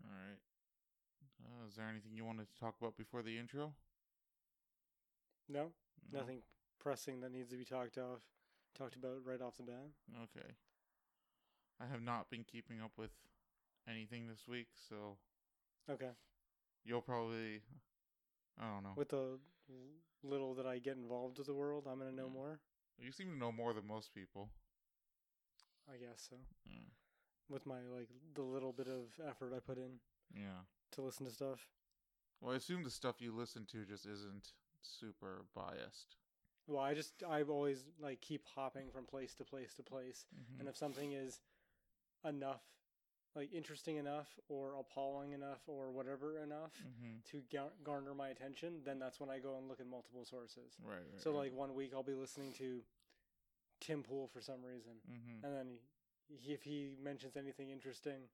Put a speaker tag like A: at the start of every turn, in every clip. A: was Uh, there anything you wanted to talk about before the intro?
B: No, nothing pressing that needs to be talked of, talked about right off the bat.
A: Okay. I have not been keeping up with anything this week, so
B: Okay,
A: you'll probably. I don't know.
B: with the l- little that I get involved with the world, I'm gonna know
A: Mm.
B: more.
A: you seem to know more than most people.
B: I guess so.
A: Mm.
B: With my like the little bit of effort I put in
A: Yeah.
B: to listen to stuff.
A: Well, I assume the stuff you listen to just isn't super biased.
B: Well, I just I've always like keep hopping from place to place to place,
A: Mm.
B: and if something is enough, like interesting enough or appalling enough or whatever enough
A: hmm
B: to gar- garner my attention, then that's when I go and look at multiple sources.
A: Right, right.
B: So like one week I'll be listening to Tim Pool for some reason,
A: hmm
B: and then he, if he mentions anything interesting,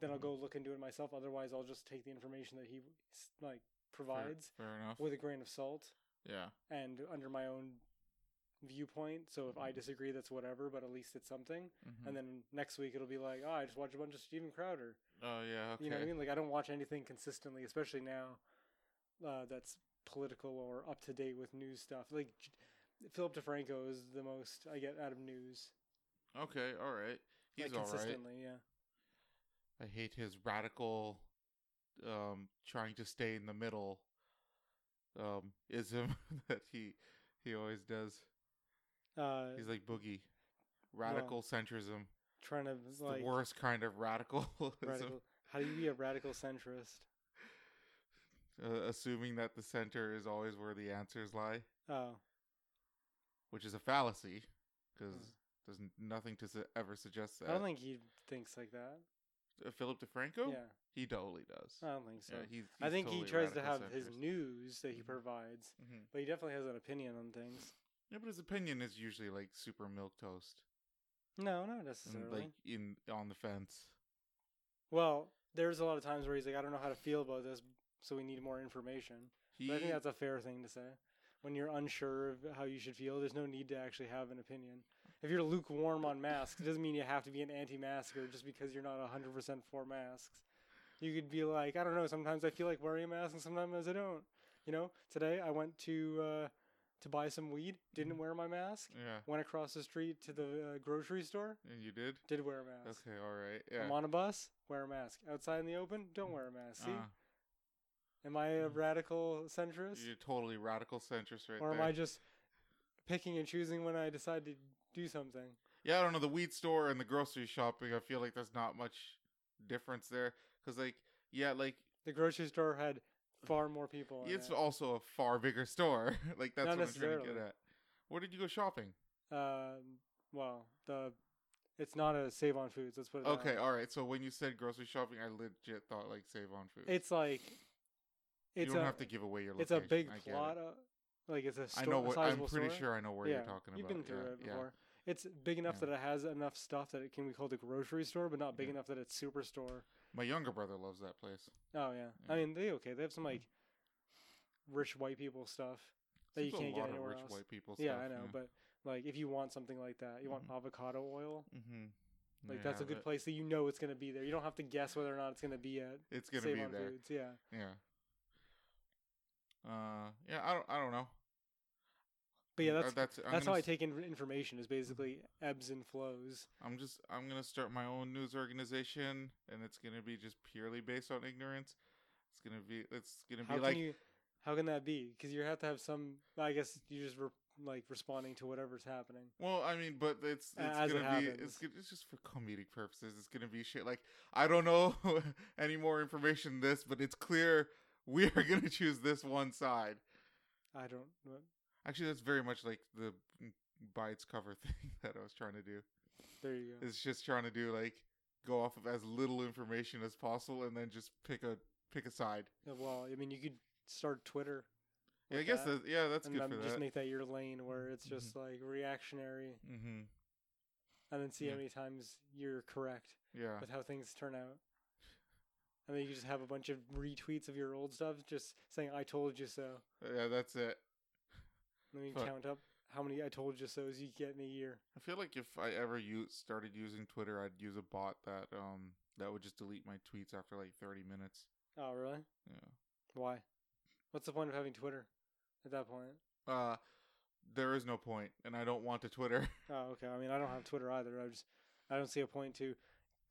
B: then I'll go
A: Mm-hmm.
B: look into it myself. Otherwise, I'll just take the information that he s- like provides
A: Fair, enough.
B: with a grain of salt
A: yeah.
B: and under my own viewpoint. So if I
A: Mhm.
B: disagree, that's whatever, but at least it's something.
A: Mm-hmm.
B: And then next week it'll be like, oh, I just watched a bunch of Steven Crowder.
A: oh yeah. Okay.
B: You know what I mean? Like I don't watch anything consistently, especially now uh, that's political or up to date with news stuff. Like J- Philip DeFranco is the most I get out of news.
A: Okay. All right. He's
B: like,
A: all right.
B: consistently, yeah.
A: I hate his radical um trying to stay in the middle um ism that he he always does.
B: Uh,
A: He's like Boogie. Radical centrism.
B: trying to
A: It's
B: like
A: the worst kind of radicalism.
B: radical. How do you be a radical centrist?
A: Uh, assuming that the center is always where the answers lie,
B: Oh,
A: which is a fallacy because there's n- nothing to su- ever suggest that.
B: Hmm. I don't think he thinks like that.
A: Uh, Philip DeFranco?
B: Yeah,
A: He totally does.
B: I don't think so.
A: Yeah, he's-
B: I
A: he's
B: think he
A: totally
B: tries to have
A: radical
B: his
A: centrist.
B: news that he
A: Mhm.
B: provides,
A: Mhm.
B: but he definitely has an opinion on things.
A: Yeah, but his opinion is usually like super milk toast,
B: No, not
A: and,
B: necessarily.
A: Mm, like in on the fence.
B: Well, there's a lot of times where he's like, I don't know how to feel about this, so we need more information.
A: He,
B: But I think that's a fair thing to say. When you're unsure of how you should feel, there's no need to actually have an opinion. If you're lukewarm on masks, it doesn't mean you have to be an anti-masker just because you're not 100% for masks. You could be like, I don't know, sometimes I feel like wearing a mask and sometimes I don't. You know, today I went to uh, to buy some weed, didn't wear my mask.
A: yeah,
B: Went across the street to the uh, grocery store,
A: and you did.
B: did wear a mask.
A: Okay, all right. Yeah. Uh,
B: I'm on a bus, wear a mask. Outside in the open, don't wear a mask. See?
A: Uh,
B: am I a radical centrist?
A: Mm-hmm. you're totally radical centrist right
B: or am
A: there.
B: I just picking and choosing when I decide to do something?
A: Yeah, I don't know. The weed store and the grocery shopping, I feel like there's not much difference there. Because, like, yeah, like,
B: The grocery store had far more people. in
A: it's
B: it.
A: also a far bigger store. like, that's
B: Oh,
A: what I'm trying to
B: Not
A: get
B: necessarily.
A: at. Where did you go shopping?
B: Um, well, the it's not a save on foods. Let's put it. that
A: Okay,
B: way.
A: all right. So when you said grocery shopping, I legit thought, like, save on food.
B: It's like
A: you
B: it's
A: don't
B: a
A: have to give away your
B: it's
A: location.
B: a big
A: I get it.
B: plot. Of, like it's a
A: I
B: store,
A: know what, I'm
B: sizable
A: pretty
B: store.
A: sure I know where you're talking about.
B: You've been through
A: yeah,
B: it
A: yeah.
B: before. It's big enough
A: Yeah. Mm-hmm.
B: that it has enough stuff that it can be called a grocery store, but not big
A: Yeah.
B: enough that it's superstore.
A: My younger brother loves that place.
B: Oh yeah.
A: Yeah. Mm-hmm.
B: I mean they okay. They have some like rich white people stuff that
A: Seems
B: you can't
A: a lot
B: get
A: of
B: anywhere
A: rich
B: else.
A: white people
B: yeah,
A: stuff,
B: I know, but like if you want something like that, you want
A: Mhm.
B: avocado oil.
A: mm-hmm.
B: Like that's a good place that you know it's gonna be there. You don't have to guess whether or not it's gonna be at
A: It's gonna
B: Save
A: be
B: on
A: there.
B: Foods. Yeah.
A: Yeah. Uh, yeah, I don't, I don't know.
B: But yeah,
A: Uh,
B: that's
A: that's I'm
B: that's how
A: gonna,
B: I
A: s- Mm-hmm.
B: take in information is basically ebbs and flows.
A: I'm just I'm gonna start my own news organization, and it's gonna be just purely based on ignorance. It's gonna be it's gonna
B: How
A: be
B: can
A: like
B: you? How can that be? Because you have to have some. I guess you just re- like responding to whatever's happening.
A: well, I mean, but it's it's
B: As it
A: gonna be
B: happens.
A: it's gonna, it's just for comedic purposes. It's gonna be shit like I don't know any more information than this, but it's clear we are gonna choose this one side.
B: I don't. know.
A: Actually, that's very much like the by its cover thing that I was trying to do.
B: There you go.
A: It's just trying to do like go off of as little information as possible and then just pick a pick a side.
B: Yeah, Well, I mean, you could start Twitter
A: Yeah, I
B: Like
A: guess
B: that.
A: that, yeah, that's
B: and
A: good
B: then
A: for
B: just
A: that.
B: make that your lane where it's just like reactionary,
A: mm-hmm.
B: and then see
A: Yeah.
B: how many times you're correct
A: Yeah,
B: with how things turn out. And then you just have a bunch of retweets of your old stuff, just saying "I told you so."
A: yeah, that's it.
B: And then you
A: Fuck.
B: count up how many "I told you so's" you get in a year.
A: I feel like if I ever use, started using Twitter, I'd use a bot that um that would just delete my tweets after like thirty minutes.
B: Oh, really?
A: Yeah.
B: Why? What's the point of having Twitter at that point?
A: Uh, there is no point, and I don't want to Twitter.
B: Oh, okay. I mean, I don't have Twitter either. I just I don't see a point to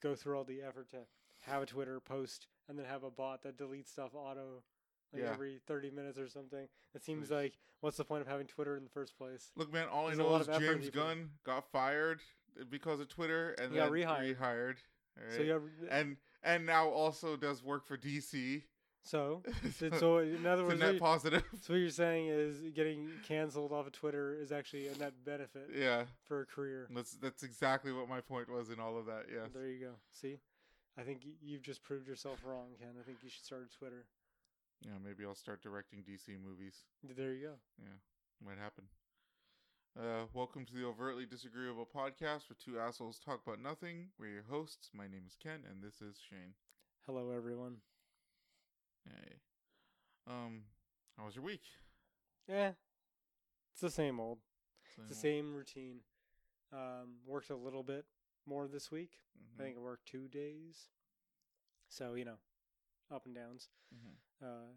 B: go through all the effort to have a Twitter post and then have a bot that deletes stuff auto like
A: Yeah.
B: every 30 minutes or something. It seems
A: Jeez.
B: like what's the point of having Twitter in the first place?
A: Look, man, all I
B: There's a
A: know
B: lot
A: is
B: of effort
A: James
B: he put-
A: Gunn got fired uh, because of Twitter, and
B: He got
A: then
B: rehired.
A: rehired. All
B: So
A: right?
B: yeah,
A: and and now also does work for DC.
B: so
A: It's
B: so, so in other
A: a
B: words,
A: net
B: what you-
A: positive.
B: so what you're saying is getting canceled off of Twitter is actually a net benefit
A: yeah,
B: for a career.
A: that's that's exactly what my point was in all of that. Yes.
B: There you go. See, I think y- you've just proved yourself wrong, Ken. I think you should start a Twitter.
A: Yeah, maybe I'll start directing DC movies.
B: There you go.
A: Might happen. Uh, welcome to the overtly disagreeable podcast where two assholes talk about nothing. We're your hosts. My name is Ken, and this is Shane.
B: Hello, everyone.
A: Hey. Um, how was your week?
B: Yeah, Eh, it's the same old. It's the
A: Same
B: same routine. Um, worked a little bit more this week.
A: old-
B: I think I worked two days. So you know, up and downs,
A: Mhm, mhm,
B: uh,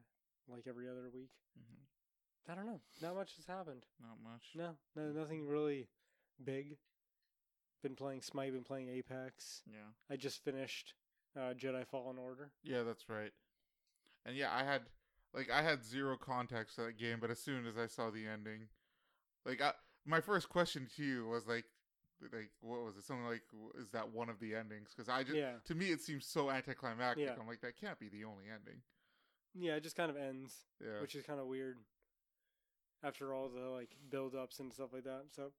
B: like every other week.
A: mhm.
B: I don't know. Not much has happened.
A: Not much.
B: No, no, nothing really big. Been playing Smite. Been playing Apex.
A: Yeah.
B: I just finished uh, Jedi Fallen Order.
A: Yeah, that's right. And yeah, I had like I had zero context to that game, but as soon as I saw the ending, like I, my first question to you was like, like what was it? Something like, w- is that one of the endings? Because I just
B: Yeah,
A: to me it seems so anticlimactic.
B: Yeah.
A: I'm like, that can't be the only ending.
B: yeah. It just kind of ends,
A: Yeah,
B: which is kind of weird. After all the like build ups and stuff like that. So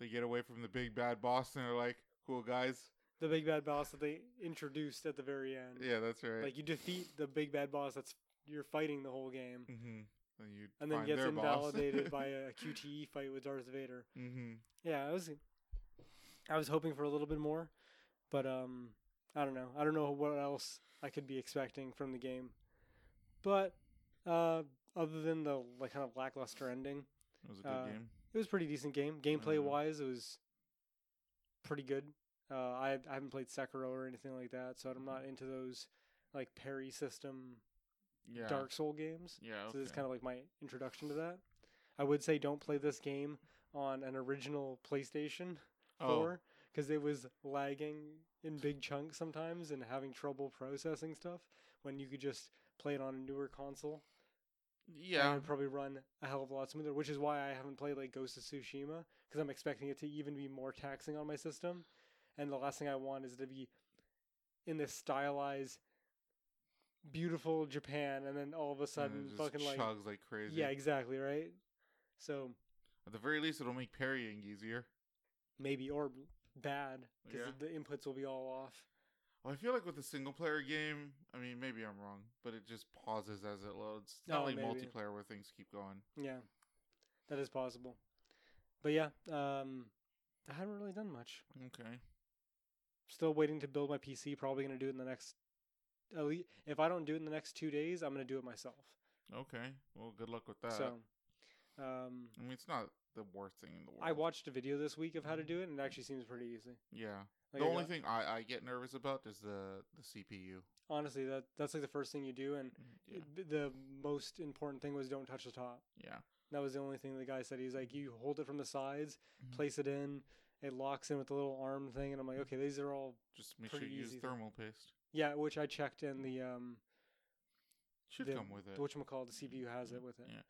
A: they get away from the big bad boss and they're like, cool guys.
B: the big bad boss that they introduced at the very end.
A: Yeah, that's right.
B: Mm-hmm. Like you defeat the big bad boss that's you're fighting the whole game,
A: mm-hmm. And you
B: and then
A: find
B: gets
A: their
B: invalidated by a QTE fight with Darth Vader.
A: mm-hmm.
B: Yeah, I was, I was hoping for a little bit more, but um, I don't know. I don't know what else I could be expecting from the game, but uh, other than the like kind of lackluster ending,
A: It was a good
B: Uh,
A: game.
B: it was a pretty decent game. Gameplay
A: Mhm.
B: wise, it was pretty good. Uh, I I haven't played Sekiro or anything like that, so I'm
A: Mm-hmm.
B: not into those like parry system
A: Yeah.
B: Dark Soul games.
A: Yeah.
B: So this is
A: okay.
B: kind of like my introduction to that. I would say don't play this game on an original PlayStation
A: Oh.
B: 4 because it was lagging in big chunks sometimes and having trouble processing stuff when you could just play it on a newer console. And it
A: Yeah.
B: would probably run a hell of a lot smoother, which is why I haven't played like Ghost of Tsushima because I'm expecting it to even be more taxing on my system. And the last thing I want is to be in this stylized, beautiful Japan, and then all of a
A: and
B: sudden,
A: it just
B: fucking like,
A: chugs like crazy.
B: yeah, exactly, right? So
A: At the very least, it'll make parrying easier.
B: maybe or bad because
A: Yeah.
B: the inputs will be all off.
A: Well, I feel like with a single player game, I mean, maybe I'm wrong, but it just pauses as it loads. It's not
B: Oh,
A: like
B: maybe.
A: multiplayer where things keep going.
B: Yeah, that is possible. But yeah, um, I haven't really done much.
A: Okay.
B: Still waiting to build my PC. Probably gonna do it in the next. At least, if I don't do it in the next two days, I'm gonna do it myself.
A: Okay. Well, good luck with that.
B: so, um,
A: I mean, it's not the worst thing in the world.
B: I watched a video this week of how to do it, and it actually seems pretty easy.
A: Yeah. Mm-hmm.
B: Like,
A: the
B: I
A: only
B: got-
A: thing I, I get nervous about is the the CPU.
B: honestly, that that's like the first thing you do, and
A: Yeah.
B: Mm, it- the most important thing was don't touch the top.
A: Yeah.
B: That was the only thing the guy said. He's
A: Mm-hmm.
B: like, you hold it from the sides,
A: Mhm.
B: place it in, it locks in with the little arm thing, and I'm
A: Mm-hmm.
B: like, okay, these are all
A: Just make sure
B: Pretty
A: you use
B: easy though.
A: thermal paste.
B: yeah, which I checked in the um
A: Mm-hmm. Should
B: the,
A: come with it. Mm-hmm.
B: Which call the CPU has it with it.
A: Yeah.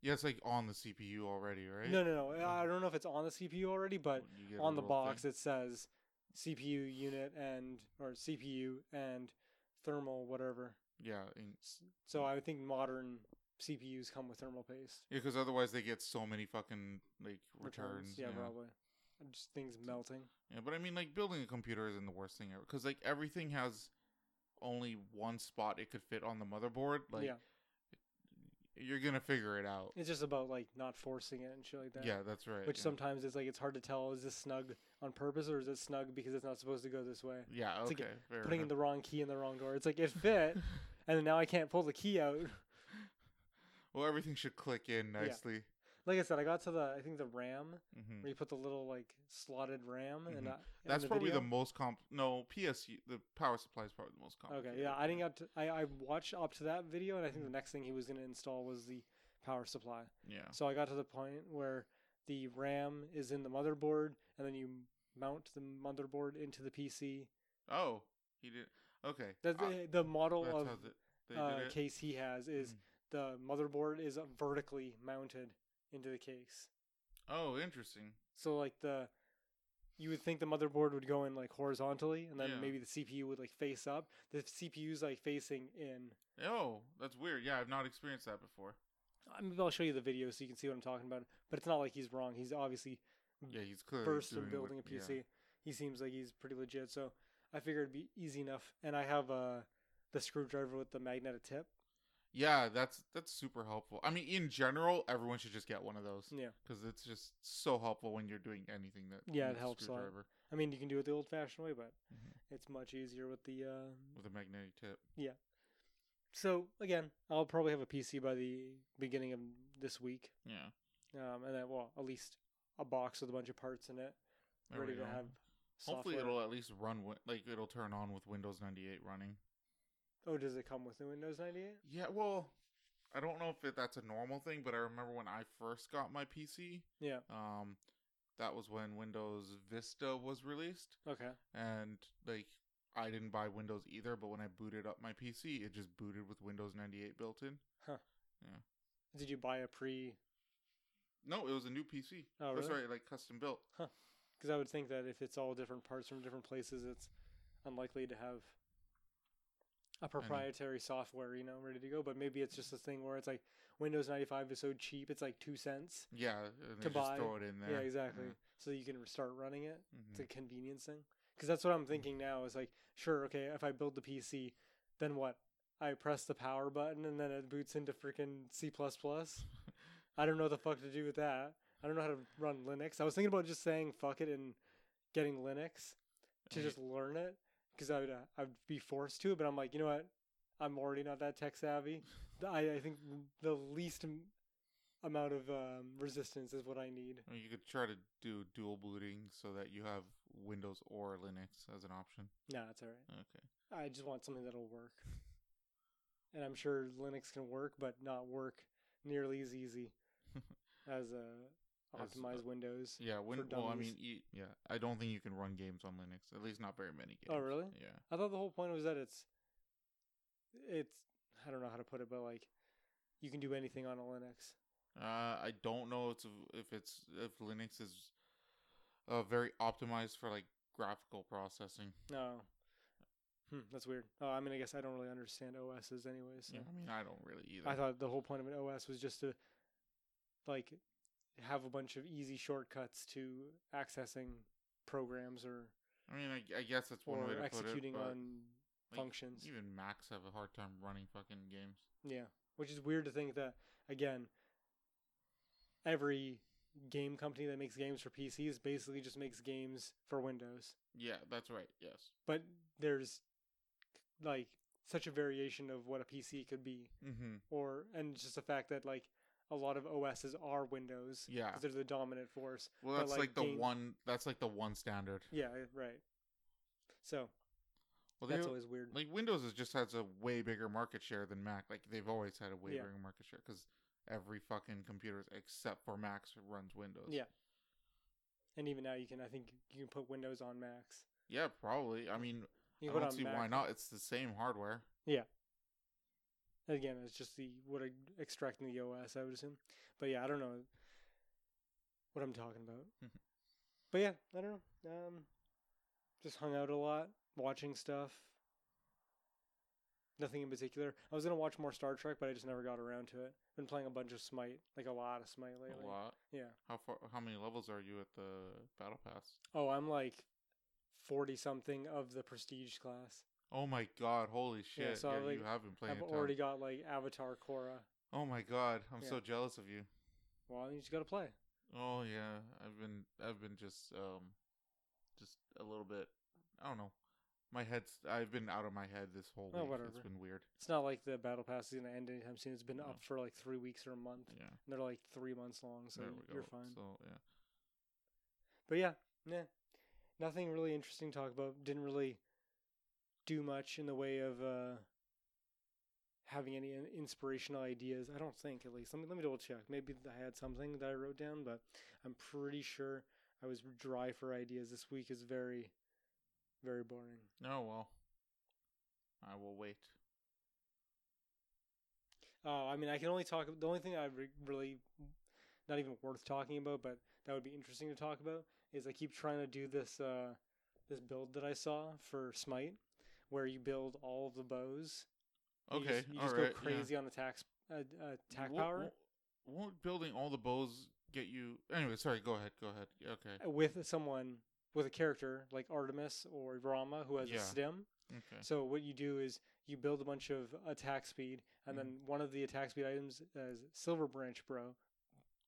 A: Yeah, it's like on the CPU already, right?
B: No, no, no. I I don't know if it's on the CPU already, but
A: You get a
B: on the
A: little
B: box
A: thing.
B: it says CPU unit and or CPU and thermal whatever.
A: Yeah. and-
B: S-
A: Hmm.
B: So I would think modern CPUs come with thermal paste
A: Yeah, because otherwise they get so many fucking like
B: returns.
A: returns.
B: Yeah, probably. Just things melting.
A: Yeah, but I mean, like building a computer isn't the worst thing ever because like everything has only one spot it could fit on the motherboard. Like
B: yeah,
A: you're gonna figure it out.
B: it's just about like not forcing it and shit like that.
A: yeah, that's right.
B: Which
A: yeah.
B: sometimes it's like it's hard to tell is this snug on purpose or is it snug because it's not supposed to go this way.
A: yeah,
B: it's
A: okay,
B: like
A: fair
B: Putting in
A: enough.
B: the wrong key in the wrong door. It's like it fit, and then now I can't pull the key out.
A: well, everything should click in nicely.
B: Like I said, I got to the I think the RAM
A: hmm
B: where you put the little like slotted RAM and
A: Mhm.
B: I,
A: That's
B: the
A: probably
B: video.
A: the most comp. No, PSU. The power supply is probably the most complicated.
B: Okay, yeah, I didn't get to, I, I watched up to that video, and I think the next thing he was going to install was the power supply.
A: Yeah.
B: So I got to the point where the RAM is in the motherboard, and then you mount the motherboard into the PC.
A: Oh, he did. Okay.
B: The, the,
A: Ah,
B: the model
A: that's
B: of
A: how the, they
B: uh,
A: did it.
B: case he has is
A: Mm.
B: the motherboard is uh, vertically mounted into the case.
A: Oh, interesting.
B: So like the you would think the motherboard would go in like horizontally and then
A: Yeah.
B: maybe the CPU would like face up. The CPU's like facing in.
A: Oh, that's weird. Yeah, I've not experienced that before.
B: I- Maybe I'll show you the video so you can see what I'm talking about. But it's not like he's wrong. He's obviously
A: Yeah, he's clearly
B: versed in
A: doing
B: building
A: what-
B: a
A: yeah.
B: PC. He seems like he's pretty legit. So I figured it'd be easy enough. And I have uh, the screwdriver with the magnetic tip.
A: Yeah, that's that's super helpful. I mean, in general, everyone should just get one of those
B: Yeah.
A: because it's just so helpful when you're doing anything that
B: Yeah, it
A: needs a
B: helps a lot.
A: screwdriver
B: I mean, you can do it the old fashioned way, but
A: Mhm.
B: it's much easier with the. Uh...
A: with a magnetic tip.
B: So again, I'll probably have a PC by the beginning of this week.
A: Yeah,
B: um, and then well, at least a box with a bunch of parts in it,
A: there
B: ready
A: we
B: to
A: go.
B: have.
A: Hopefully,
B: software.
A: it'll at least run wi- like it'll turn on with Windows 98 running.
B: Oh, does it come with the Windows ninety eight?
A: Yeah, well, I don't know if it, that's a normal thing, but I remember when I first got my PC,
B: Yeah.
A: um, that was when Windows Vista was released,
B: Okay.
A: and like I didn't buy Windows either, but when I booted up my PC, it just booted with Windows 98 built in.
B: Did you buy a pre?
A: No, it was a new PC.
B: Oh,
A: Oh,
B: really?
A: sorry, like custom built.
B: Because I would think that if it's all different parts from different places, it's unlikely to have a proprietary software, you know, ready to go. But maybe it's just this thing where it's like Windows ninety five is so cheap, it's like two cents.
A: Yeah, and they
B: To
A: just
B: buy.
A: throw it in there.
B: Yeah, exactly.
A: Yeah. Mm-hmm.
B: So you can start running it.
A: Mhm.
B: It's a convenience thing. Because that's what I'm thinking now is like, sure, okay, if I build the PC, then what? I press the power button and then it boots into freaking C. I don't know what the fuck to do with that. I don't know how to run Linux. I was thinking about just saying fuck it and getting Linux to
A: Right.
B: just learn it because I would, uh, I'd be forced to, but I'm like, you know what? I'm already not that tech savvy. I, I think the least am- amount of um, resistance is what I need.
A: I mean, you could try to do dual booting so that you have Windows or Linux as an option.
B: No, it's all right.
A: Okay.
B: I just want something that'll work. And I'm sure Linux can work, but not work nearly as easy as uh,
A: As,
B: optimized Windows.
A: Yeah, when,
B: For
A: well, I
B: dummies.
A: mean, you, yeah, I don't think you can run games on Linux. At least not very many games.
B: Oh, really?
A: Yeah.
B: I thought the whole point was that it's, it's I don't know how to put it, but like, you can do anything on a Linux.
A: Uh, I don't know it's, if it's if Linux is uh, very optimized for like graphical processing.
B: No, hmm, that's weird. Oh, I mean, I guess I don't really understand OSs anyway. So
A: Yeah, I mean, I don't really either.
B: I thought the whole point of an OS was just to, like, have a bunch of easy shortcuts to accessing programs or
A: I mean, I, I guess that's one way
B: or
A: to
B: executing
A: put it. but,
B: on
A: like,
B: functions.
A: Even Macs have a hard time running fucking games.
B: Yeah, which is weird to think that again. Every game company that makes games for PCs basically just makes games for Windows,
A: Yeah, that's right. Yes.
B: but there's like such a variation of what a PC could be,
A: Mm-hmm.
B: or and just the fact that like a lot of OSs are Windows
A: Yeah.
B: 'cause they're the dominant force.
A: Well,
B: but,
A: that's
B: like,
A: like, the
B: game-
A: one. That's like the one standard.
B: Yeah, right. So
A: Well,
B: that's
A: they,
B: always weird.
A: like Windows is just has a way bigger market share than Mac. Like they've always had a way
B: Yeah.
A: bigger market share because every fucking computer except for Macs runs Windows.
B: Yeah. and even now, you can I think you can put Windows on Macs.
A: Yeah, probably. I mean,
B: You
A: I
B: can put
A: don't
B: it
A: see
B: on
A: why
B: Mac.
A: not. It's the same hardware.
B: Again, it's just the what I extracting the OS, I would assume. But yeah, I don't know what I'm talking about.
A: Mm-hmm.
B: but yeah, I don't know. Um, just hung out a lot, watching stuff. Nothing in particular. I was gonna watch more Star Trek, but I just never got around to it. Been playing a bunch of Smite, like a lot of Smite lately.
A: A lot.
B: Yeah.
A: How far? How many levels are you at the battle pass?
B: Oh, I'm like forty something of the Prestige class.
A: Oh my god! Holy shit! Yeah,
B: so, like,
A: you have been playing.
B: I've
A: a ton.
B: already got like Avatar, Korra.
A: Oh my god! I'm
B: Yeah.
A: so jealous of you.
B: Well, you just gotta play.
A: Oh yeah, I've been I've been just um just a little bit I don't know. My head's I've been out of my head this whole week.
B: Oh,
A: It's
B: whatever.
A: been weird.
B: It's not like the battle pass is going to end anytime soon. It's been
A: No.
B: up for like three weeks or a month.
A: Yeah.
B: And they're like three months long, so
A: there we
B: you're
A: go.
B: fine.
A: So yeah.
B: But yeah, nah, nothing really interesting to talk about. Didn't really do much in the way of uh, having any in- inspirational ideas. I don't think, at least. Let me let me double check. Maybe I had something that I wrote down, but I'm pretty sure I was dry for ideas. This week is very, very boring.
A: Oh well. I will wait.
B: Oh, I mean, I can only talk. The only thing I re- really, not even worth talking about, but that would be interesting to talk about is I keep trying to do this uh, this build that I saw for Smite, where you build all of the bows. You
A: Okay.
B: just, you
A: all
B: just
A: right,
B: go
A: yeah.
B: crazy on attack uh, uh, attack
A: Won't-
B: power
A: Won't, won't building all the bows get you? Anyway, sorry. Go ahead. Go ahead. Yeah, Okay.
B: with someone with a character like Artemis or Rama who has
A: Yeah.
B: a stem.
A: Okay.
B: So what you do is you build a bunch of attack speed, and
A: Mhm.
B: then one of the attack speed items is Silver Branch Bro,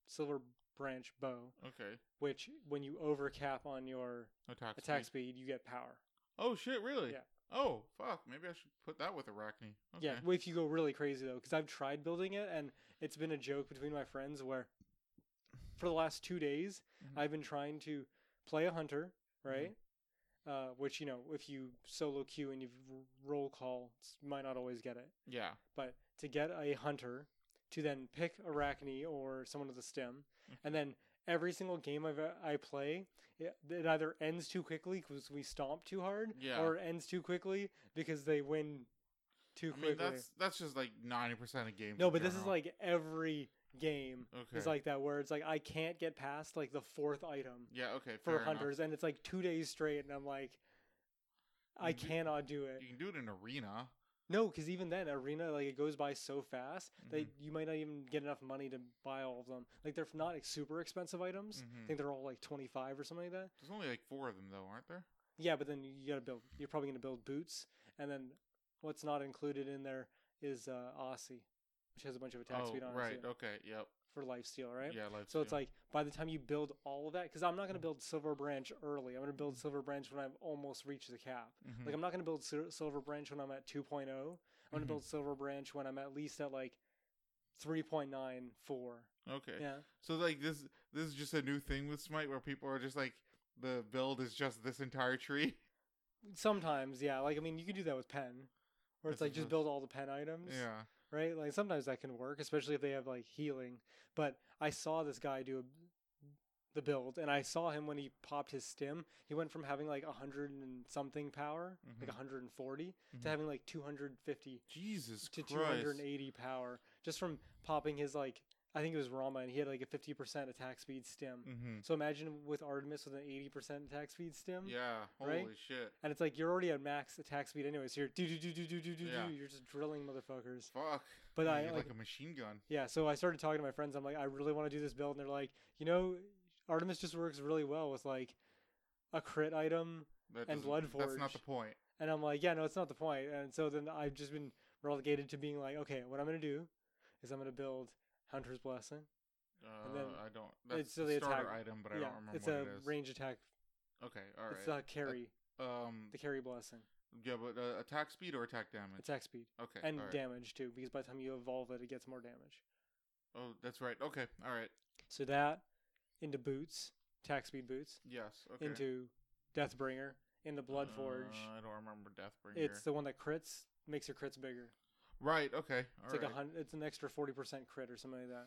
B: Silver Branch Bow.
A: Okay.
B: which when you overcap on your
A: Attack.
B: attack
A: speed.
B: speed, you get power.
A: Oh shit! Really?
B: Yeah.
A: Oh fuck! Maybe I should put that with Arachne. Okay.
B: Yeah, well, if you go really crazy though, because I've tried building it and it's been a joke between my friends where for the last two days
A: Mhm.
B: I've been trying to play a hunter, right? Uh, which you know, if you solo queue and you r- roll call, s- you might not always get it.
A: Yeah.
B: but to get a hunter to then pick arachne or someone with a stem
A: Mm-hmm.
B: and then every single game I've, i play it, it either ends too quickly because we stomp too hard
A: Yeah.
B: or it ends too quickly because they win too
A: I mean,
B: quickly
A: that's that's just like ninety percent of games.
B: no
A: in
B: but this is
A: general.
B: like every game
A: okay.
B: is like that where it's like i can't get past like the fourth item
A: yeah. Okay.
B: for
A: fair enough.
B: hunters and it's like two days straight and i'm like i
A: You do-
B: cannot do it
A: You can do it in arena.
B: No, because even then, arena like it goes by so fast that
A: Mm-hmm.
B: you might not even get enough money to buy all of them. Like they're not like, super expensive items. I
A: Mhm.
B: think they're all like twenty five or something like that.
A: There's only like four of them though, aren't there?
B: Yeah, but then you gotta build. You're probably gonna build boots, and then what's not included in there is uh, Aussie, which has a bunch of attack
A: oh,
B: speed on
A: right.
B: it yeah,
A: Okay. Yep.
B: for lifesteal, right?
A: Yeah. Mm-hmm. Life
B: So it's like by the time you build all of that, because I'm not gonna build Silver Branch early. I'm gonna build
A: Mm-hmm.
B: Silver Branch when I've almost reached the cap. Like I'm not going to build Sil- Silver Branch when I'm at 2.0. I'm going to
A: Mhm.
B: build Silver Branch when I'm at least at like 3.94.
A: okay.
B: um, Yeah.
A: So like this this is just a new thing with Smite where people are just like the build is just this entire tree.
B: Sometimes, yeah. Like I mean, you can do that with pen. Where it's
A: I
B: like just
A: suppose.
B: build all the pen items,
A: Yeah.
B: right? Like sometimes that can work, especially if they have like healing. But I saw this guy do a, the build, and I saw him when he popped his stim. He went from having like hundred and something power,
A: Mhm.
B: like 140,
A: Mhm.
B: to having like 250
A: Jesus
B: to
A: Christ.
B: 280 power just from popping his like I think it was Rama and he had like a 50% attack speed stim.
A: Mm-hmm.
B: So imagine with Artemis with an 80% attack speed stim.
A: Yeah. Holy
B: right?
A: shit.
B: And it's like you're already at max attack speed anyway, so you're do do do do do do do
A: Yeah.
B: do. You're just drilling motherfuckers.
A: Fuck.
B: But
A: You
B: I
A: need,
B: like,
A: like, a machine gun.
B: yeah. So I started talking to my friends. I'm like, I really want to do this build, and they're like, you know, Artemis just works really well with like a crit item
A: That
B: and
A: doesn't- That's not
B: Bloodforge.
A: the point.
B: And I'm like, yeah, no, it's not the point. And so then I've just been relegated to being like, okay, what I'm gonna do is I'm gonna build Hunter's Blessing.
A: Uh,
B: And then
A: I don't. That's
B: it's
A: a
B: the
A: starter
B: attack-
A: item, but I
B: yeah,
A: don't remember
B: it's
A: what
B: a
A: it is.
B: range attack.
A: Okay, all right.
B: It's a carry,
A: um,
B: the carry blessing,
A: yeah, but uh, attack speed or attack damage?
B: attack speed,
A: okay,
B: and
A: all right.
B: damage too. Because by the time you evolve it, it gets more damage.
A: oh, that's right. Okay, all right.
B: So that into boots, attack speed boots,
A: Yes. Okay.
B: into Deathbringer, into Bloodforge.
A: Uh, I don't remember Deathbringer.
B: it's the one that crits, makes your crits bigger.
A: right. Okay. all
B: It's
A: right.
B: like a hundred. It's an extra forty percent crit or something like that.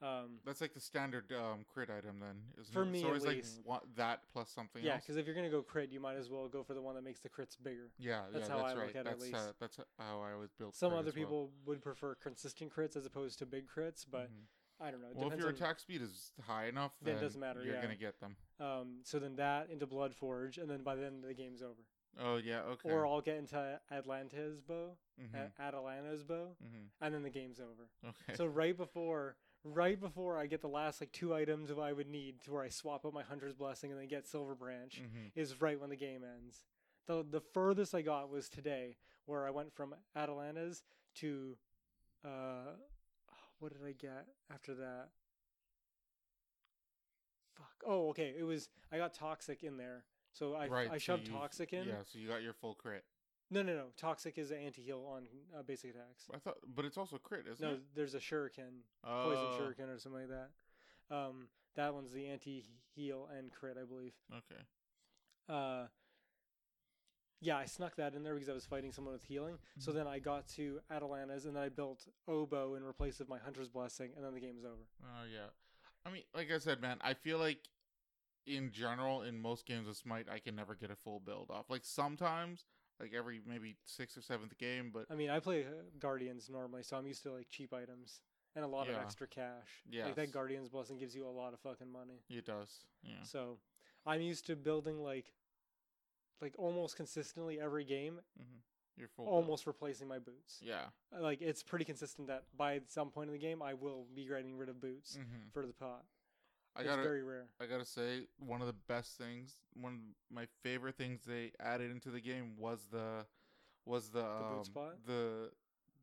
B: Um,
A: That's like the standard um, crit item then, isn't
B: For
A: it?
B: me,
A: so
B: at
A: it's
B: least.
A: like one, that plus something
B: yeah,
A: else.
B: because if you're gonna go crit, you might as well go for the one that makes the crits bigger.
A: yeah, yeah,
B: that's
A: that's
B: how I
A: right.
B: look at it, at
A: that's
B: least.
A: uh, that's how I always built.
B: Some
A: crit
B: other
A: as well.
B: people would prefer consistent crits as opposed to big crits, but
A: Mhm.
B: I don't know. It
A: well, if
B: depends
A: your
B: on-
A: attack speed is high enough,
B: Then
A: then
B: it doesn't matter,
A: You're
B: yeah.
A: gonna get them.
B: Um, so then that into Bloodforge, and then by then the game's over.
A: Oh yeah. Okay.
B: Or I'll get into Atlanta's bow,
A: mm-hmm.
B: at Atalanta's bow,
A: mm-hmm.
B: and then the game's over.
A: Okay.
B: So right before, right before I get the last like two items of I would need to where I swap out my Hunter's Blessing and then get Silver Branch
A: Mhm.
B: is right when the game ends. The the furthest I got was today, where I went from Atalanta's to, uh, what did I get after that? Fuck. Oh, okay. It was I got toxic in there So I
A: right.
B: I
A: so
B: shoved
A: you-
B: toxic in.
A: Yeah, so you got your full crit.
B: No, no, no. Toxic is an anti-heal on uh, basic attacks.
A: I thought, but it's also crit, isn't
B: No,
A: it?
B: there's a shuriken, poison
A: Oh,
B: shuriken or something like that. Um, that one's the anti-heal and crit, I believe.
A: Okay.
B: uh yeah, I snuck that in there because I was fighting someone with healing. So
A: Mm-hmm.
B: then I got to Atalanta's and then I built Oboe in replace of my Hunter's Blessing, and then the game was over.
A: Oh yeah. I mean, like I said, man, I feel like in general in most games of Smite, I can never get a full build off. Like sometimes, like every maybe sixth or seventh game, but
B: I mean, I play uh, Guardians normally, so I'm used to like cheap items and a lot
A: Yeah.
B: of extra cash. Like that
A: Yes.
B: Guardian's Blessing gives you a lot of fucking money.
A: it does. Yeah.
B: So I'm used to building like like almost consistently every game,
A: Mm-hmm. You're full. build.
B: almost replacing my boots.
A: Yeah.
B: Uh, Like it's pretty consistent that by some point in the game I will be getting rid of boots
A: Mhm.
B: for the pot.
A: I
B: it's
A: got to
B: very rare.
A: I gotta say, one of the best things, one of my favorite things they added into the game was the was the
B: boot
A: um,
B: spot?
A: the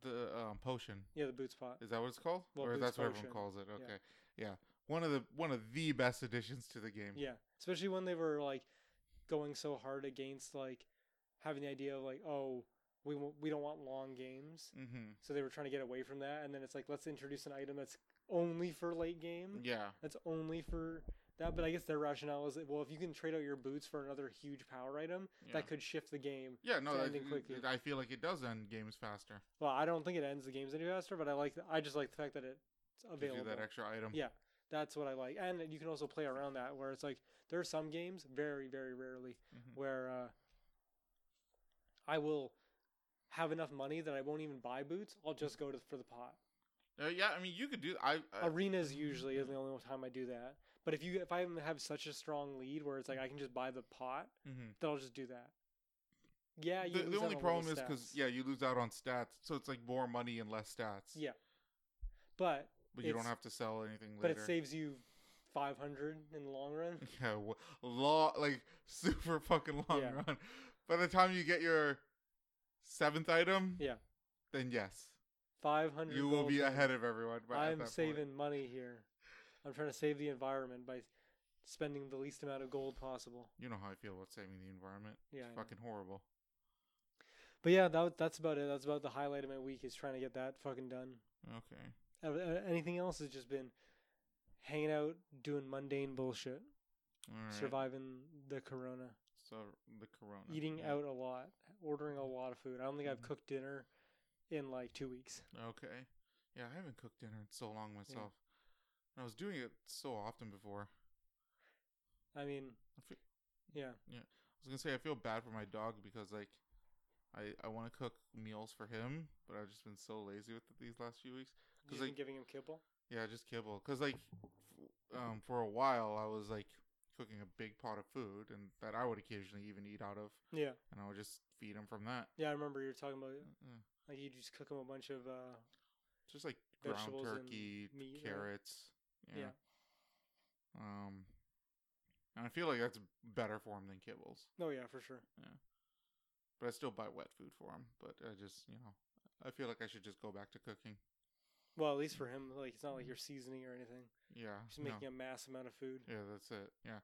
A: the um, potion.
B: Yeah, the boots pot.
A: Is that what it's called?
B: Well,
A: or
B: boots
A: that's what
B: potion.
A: everyone calls it. Okay, yeah. One of the one of the best additions to the game.
B: Yeah, especially when they were like going so hard against like having the idea of like, oh, we w- we don't want long games,
A: Mm-hmm.
B: so they were trying to get away from that. And then it's like, let's introduce an item that's only for late game.
A: Yeah.
B: That's only for that. But I guess their rationale is that well, if you can trade out your boots for another huge power item,
A: Yeah.
B: that could shift the game.
A: Yeah, no,
B: to
A: that,
B: ending quickly.
A: I feel like it does end games faster.
B: Well, I don't think it ends the games any faster, but I like I just like the fact that it's
A: if you
B: available.
A: do that extra item.
B: Yeah. That's what I like, and you can also play around that where it's like there are some games very very rarely
A: Mhm.
B: where uh, I will have enough money that I won't even buy boots. I'll just go to for the pot.
A: Uh, yeah, I mean, you could do. I, I
B: Arenas usually is the only time I do that. But if you if I have such a strong lead where it's like I can just buy the pot,
A: mhm.
B: then I'll just do that. Yeah, you
A: the, the
B: lose out
A: only
B: on little
A: problem is because
B: stats.
A: yeah, you lose out on stats, so it's like more money and less stats.
B: yeah, but
A: but you don't
B: it's-
A: have to sell anything later.
B: but it saves you five hundred in the long run.
A: Yeah, w- long, like super fucking long
B: Yeah.
A: run. By the time you get your seventh item,
B: Yeah.
A: then yes,
B: Five hundred.
A: you will be ahead of everyone. by- at that
B: I'm
A: point.
B: saving money here. I'm trying to save the environment by spending the least amount of gold possible.
A: You know how I feel about saving the environment.
B: Yeah, I
A: it's
B: know.
A: fucking horrible.
B: But yeah, that, wa- that's about it. That's about the highlight of my week is trying to get that fucking done.
A: Okay.
B: Uh, uh, Anything else has just been hanging out, doing mundane bullshit,
A: All right.
B: surviving the corona,
A: So the corona.
B: eating
A: Mm-hmm. yeah. Mm-hmm.
B: out a lot, ordering a lot of food. I don't think I've
A: Mhm.
B: cooked dinner in like two weeks.
A: Okay. Yeah, I haven't cooked dinner in so long myself. And I was doing it so often before.
B: I mean,
A: I feel-
B: yeah,
A: I was gonna say I feel bad for my dog because like I I want to cook meals for him, but I've just been so lazy with it these last few weeks. 'Cause,
B: you've been
A: like-
B: giving him kibble.
A: Yeah, just kibble. Cause like, f- um, for a while I was like cooking a big pot of food, and that I would occasionally even eat out of,
B: Yeah,
A: and I would just feed him from that.
B: yeah. I remember you were talking about
A: Uh,
B: like you just cook him a bunch of uh,
A: Just like ground
B: Vegetables and
A: turkey,
B: meat, right?
A: carrots. Yeah.
B: Yeah.
A: Um, and I feel like that's better for him than kibbles,
B: oh yeah, for sure.
A: but I still buy wet food for him. But I just you know I feel like I should just go back to cooking.
B: Well, at least for him, like it's not like you're seasoning or anything.
A: Yeah.
B: Just
A: Mm-hmm. no.
B: making a mass amount of food.
A: Yeah, that's it. Yeah.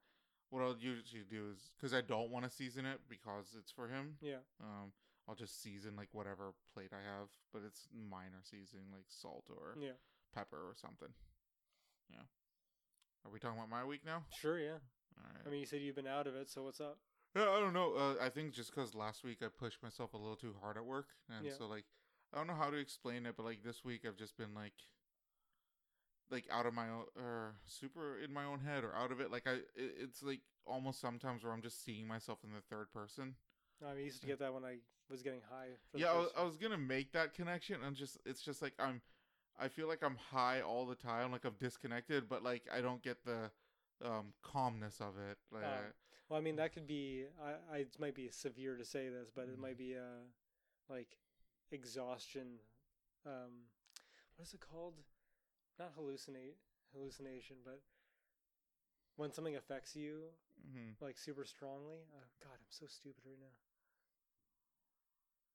A: What I'll usually do is because I don't want to season it because it's for him.
B: Yeah.
A: Um, I'll just season like whatever plate I have, but it's minor seasoning like salt or
B: Yeah.
A: pepper or something. Yeah. Are we talking about my week now?
B: Sure. Yeah.
A: All right.
B: I mean, you said you've been out of it, so what's up?
A: Yeah, I don't know. Uh, I think just because last week I pushed myself a little too hard at work, and
B: Yeah.
A: so like I don't know how to explain it, but like this week I've just been like like out of my own or super in my own head or out of it. Like I, it, it's like almost sometimes where I'm just seeing myself in the third person.
B: I mean, I used to get that when I was getting high. for the
A: yeah, I was, uh,
B: first
A: I
B: time.
A: was gonna make that connection, and just it's just like I'm, I feel like I'm high all the time, like I'm disconnected, but like I don't get the um calmness of it. Like
B: Ah. Well, I mean, that could be. I, I it might be severe to say this, but
A: Mhm.
B: it might be uh, like exhaustion. Um, what is it called? Not hallucinate hallucination, but when something affects you
A: mhm.
B: like super strongly. Oh, God, I'm so stupid right now.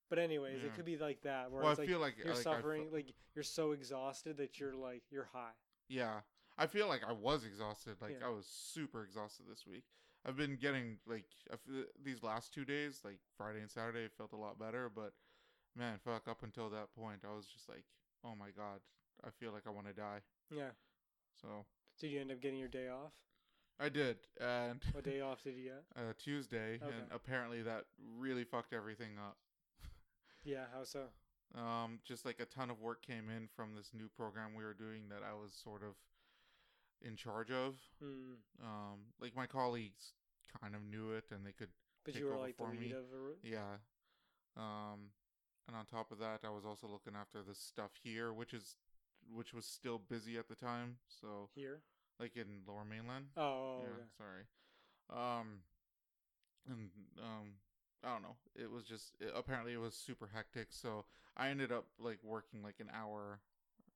B: But anyways,
A: Yeah.
B: it could be like that where
A: Mm. well, I
B: it's like
A: feel like
B: you're
A: like, I fe-
B: suffering, like you're so exhausted that you're like you're high.
A: Yeah. I feel like I was exhausted. Like
B: Yeah.
A: I was super exhausted this week. I've been getting like I f- these last two days, like Friday and Saturday, it felt a lot better. But man, fuck, up until that point, I was just like, oh my god, I feel like I want to die.
B: Yeah.
A: So
B: Did you end up getting your day off?
A: I did, and
B: What day off did you get?
A: uh, Tuesday,
B: Okay.
A: and apparently that really fucked everything up.
B: Yeah, how so?
A: Um, just like a ton of work came in from this new program we were doing that I was sort of in charge of.
B: Mm.
A: Um, like my colleagues kind of knew it, and they could
B: But
A: Take
B: you were
A: over
B: like the
A: for
B: lead
A: me.
B: of a. r-
A: Yeah. Um and on top of that, I was also looking after the stuff here, which is which was still busy at the time. So,
B: Here?
A: like in Lower Mainland.
B: Oh, oh,
A: yeah,
B: okay.
A: sorry. Um and um I don't know. It was just it, apparently it was super hectic, so I ended up like working like an hour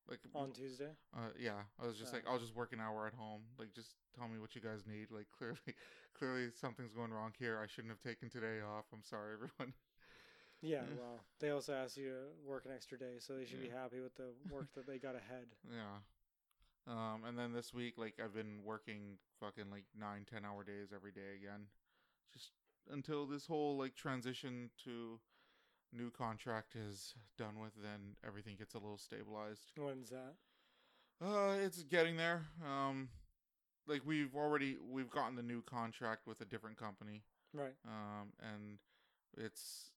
A: like
B: On Tuesday?
A: uh, yeah, I was just like,
B: Uh.
A: I'll just work an hour at home. Like, just tell me what you guys need. Like, clearly, clearly something's going wrong here. I shouldn't have taken today off. I'm sorry, everyone.
B: Yeah,
A: Yeah.
B: well, they also asked you to work an extra day, so they should
A: Mm-hmm. Yeah.
B: be happy with the work that they got ahead.
A: Yeah. Um, and then this week, like, I've been working fucking like nine, ten hour days every day again, just until this whole like transition to new contract is done with. Then everything gets a little stabilized.
B: When's that?
A: Uh, it's getting there. Um, like we've already we've gotten the new contract with a different company.
B: Right.
A: um, and it's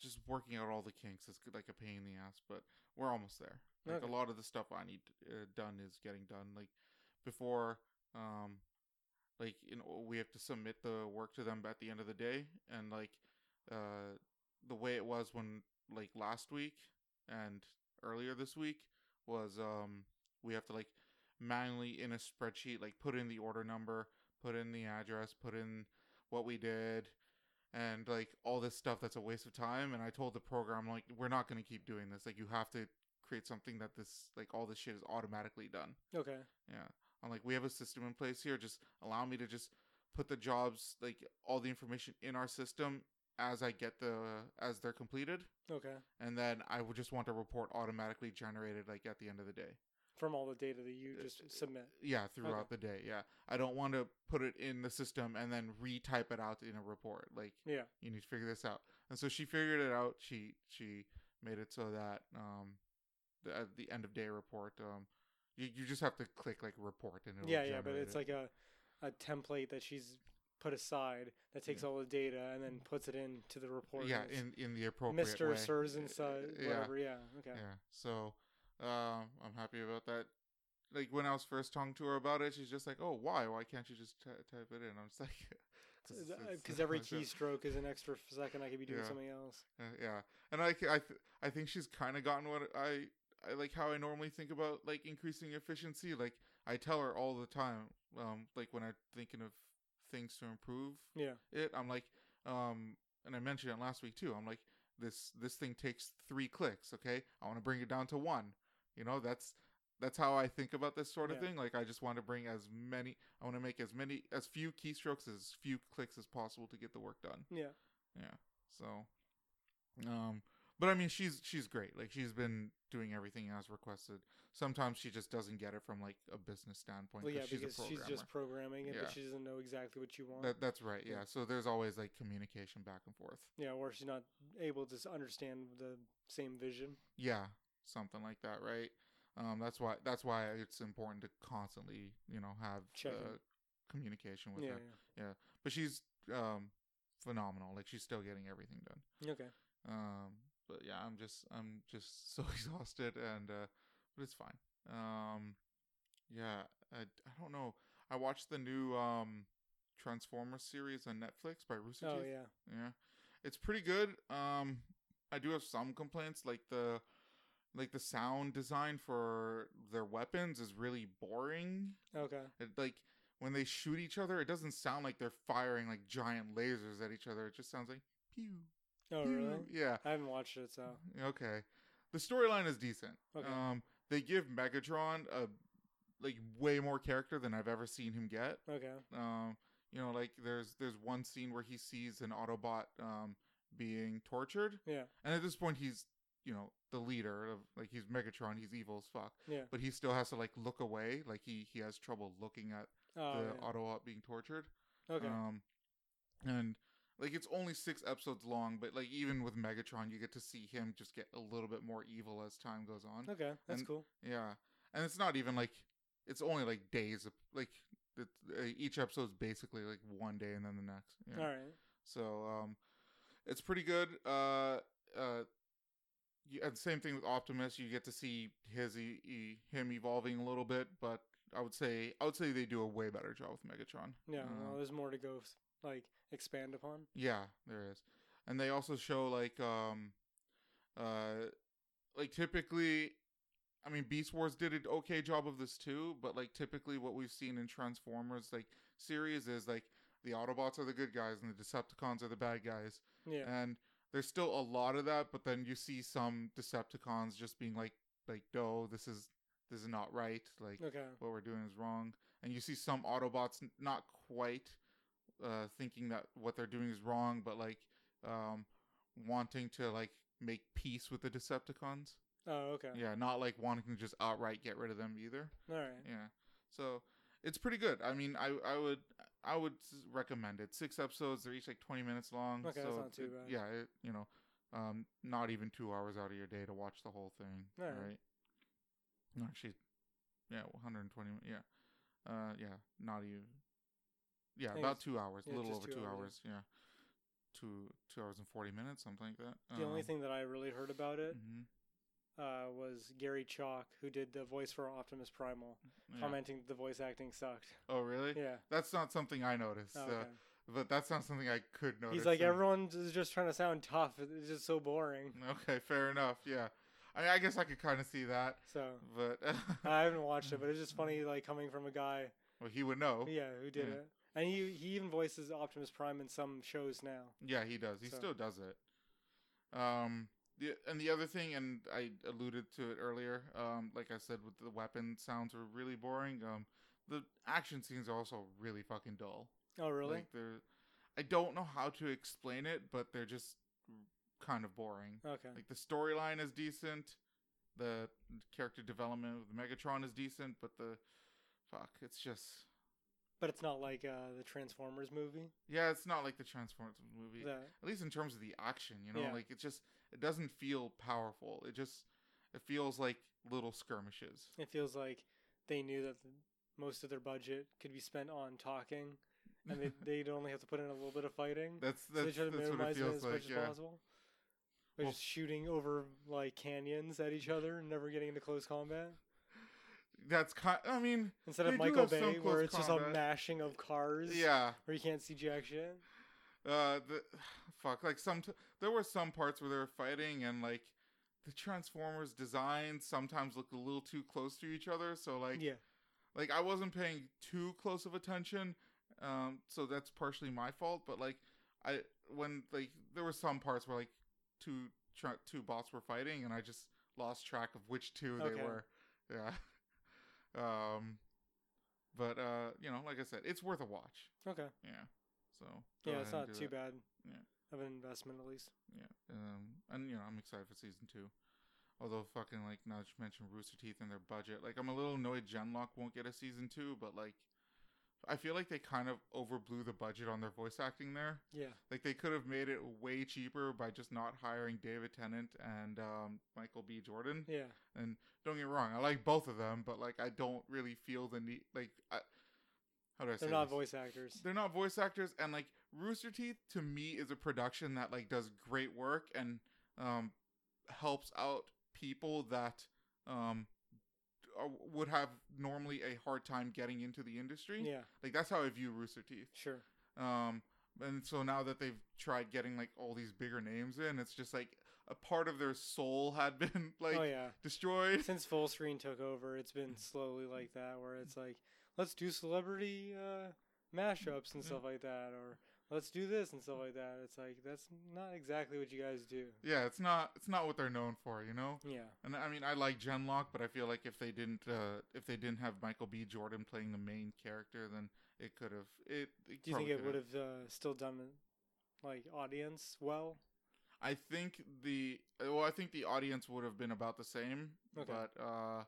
A: just working out all the kinks. It's like a pain in the ass, but we're almost there. Like
B: Okay.
A: a lot of the stuff I need uh, done is getting done. Like before, um, like you know, we have to submit the work to them at the end of the day, and like uh, the way it was when like last week and earlier this week was um we have to like manually in a spreadsheet like put in the order number put in the address put in what we did and like all this stuff that's a waste of time and i told the program like we're not going to keep doing this like you have to create something that this like all this shit is automatically done
B: Okay.
A: yeah i'm like we have a system in place here just allow me to just put the jobs like all the information in our system as i get the as they're completed
B: Okay.
A: and then i would just want a report automatically generated like at the end of the day
B: From all the data that you
A: Uh,
B: just
A: uh,
B: submit.
A: yeah throughout the day yeah i don't want to put it in the system and then retype it out in a report like
B: Yeah.
A: you need to figure this out and so she figured it out she she made it so that um the, at the end of day report um you, you just have to click like report and it'll
B: Yeah, yeah, but
A: generate
B: it's
A: it.
B: like a, a template that she's put aside that takes
A: Yeah.
B: all the data and then puts it into the report.
A: yeah
B: and it's
A: in in the appropriate way.
B: Mr. Sirs and so,
A: Yeah.
B: whatever. Yeah. Okay.
A: Yeah. So um, I'm happy about that. Like when I was first talking to her about it, she's just like, "Oh, why? Why can't you just t- type it in?" I'm just like, it's- it's-
B: Because uh, every
A: it's just-
B: keystroke is an extra f- second I could be doing
A: Yeah.
B: something else.
A: uh, yeah." And I, c- I, th- I think she's kind of gotten what I, I like how I normally think about like increasing efficiency. Like I tell her all the time, um, like when I'm thinking of things to improve
B: Yeah.
A: it, I'm like, um, and I mentioned it last week too. I'm like, this this thing takes three clicks. Okay, I want to bring it down to one. You know, that's that's how I think about this sort of
B: Yeah.
A: thing. Like, I just want to bring as many. I want to make as many as few keystrokes as few clicks as possible to get the work done.
B: Yeah.
A: Yeah. So, um, but I mean, she's she's great. Like, she's been doing everything as requested. Sometimes she just doesn't get it from like a business standpoint.
B: Well, yeah,
A: she's a
B: because she's
A: programmer.
B: just programming it,
A: Yeah.
B: but she doesn't know exactly what you want.
A: That, that's right. Yeah. So there's always like communication back and forth.
B: yeah, or she's not able to s- understand the same vision.
A: Yeah, something like that, right? Um, that's why that's why it's important to constantly, you know, have
B: Check in.
A: uh, communication with
B: Yeah,
A: her. But she's um, phenomenal. Like she's still getting everything done.
B: yeah. Okay.
A: Um, but yeah, I'm just I'm just so exhausted, and uh, but it's fine. Um, yeah, I, I don't know. I watched the new um Transformers series on Netflix by Rooster
B: Oh
A: Teeth.
B: yeah.
A: Yeah. It's pretty good. Um I do have some complaints like the like the sound design for their weapons is really boring.
B: Okay.
A: It, like when they shoot each other, it doesn't sound like they're firing like giant lasers at each other. It just sounds like pew.
B: Oh
A: pew.
B: really?
A: Yeah.
B: I haven't watched it, so
A: Okay. The storyline is decent.
B: Okay.
A: Um they give Megatron a like way more character than I've ever seen him get
B: okay.
A: um you know like there's there's one scene where he sees an autobot um being tortured
B: Yeah.
A: and at this point he's you know the leader of like he's megatron he's evil as fuck
B: Yeah.
A: but he still has to like look away like he he has trouble looking at
B: Oh,
A: the
B: yeah.
A: autobot being tortured
B: Okay.
A: Um, and like it's only six episodes long, but like even with Megatron, you get to see him just get a little bit more evil as time goes on.
B: okay. That's
A: and-
B: cool.
A: Yeah, and it's not even like it's only like days. Of, like it, uh, each episode's basically like one day and then the next. you know?
B: All right.
A: So um, it's pretty good. Uh, uh, you, and same thing with Optimus. You get to see his e- e- him evolving a little bit, but I would say I would say they do a way better job with Megatron.
B: Yeah.
A: Um,
B: well, there's more to go, s- like expand upon.
A: yeah, there is. And they also show like um uh like typically I mean Beast Wars did an okay job of this too, but like typically what we've seen in Transformers like series is like the Autobots are the good guys and the Decepticons are the bad guys.
B: Yeah.
A: And there's still a lot of that, but then you see some Decepticons just being like like no, this is this is not right. Like
B: okay.
A: what we're doing is wrong. And you see some Autobots n- not quite uh, thinking that what they're doing is wrong, but like um, wanting to like make peace with the Decepticons.
B: Oh, okay.
A: Yeah, not like wanting to just outright get rid of them either.
B: All right.
A: Yeah, so it's pretty good. I mean, I I would I would s- recommend it. Six episodes, they're each like twenty minutes long.
B: Okay,
A: so
B: that's not too
A: it-
B: bad.
A: Yeah, it, you know, um, not even two hours out of your day to watch the whole thing.
B: All right.
A: right. No, Actually, yeah, one hundred and twenty. Yeah, uh, yeah, not even. Yeah,
B: think
A: about
B: it's-
A: two hours, a
B: yeah,
A: little
B: just
A: over
B: two
A: two
B: hours, yeah.
A: hours. Yeah, two two hours and forty minutes, something like that.
B: The only
A: Um,
B: thing that I really heard about it
A: mhm,
B: uh, was Gary Chalk, who did the voice for Optimus Primal,
A: yeah.
B: commenting that the voice acting sucked.
A: Oh, really?
B: Yeah.
A: That's not something I noticed.
B: Oh,
A: uh,
B: okay.
A: But that's not something I could notice.
B: He's like,
A: and-
B: everyone is just trying to sound tough. It's just so boring.
A: Okay, fair enough. Yeah, I mean, I guess I could kind of see that,
B: So
A: but
B: I haven't watched it, but it's just funny, like coming from a guy,
A: well, he would know.
B: yeah, who did
A: Oh. Yeah.
B: it, and he he even voices Optimus Prime in some shows now.
A: Yeah, he does. He
B: So-
A: still does it. Um, the, and the other thing, and I alluded to it earlier. Um, like I said, with the weapon sounds were really boring. Um, the action scenes are also really fucking dull.
B: Oh, really?
A: Like they're, I don't know how to explain it, but they're just kind of boring.
B: okay.
A: Like the storyline is decent, the character development with Megatron is decent, but the fuck, it's just
B: but it's not like uh, the Transformers movie.
A: yeah, it's not like the Transformers movie.
B: That-
A: At least in terms of the action, you know,
B: Yeah.
A: like it just it doesn't feel powerful. It just it feels like little skirmishes.
B: it feels like they knew that th- most of their budget could be spent on talking, and they they'd only have to put in a little bit of fighting.
A: That's
B: so they
A: that's,
B: try to
A: that's what it
B: minimize it
A: feels
B: as much
A: like.
B: as
A: Yeah,
B: possible. They're
A: Well-
B: just shooting over like canyons at each other and never getting into close combat.
A: that's kind. I mean,
B: Instead
A: They
B: of
A: do
B: Michael
A: have some
B: Bay, where
A: close
B: it's just a
A: combat.
B: mashing of cars,
A: yeah.
B: where you can't see jack shit.
A: Uh, the fuck, like some t- there were some parts where they were fighting and like the Transformers designs sometimes looked a little too close to each other. So like,
B: yeah,
A: like I wasn't paying too close of attention, um, so that's partially my fault. But like, I when like there were some parts where like two tra- two bots were fighting, and I just lost track of which two
B: Okay.
A: they were. Yeah. um, but uh, you know, like I said, it's worth a watch.
B: okay,
A: Yeah. So go
B: yeah,
A: ahead
B: it's
A: and
B: not
A: do
B: too
A: that.
B: bad
A: Yeah.
B: of an investment at least.
A: Yeah. Um, and you know, I'm excited for season two. Although fucking like not to mention Rooster Teeth and their budget. Like I'm a little annoyed Genlock won't get a season two, but like I feel like they kind of overblew the budget on their voice acting there.
B: Yeah,
A: Like they could have made it way cheaper by just not hiring David Tennant and um, Michael B. Jordan.
B: yeah,
A: And don't get me wrong, I like both of them, but like I don't really feel the need. Like I, how do I say?
B: they're not
A: this?
B: voice actors.
A: They're not voice actors, and like Rooster Teeth to me is a production that like does great work and um helps out people that um are- would have normally a hard time getting into the industry.
B: Yeah,
A: Like that's how I view Rooster Teeth.
B: sure.
A: Um and so now that they've tried getting like all these bigger names in, it's just like a part of their soul had been like
B: oh yeah.
A: destroyed.
B: Since full screen took over, it's been
A: Mm-hmm.
B: slowly like that, where it's like, let's do celebrity uh, mashups and
A: Yeah.
B: stuff like that, or let's do this and stuff like that. It's like that's not exactly what you guys do.
A: Yeah, it's not it's not what they're known for, you know?
B: Yeah,
A: And I mean, I like Genlock, but I feel like if they didn't, uh, if they didn't have Michael B. Jordan playing the main character, then it could have. It,
B: do you think
A: probably
B: it
A: could've-
B: would have uh, still done like audience well?
A: I think the well, I think the audience would have been about the same,
B: Okay.
A: but uh,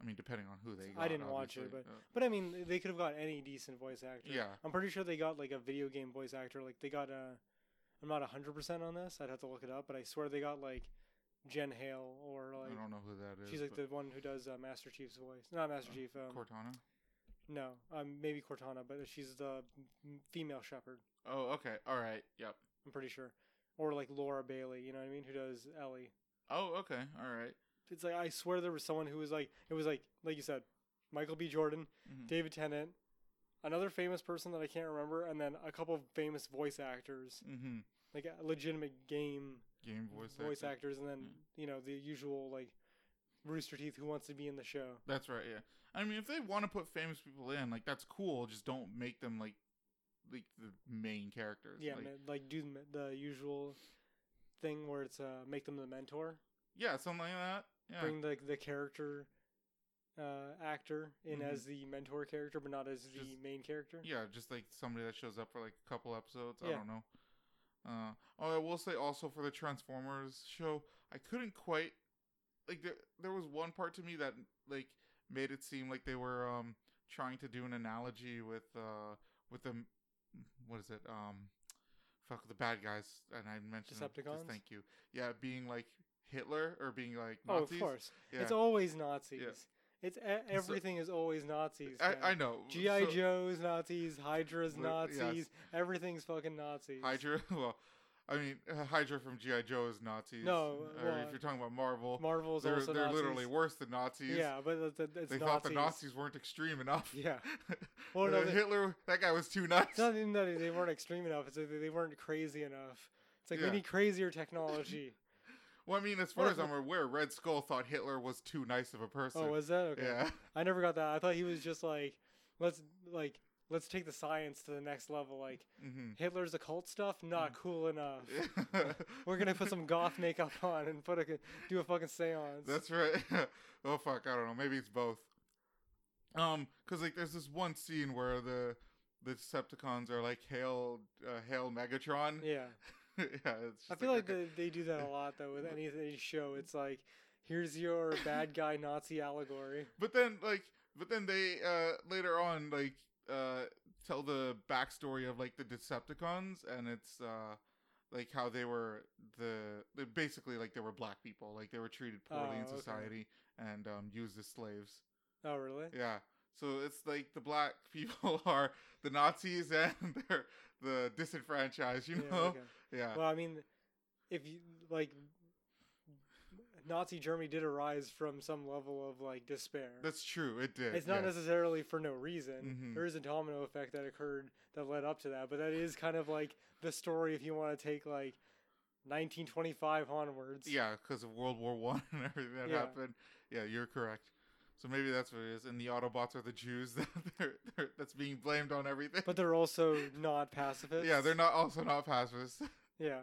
A: I mean, depending on who they.
B: I
A: Got,
B: didn't watch it,
A: obviously.
B: But I mean, they could have got any decent voice actor.
A: Uh, yeah,
B: I'm pretty sure they got like a video game voice actor. Like they got a. I'm not 100% on this. I'd have to look it up, but I swear they got like Jen Hale or
A: I
B: like
A: don't know who that is.
B: she's like the
A: but
B: one who does uh, Master Chief's voice. Not Master
A: Uh,
B: Chief. Um,
A: Cortana.
B: no, um, maybe Cortana, but she's the m- female shepherd.
A: Oh, okay, all right, yep.
B: I'm pretty sure. Or like Laura Bailey, you know what I mean? Who does Ellie?
A: Oh, okay, all right.
B: It's like I swear there was someone who was like it was like like you said, Michael B. Jordan,
A: Mhm.
B: David Tennant, another famous person that I can't remember, and then a couple of famous voice actors,
A: Mhm.
B: like uh, legitimate game
A: Game voice,
B: voice
A: actor.
B: actors, and then
A: Mm.
B: you know the usual like Rooster Teeth who wants to be in the show.
A: That's right. Yeah. I mean, if they want to put famous people in, like that's cool. Just don't make them like like the main characters.
B: Yeah,
A: Like,
B: ma- like do the- the usual thing where it's uh, make them the mentor,
A: yeah, something like that. Yeah.
B: bring the the character uh, actor in
A: Mhm.
B: as the mentor character, but not as the
A: Just-
B: main character.
A: yeah, just like somebody that shows up for like a couple episodes. I
B: Yeah.
A: don't know. Uh, oh, I will say also for the Transformers show, I couldn't quite like there. There was one part to me that like made it seem like they were um trying to do an analogy with uh with the what is it um fuck the bad guys and I mentioned them, just
B: Decepticons?
A: thank you. Yeah, being like Hitler or being like
B: oh,
A: Nazis.
B: of course,
A: Yeah.
B: it's always Nazis. It's e- everything is always Nazis. man.
A: I, I know.
B: GI
A: So-
B: Joe's Nazis, Hydra's
A: Li-
B: Nazis,
A: yes.
B: everything's fucking Nazis.
A: Hydra. Well, I mean, uh, Hydra from GI Joe is Nazis.
B: No,
A: or
B: well,
A: if you're talking about Marvel,
B: Marvel's
A: they're,
B: also
A: they're
B: Nazis.
A: literally worse than Nazis.
B: Yeah, but it's, it's
A: they
B: Nazis.
A: thought the Nazis weren't extreme enough.
B: Yeah. Well,
A: Well,
B: no, they-
A: Hitler, that guy was too nuts.
B: It's not even that they weren't extreme enough. It's that they weren't crazy enough. It's like
A: Yeah.
B: we need crazier technology.
A: Well, I mean, as far
B: What
A: as
B: if-
A: I'm aware, Red Skull thought Hitler was too nice of a person.
B: oh, was that okay?
A: Yeah.
B: I never got that. I thought he was just like, let's like let's take the science to the next level. Like
A: hmm
B: Hitler's occult stuff,
A: Mm.
B: not cool enough.
A: We're
B: We're gonna put some goth makeup on and put a do a fucking seance.
A: That's right. oh fuck, I don't know. Maybe it's both. Um, because like there's this one scene where the the Decepticons are like hail uh, hail Megatron.
B: yeah.
A: yeah, it's just
B: I feel like,
A: okay.
B: they, they do that a lot though with any, any show. It's like, here's your bad guy Nazi allegory.
A: But then like but then they uh later on like uh tell the backstory of like the Decepticons and it's uh like how they were the they- basically like they were black people like they were treated poorly in
B: Oh, okay.
A: society and um used as slaves.
B: Oh really?
A: Yeah. So it's like the black people are the Nazis and they're the disenfranchised, you
B: Yeah,
A: know?
B: okay.
A: Yeah.
B: Well, I mean, if you like, Nazi Germany did arise from some level of like despair.
A: That's true. It did.
B: it's not
A: yes.
B: necessarily for no reason.
A: Mhm.
B: There is a domino effect that occurred that led up to that, but that is kind of like the story if you want to take like 1925 onwards.
A: Yeah, because of World War One and everything that
B: Yeah.
A: happened. Yeah, you're correct. So maybe that's what it is. And the Autobots are the Jews that they're, they're, that's being blamed on everything.
B: But they're also not pacifists.
A: yeah, they're not also not pacifists.
B: Yeah.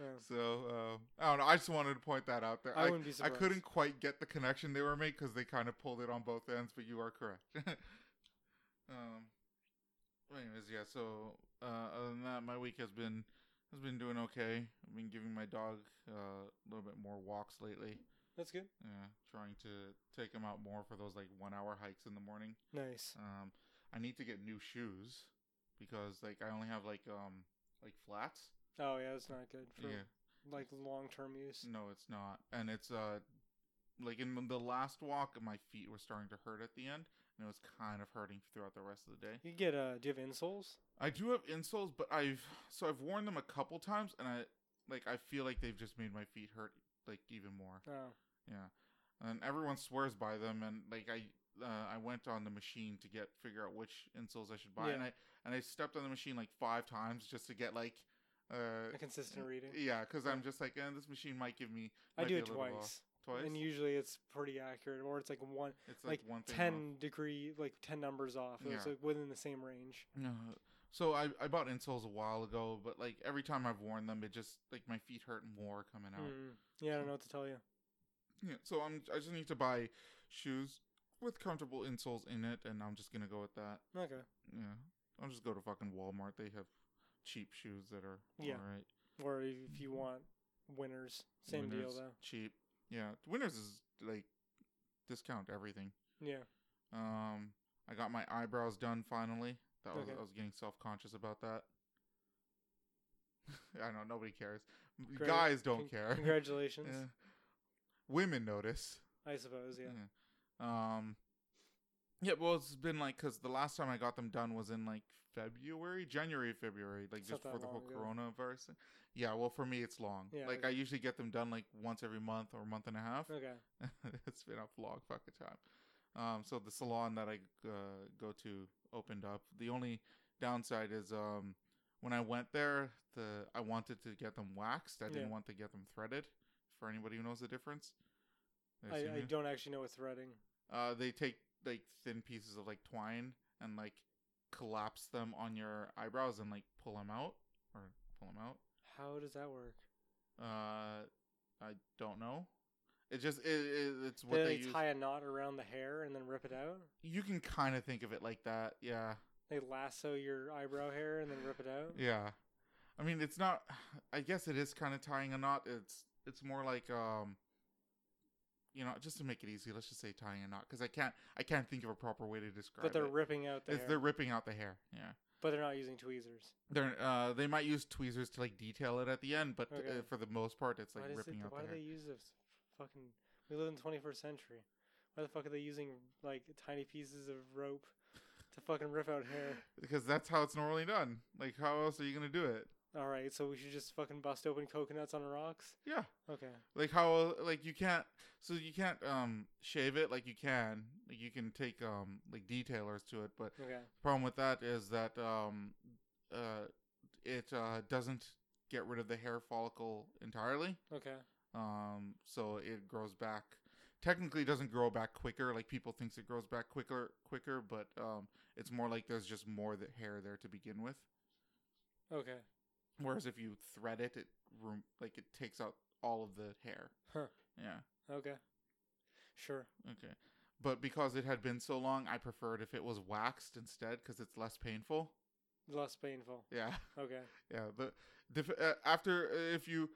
B: Yeah.
A: So uh, I don't know. I just wanted to point that out there.
B: I,
A: I,
B: wouldn't be
A: I
B: surprised.
A: couldn't quite get the connection they were making because they kind of pulled it on both ends. But you are correct. um. Anyways, yeah. So uh, other than that, my week has been has been doing okay. I've been giving my dog uh, a little bit more walks lately.
B: That's good.
A: Yeah, trying to take him out more for those like one hour hikes in the morning.
B: Nice.
A: Um, I need to get new shoes because like I only have like um like flats.
B: Oh yeah, that's not good for
A: Yeah, Mm.
B: like long term use.
A: no, it's not, and it's uh like in the last walk, my feet were starting to hurt at the end, and it was kind of hurting throughout the rest of the day.
B: You get uh, do you have insoles?
A: I do have insoles, but I've so I've worn them a couple times, and I like I feel like they've just made my feet hurt like even more.
B: Oh.
A: Yeah, and everyone swears by them. And like I, uh, I went on the machine to get figure out which insoles I should buy,
B: Yeah.
A: and I and I stepped on the machine like five times just to get like, uh,
B: A consistent reading.
A: yeah, because
B: yeah.
A: I'm just like, eh, this machine might give me.
B: I
A: might
B: do
A: be
B: it
A: a little off.
B: twice,
A: Twice.
B: and usually it's pretty accurate, or it's like one,
A: it's
B: like,
A: one thing off.
B: ten degree, like ten numbers off. or It's
A: Yeah.
B: like within the same range.
A: No. So I, I bought insoles a while ago, but like every time I've worn them, it just like my feet hurt more coming out.
B: Mm. Yeah, I don't know what to tell you. Hmm.
A: Yeah, so I'm I just need to buy shoes with comfortable insoles in it, and I'm just gonna go with that.
B: Okay,
A: Yeah. I'll just go to fucking Walmart. They have cheap shoes that are
B: Yeah.
A: all right.
B: or if you want winners, same deal
A: Winners,
B: though.
A: Cheap. Yeah. Winners is like discount everything.
B: Yeah.
A: Um, I got my eyebrows done finally. That was
B: Okay.
A: I was getting self conscious about that. I know nobody cares. M-
B: Great.
A: Guys don't
B: Con-
A: care.
B: Congratulations.
A: Yeah. Women notice.
B: I suppose. Yeah.
A: Yeah. Um. Yeah, well, it's been like because the last time I got them done was in like February, January, February, like
B: It's
A: just
B: not
A: before
B: that
A: the whole
B: long
A: coronavirus. thing. Yeah, well, for me it's long.
B: Yeah,
A: like
B: okay.
A: I usually get them done like once every month or month and a half.
B: Okay.
A: it's been a long fucking time. Um, so the salon that I uh, go to opened up. The only downside is um, when I went there, the I wanted to get them waxed. I
B: Yeah.
A: didn't want to get them threaded. For anybody who knows the difference,
B: I,
A: assume
B: I
A: you-
B: don't actually know what threading.
A: Uh, they take like thin pieces of like twine and like collapse them on your eyebrows and like pull them out or pull them out.
B: How does that work?
A: Uh, I don't know. It just it, it it's what
B: They,
A: they,
B: like,
A: use.
B: tie a knot around the hair and then rip it out.
A: You can kind of think of it like that. Yeah.
B: They lasso your eyebrow hair and then rip it out.
A: Yeah. I mean, it's not I guess it is kind of tying a knot. It's it's more like um you know, just to make it easy, let's just say tying a knot cuz I can't I can't think of a proper way to describe
B: But they're
A: it.
B: ripping out the
A: it's
B: hair.
A: they're ripping out the hair. Yeah.
B: But they're not using tweezers.
A: They're uh they might use tweezers to like detail it at the end, but
B: Okay.
A: uh, for the most part it's like
B: why does
A: ripping
B: it,
A: out
B: Why
A: the
B: do
A: hair.
B: they use this? Fucking. We live in the 21st century. Why the fuck are they using like tiny pieces of rope to fucking rip out hair?
A: Because that's how it's normally done. Like how else are you going to do it?
B: All right, so we should just fucking bust open coconuts on rocks.
A: Yeah.
B: Okay.
A: like how like you can't so you can't um shave it like you can like you can take um like detailers to it but
B: Okay.
A: the problem with that is that um uh it uh doesn't get rid of the hair follicle entirely
B: Okay.
A: um so it grows back technically it doesn't grow back quicker like people thinks it grows back quicker quicker but um it's more like there's just more that hair there to begin with
B: Okay.
A: whereas if you thread it it rem- like it takes out all of the hair
B: Huh.
A: yeah
B: Okay. Sure.
A: Okay. But because it had been so long, I preferred if it was waxed instead because it's less painful.
B: Less painful.
A: Yeah.
B: Okay.
A: Yeah. The, dif- uh, after, uh, if you,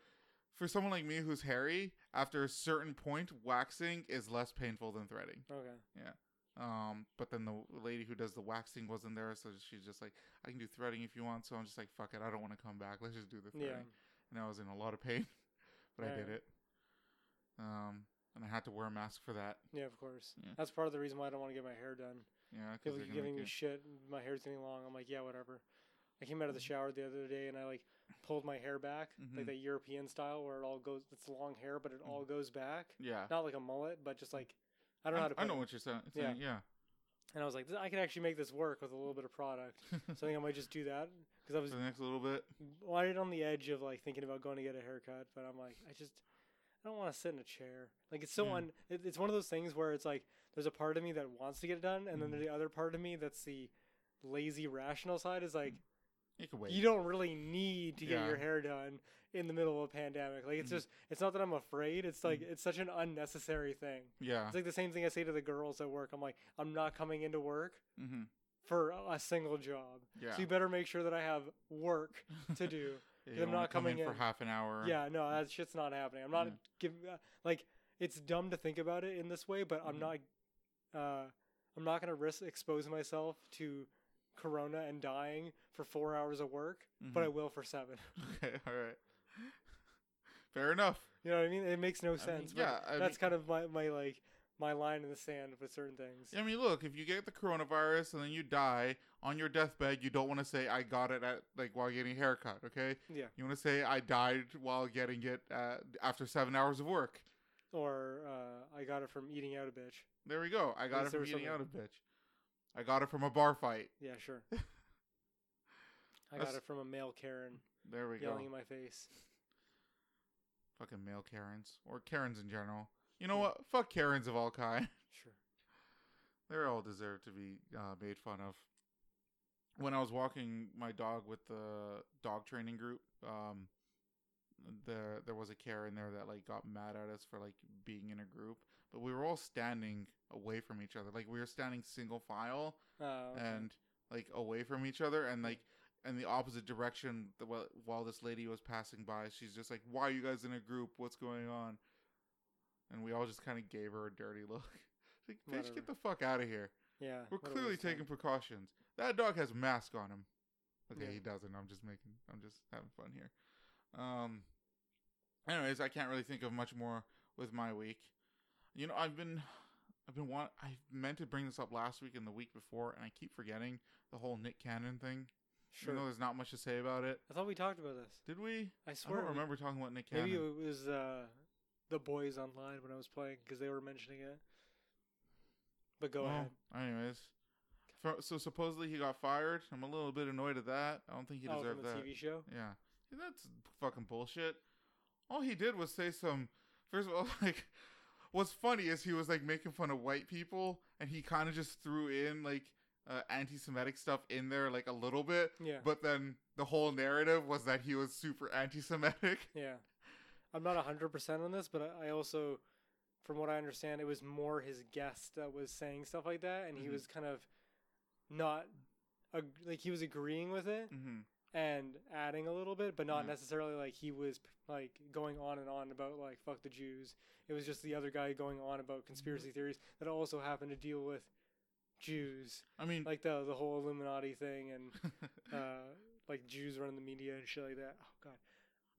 A: for someone like me who's hairy, after a certain point, waxing is less painful than threading.
B: Okay.
A: Um, but then the lady who does the waxing wasn't there, so she's just like, I can do threading if you want. So I'm just like, fuck it. I don't want to come back. Let's just do the threading.
B: Yeah.
A: And I was in a lot of pain, but I did
B: Yeah.
A: it. Um, and I had to wear a mask for that.
B: Yeah, of course.
A: Yeah.
B: That's part of the reason why I don't want to get my hair done.
A: Yeah. 'cause
B: People
A: they're gonna
B: keep giving
A: make
B: me
A: it-
B: shit. My hair's getting long. I'm like, yeah, whatever. I came out of the
A: Mm-hmm.
B: shower the other day and I like pulled my hair back,
A: Mhm.
B: like that European style where it all goes. It's long hair, but it all goes back.
A: Mm-hmm. yeah.
B: Not like a mullet, but just like I don't know how to. Put
A: know
B: It.
A: what you're saying.
B: Yeah.
A: saying, Yeah.
B: And I was like, I could actually make this work with a little bit of product. So I think I might just do that because I was
A: For the next little bit.
B: right on the edge of like thinking about going to get a haircut, but I'm like, I just I don't want to sit in a chair. Like it's so
A: Yeah.
B: un. It, it's one of those things where it's like there's a part of me that wants to get it done, and then
A: Mhm.
B: the other part of me that's the lazy rational side is like
A: You can Mm, wait.
B: you don't really need to get
A: Yeah.
B: your hair done in the middle of a pandemic. Like it's
A: Mhm.
B: just it's not that I'm afraid. It's like
A: Mm.
B: it's such an unnecessary thing.
A: yeah.
B: It's like the same thing I say to the girls at work. I'm like, I'm not coming into work
A: mm-hmm.
B: for a- a single job.
A: Yeah.
B: So you better make sure that I have work to do.
A: Yeah,
B: them
A: you don't wanna
B: not
A: come
B: coming
A: in, for
B: in.
A: half an hour.
B: Yeah, no, that shit's not happening. I'm not
A: Yeah.
B: giving uh, like it's dumb to think about it in this way, but I'm
A: Mhm.
B: not. Uh, I'm not gonna risk exposing myself to corona and dying for four hours of work, but I
A: Mhm.
B: will for seven.
A: okay. All right. Fair enough.
B: you know what I mean? It makes no
A: mean,
B: sense.
A: yeah,
B: but
A: I
B: that's
A: mean-
B: kind of my my like my line in the sand with certain things.
A: I mean, look, if you get the coronavirus and then you die on your deathbed, you don't want to say I got it at like while getting a haircut. Okay.
B: Yeah.
A: You want to say I died while getting it uh, after seven hours of work.
B: Or uh, I got it from eating out a bitch.
A: There we go. I got
B: least
A: it from
B: there was
A: eating out a
B: something.
A: bitch. I got it from a bar fight.
B: Yeah, sure. I got
A: That's-
B: it from a male Karen
A: There we go.
B: yelling in my face.
A: Fucking male Karens or Karens in general. You know what? Fuck Karens of all kinds.
B: Sure.
A: They're all deserve to be uh, made fun of. When I was walking my dog with the dog training group, um, there there was a Karen there that like got mad at us for like being in a group, but we were all standing away from each other. Like we were standing single file
B: Oh, okay.
A: and like away from each other, and like in the opposite direction. The, while- while this lady was passing by, she's just like, "Why are you guys in a group? What's going on?" And we all just kind of gave her a dirty look. Like, bitch,
B: Whatever.
A: get the fuck out of here.
B: Yeah.
A: We're
B: what a
A: clearly
B: waste of
A: taking
B: time.
A: precautions. That dog has a mask on him. Okay,
B: Yeah.
A: he doesn't. I'm just making. I'm just having fun here. Um. Anyways, I can't really think of much more with my week. You know, I've been, I've been want. I meant to bring this up last week and the week before, and I keep forgetting the whole Nick Cannon thing.
B: Sure.
A: Even though there's not much to say about it.
B: I thought we talked about this.
A: Did we?
B: I
A: I
B: swear.
A: don't
B: we-
A: remember talking about Nick Cannon.
B: Maybe it was uh, the boys online when I was playing because they were mentioning it. But go
A: Well,
B: ahead.
A: Anyways, Fro- so supposedly he got fired. I'm a little bit annoyed at that. I don't think he
B: oh, from
A: deserved
B: the
A: that.
B: TV show.
A: Yeah. Yeah, That's fucking bullshit. All he did was say some. First of all, like, what's funny is he was like making fun of white people, and he kind of just threw in like uh, anti-Semitic stuff in there, like a little bit.
B: Yeah.
A: But then the whole narrative was that he was super anti-Semitic.
B: Yeah. I'm not 100% on this, but I I also, from what I understand, it was more his guest that was saying stuff like that, and he
A: Mhm.
B: was kind of not, ag- like, he was agreeing with it
A: Mm-hmm.
B: and adding a little bit, but not
A: Yeah.
B: necessarily like he was, like, going on and on about, like, fuck the Jews. It was just the other guy going on about conspiracy theories that also happened to deal with Jews,
A: I mean,
B: like the, the whole Illuminati thing and, uh, like, Jews running the media and shit like that. Oh, God.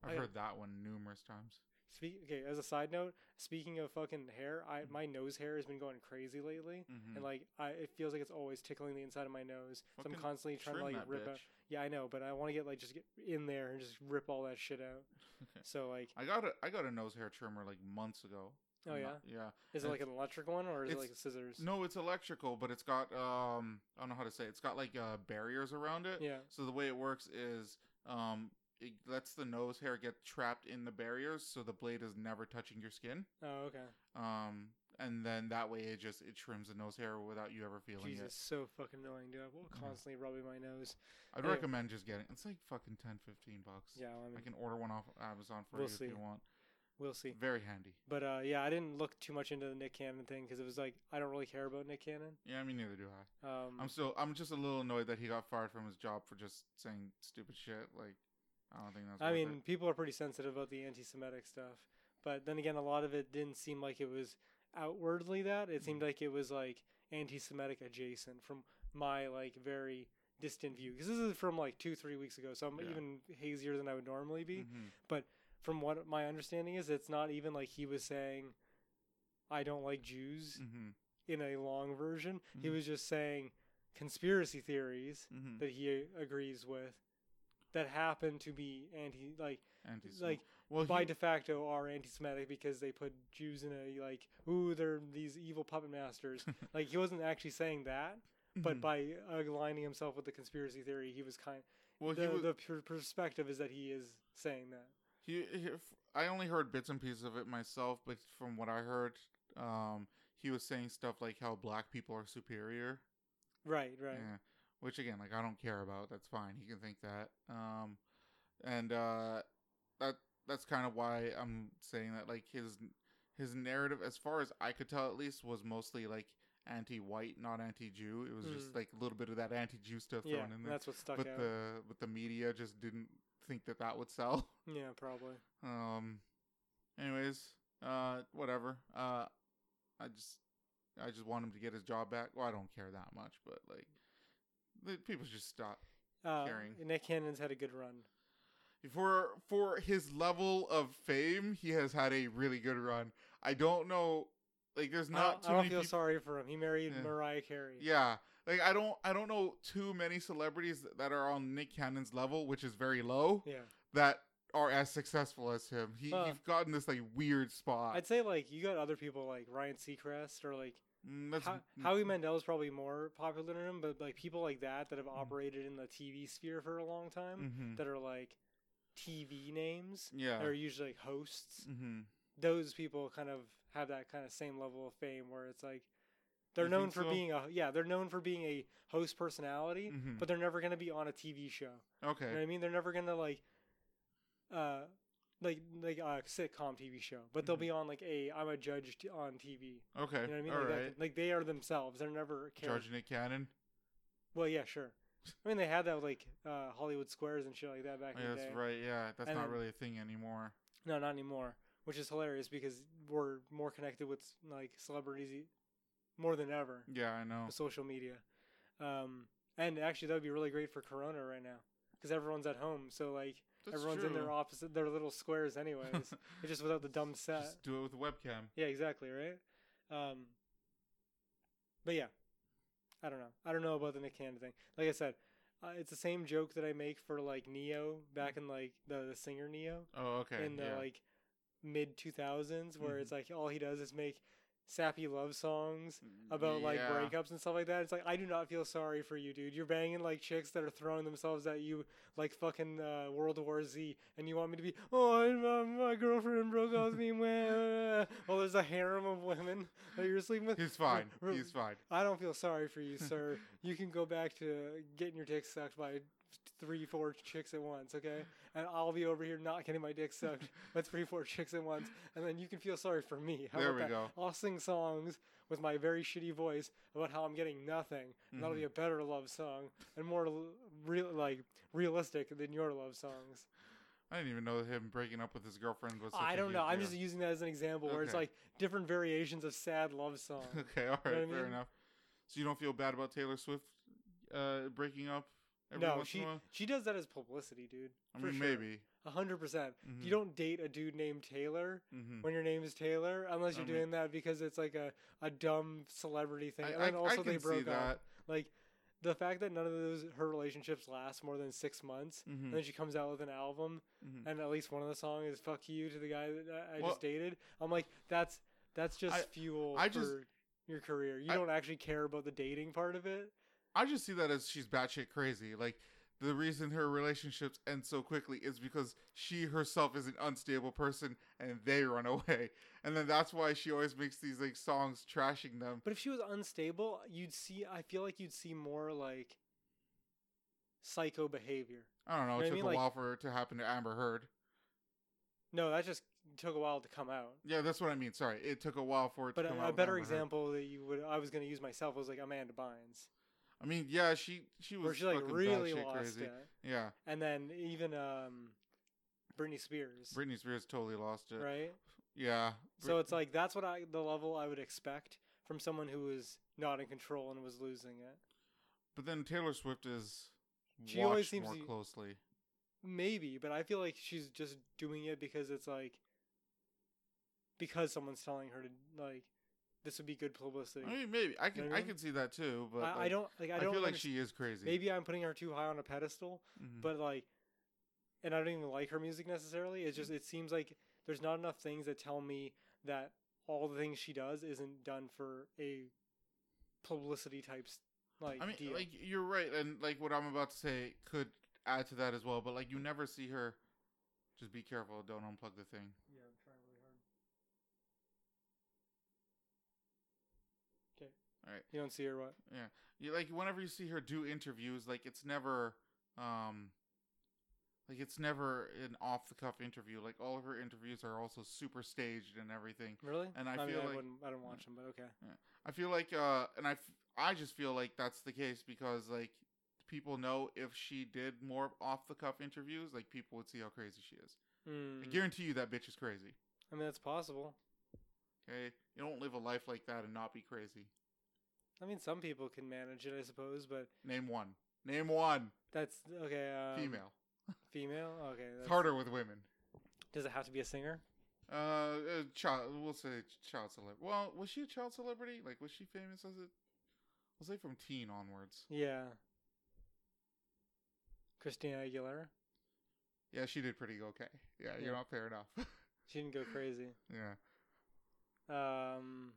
A: I've
B: I-
A: heard that one numerous times.
B: Speak, okay, as a side note, speaking of fucking hair, I my nose hair has been going crazy lately,
A: Mm-hmm.
B: and like I, it feels like it's always tickling the inside of my nose. so
A: Fucking
B: I'm constantly trying to like rip out. Yeah, I know, but I want to get like just get in there and just rip all that shit out.
A: Okay.
B: So like,
A: I got a I got a nose hair trimmer like months ago.
B: oh
A: I'm
B: yeah,
A: not- yeah.
B: is it like an electric one or is it
A: it's-
B: like scissors?
A: No, it's electrical, but it's got um I don't know how to say it. it's got like uh barriers around it.
B: Yeah.
A: So the way it works is um it lets the nose hair get trapped in the barriers so the blade is never touching your skin.
B: Oh okay.
A: Um and then that way it just it trims the nose hair without you ever feeling it.
B: Jesus, so fucking annoying, dude. I'm
A: Yeah.
B: constantly rubbing my nose.
A: I'd
B: Anyway.
A: recommend just getting it's like fucking 10 15 bucks.
B: Yeah, well, I
A: I
B: mean,
A: can Mm-hmm. order one off Amazon for
B: We'll
A: you
B: see.
A: if you want.
B: we'll see.
A: Very handy.
B: But uh, yeah, I didn't look too much into the Nick Cannon thing because it was like I don't really care about Nick Cannon.
A: Yeah, I mean neither do I.
B: Um,
A: I'm still I'm just a little annoyed that he got fired from his job for just saying stupid shit. Like I don't think that's
B: I
A: worth
B: mean, people are pretty sensitive about the anti-Semitic stuff, but then again, a lot of it didn't seem like it was outwardly that. It
A: Mm-hmm.
B: seemed like it was like anti-Semitic adjacent from my like very distant view because this is from like two, three weeks ago, so I'm
A: Yeah.
B: even hazier than I would normally
A: it.
B: be.
A: Mhm.
B: From what my understanding is, it's not even like he was saying, "I don't like Jews"
A: Mm-hmm.
B: in a long version. He
A: Mhm.
B: was just saying conspiracy theories
A: Mm-hmm.
B: that he agrees with that happen to be anti like like
A: well,
B: by
A: he-
B: de facto are anti-Semitic because they put Jews in a like, ooh, they're these evil puppet masters. like he wasn't actually saying that, but
A: mhm.
B: by aligning himself with the conspiracy theory, he was kind.
A: well,
B: the
A: he, was,
B: the per- perspective is that he is saying that.
A: he, he- f- I only heard bits and pieces of it myself, but from what I heard, um, he was saying stuff like how black people are superior.
B: Right, right.
A: Yeah. Which again, like I don't care about. That's fine. He can think that. Um, and uh, that that's kind of why I'm saying that. Like his his narrative, as far as I could tell, at least, was mostly like anti-white, not anti-Jew. It was just
B: Mm.
A: like a little bit of that anti-Jew stuff
B: Yeah,
A: thrown in there.
B: that's what stuck
A: but
B: out.
A: the but the media just didn't think that that would sell.
B: yeah, probably.
A: Um, anyways, uh, whatever. Uh, I just I just want him to get his job back. Well, I don't care that much, but like, the people should stop
B: Uh,
A: Caring.
B: Nick Cannon's had a good run.
A: for for his level of fame. He has had a really good run. I don't know, like, there's
B: I don't-
A: not
B: I
A: too
B: don't
A: many
B: feel
A: peop-
B: sorry for him. He married
A: Yeah.
B: Mariah Carey.
A: Yeah. Like I don't I don't know too many celebrities that are on Nick Cannon's level, which is very low,
B: Yeah.
A: that are as successful as him. He,
B: Huh.
A: he's gotten this like weird spot.
B: I'd say like you got other people like Ryan Seacrest or like
A: Mm, that's
B: Ho- Howie Mandel is probably more popular than him, but like people like that that have
A: Mm-hmm.
B: operated in the TV sphere for a long time
A: Mhm.
B: that are like TV names
A: Yeah.
B: that are usually like hosts.
A: mm-hmm.
B: Those people kind of have that kind of same level of fame where it's like they're
A: You
B: known
A: think
B: for
A: so?
B: being a yeah they're known for being a host personality,
A: Mhm.
B: but they're never gonna be on a TV show. You know
A: Okay.
B: what I mean? They're never gonna like, uh, like like a sitcom TV show, but they'll
A: Mhm.
B: be on like a I'm a judge t- on TV.
A: Okay.
B: You know what I mean?
A: All
B: like, that-
A: right.
B: like they are themselves. They're never characters.
A: Judge Nick Cannon.
B: Well, yeah, sure. I mean, they had that with, like uh, Hollywood Squares and shit like that back
A: Oh,
B: in
A: yeah,
B: the
A: that's
B: day.
A: right. Yeah, that's
B: And
A: not
B: then-
A: really a thing anymore.
B: No, not anymore. Which is hilarious because we're more connected with like celebrities e, more than ever
A: Yeah, I know.
B: with social media. Um, and actually, that would be really great for Corona right now because everyone's at home. So like
A: That's
B: everyone's in their
A: true.
B: office, their little squares, anyways. it's just uh, without the dumb set.
A: Just do it with a webcam.
B: Yeah, exactly, right? Um But yeah. I don't know. I don't know about the Nick Cannon thing. Like I said, uh, it's the same joke that I make for like Neo back in like the, the singer Neo
A: Oh, Mm. okay.
B: in the
A: yeah. Mm-hmm.
B: like mid 2000s where it's like all he does is make sappy love songs about like
A: Mm, Yeah.
B: breakups and stuff like that. It's like I do not feel sorry for you, dude. You're banging like chicks that are throwing themselves at you like fucking uh, World War Z, and you want me to be oh and my, my girlfriend broke up with me. Well, there's a harem of women that you're sleeping with.
A: He's fine.
B: r-
A: He's fine.
B: I don't feel sorry for you, sir. you can go back to getting your dick sucked by three, four chicks at once, okay? And I'll be over here not getting my dick sucked by three, four chicks at once, and then you can feel sorry for me. How
A: There
B: about
A: we
B: that?
A: go.
B: I'll sing songs with my very shitty voice about how I'm getting nothing. and
A: Mm-hmm.
B: That'll be a better love song and more l- real, like realistic than your love songs.
A: Mm-hmm. I didn't even know that him breaking up with his girlfriend was. Such
B: I
A: a
B: don't know.
A: huge
B: I'm
A: deal.
B: just using that as an example where it's
A: Okay.
B: like different variations of sad love songs.
A: okay. All right. Fair
B: I mean?
A: enough. So you don't feel bad about Taylor Swift uh, breaking up? Every
B: no,
A: once
B: she
A: in a while?
B: she does that as publicity, dude.
A: I
B: for
A: mean,
B: sure.
A: maybe.
B: A hundred percent.
A: Mhm.
B: You don't date a dude named Taylor
A: Mhm.
B: when your name is Taylor, unless you're
A: I mean-
B: doing that because it's like a, a dumb celebrity thing.
A: I-
B: and
A: I-
B: then
A: I
B: also
A: can
B: they
A: see
B: broke
A: that.
B: up. Like the fact that none of those her relationships last more than six months,
A: Mhm.
B: and then she comes out with an album,
A: Mhm.
B: and at least one of the songs is "fuck you" to the guy that I- I
A: Well-
B: just dated. I'm like, that's that's just
A: I-
B: fuel
A: I
B: for
A: just-
B: your career. You
A: I-
B: don't actually care about the dating part of it.
A: I just see that as she's batshit crazy. Like the reason her relationships end so quickly is because she herself is an unstable person and they run away. And then that's why she always makes these like songs trashing them.
B: But if she was unstable, you'd see. I feel like you'd see more like psycho behavior.
A: I don't know, it
B: You know what I
A: took
B: mean?
A: a
B: Like-
A: while for it to happen to Amber Heard.
B: No, that just took a while to come out.
A: Yeah, that's what I mean. Sorry. It took a while for it
B: But
A: to come out
B: a, a
A: with
B: better
A: Amber Heard.
B: example that you would I was going to use myself was like Amanda Bynes,
A: I mean, yeah, she she was
B: where she like
A: fucking
B: really
A: batshit
B: lost
A: crazy.
B: it,
A: Yeah.
B: and then even um, Britney Spears,
A: Britney uh, Spears totally lost it.
B: right?
A: Yeah.
B: So it's like that's what I the level I would expect from someone who was not in control and was losing it.
A: But then Taylor Swift is
B: She
A: watched
B: always seems
A: more
B: to-
A: closely.
B: Maybe, but I feel like she's just doing it because it's like because someone's telling her to like this would be good publicity.
A: I mean, maybe I
B: know
A: can
B: what I
A: I
B: mean?
A: can see that too, but
B: I, I
A: like,
B: don't like I,
A: I,
B: don't
A: feel like
B: understand-
A: she is crazy.
B: maybe I'm putting her too high on a pedestal,
A: Mhm.
B: but like and I don't even like her music necessarily. It's
A: Mm-hmm.
B: just it seems like there's not enough things that tell me that all the things she does isn't done for a publicity types like
A: I mean,
B: deal.
A: like you're right, and like what I'm about to say could add to that as well. But like you never see her. Just be careful! Don't unplug the thing.
B: yeah, I'm trying really hard. Okay.
A: Alright.
B: You don't see her what?
A: You like whenever you see her do interviews, like it's never, um, like it's never an off the cuff interview. Like all of her interviews are also super staged and everything.
B: Really?
A: And I
B: mean,
A: feel like-
B: wouldn't, I don't watch them, but okay.
A: I feel like, uh, and I, f- I just feel like that's the case because like people know if she did more off the cuff interviews, like people would see how crazy she is. I
B: Mm.
A: guarantee you that bitch is crazy.
B: I mean, that's possible.
A: Okay, you don't live a life like that and not be crazy.
B: I mean, some people can manage it, I suppose, but
A: Name one. Name one
B: that's okay. Um,
A: female.
B: Female. Okay.
A: It's
B: that's-
A: harder with women.
B: Does it have to be a singer?
A: Uh, uh child. We'll say ch- child celebrity. Well, was she a child celebrity? Like, was she famous as it? We'll say from teen onwards.
B: Yeah. Christina Aguilera.
A: Yeah, she did pretty okay. Yeah,
B: Yeah.
A: you're not fair enough.
B: She didn't go crazy.
A: yeah.
B: Um.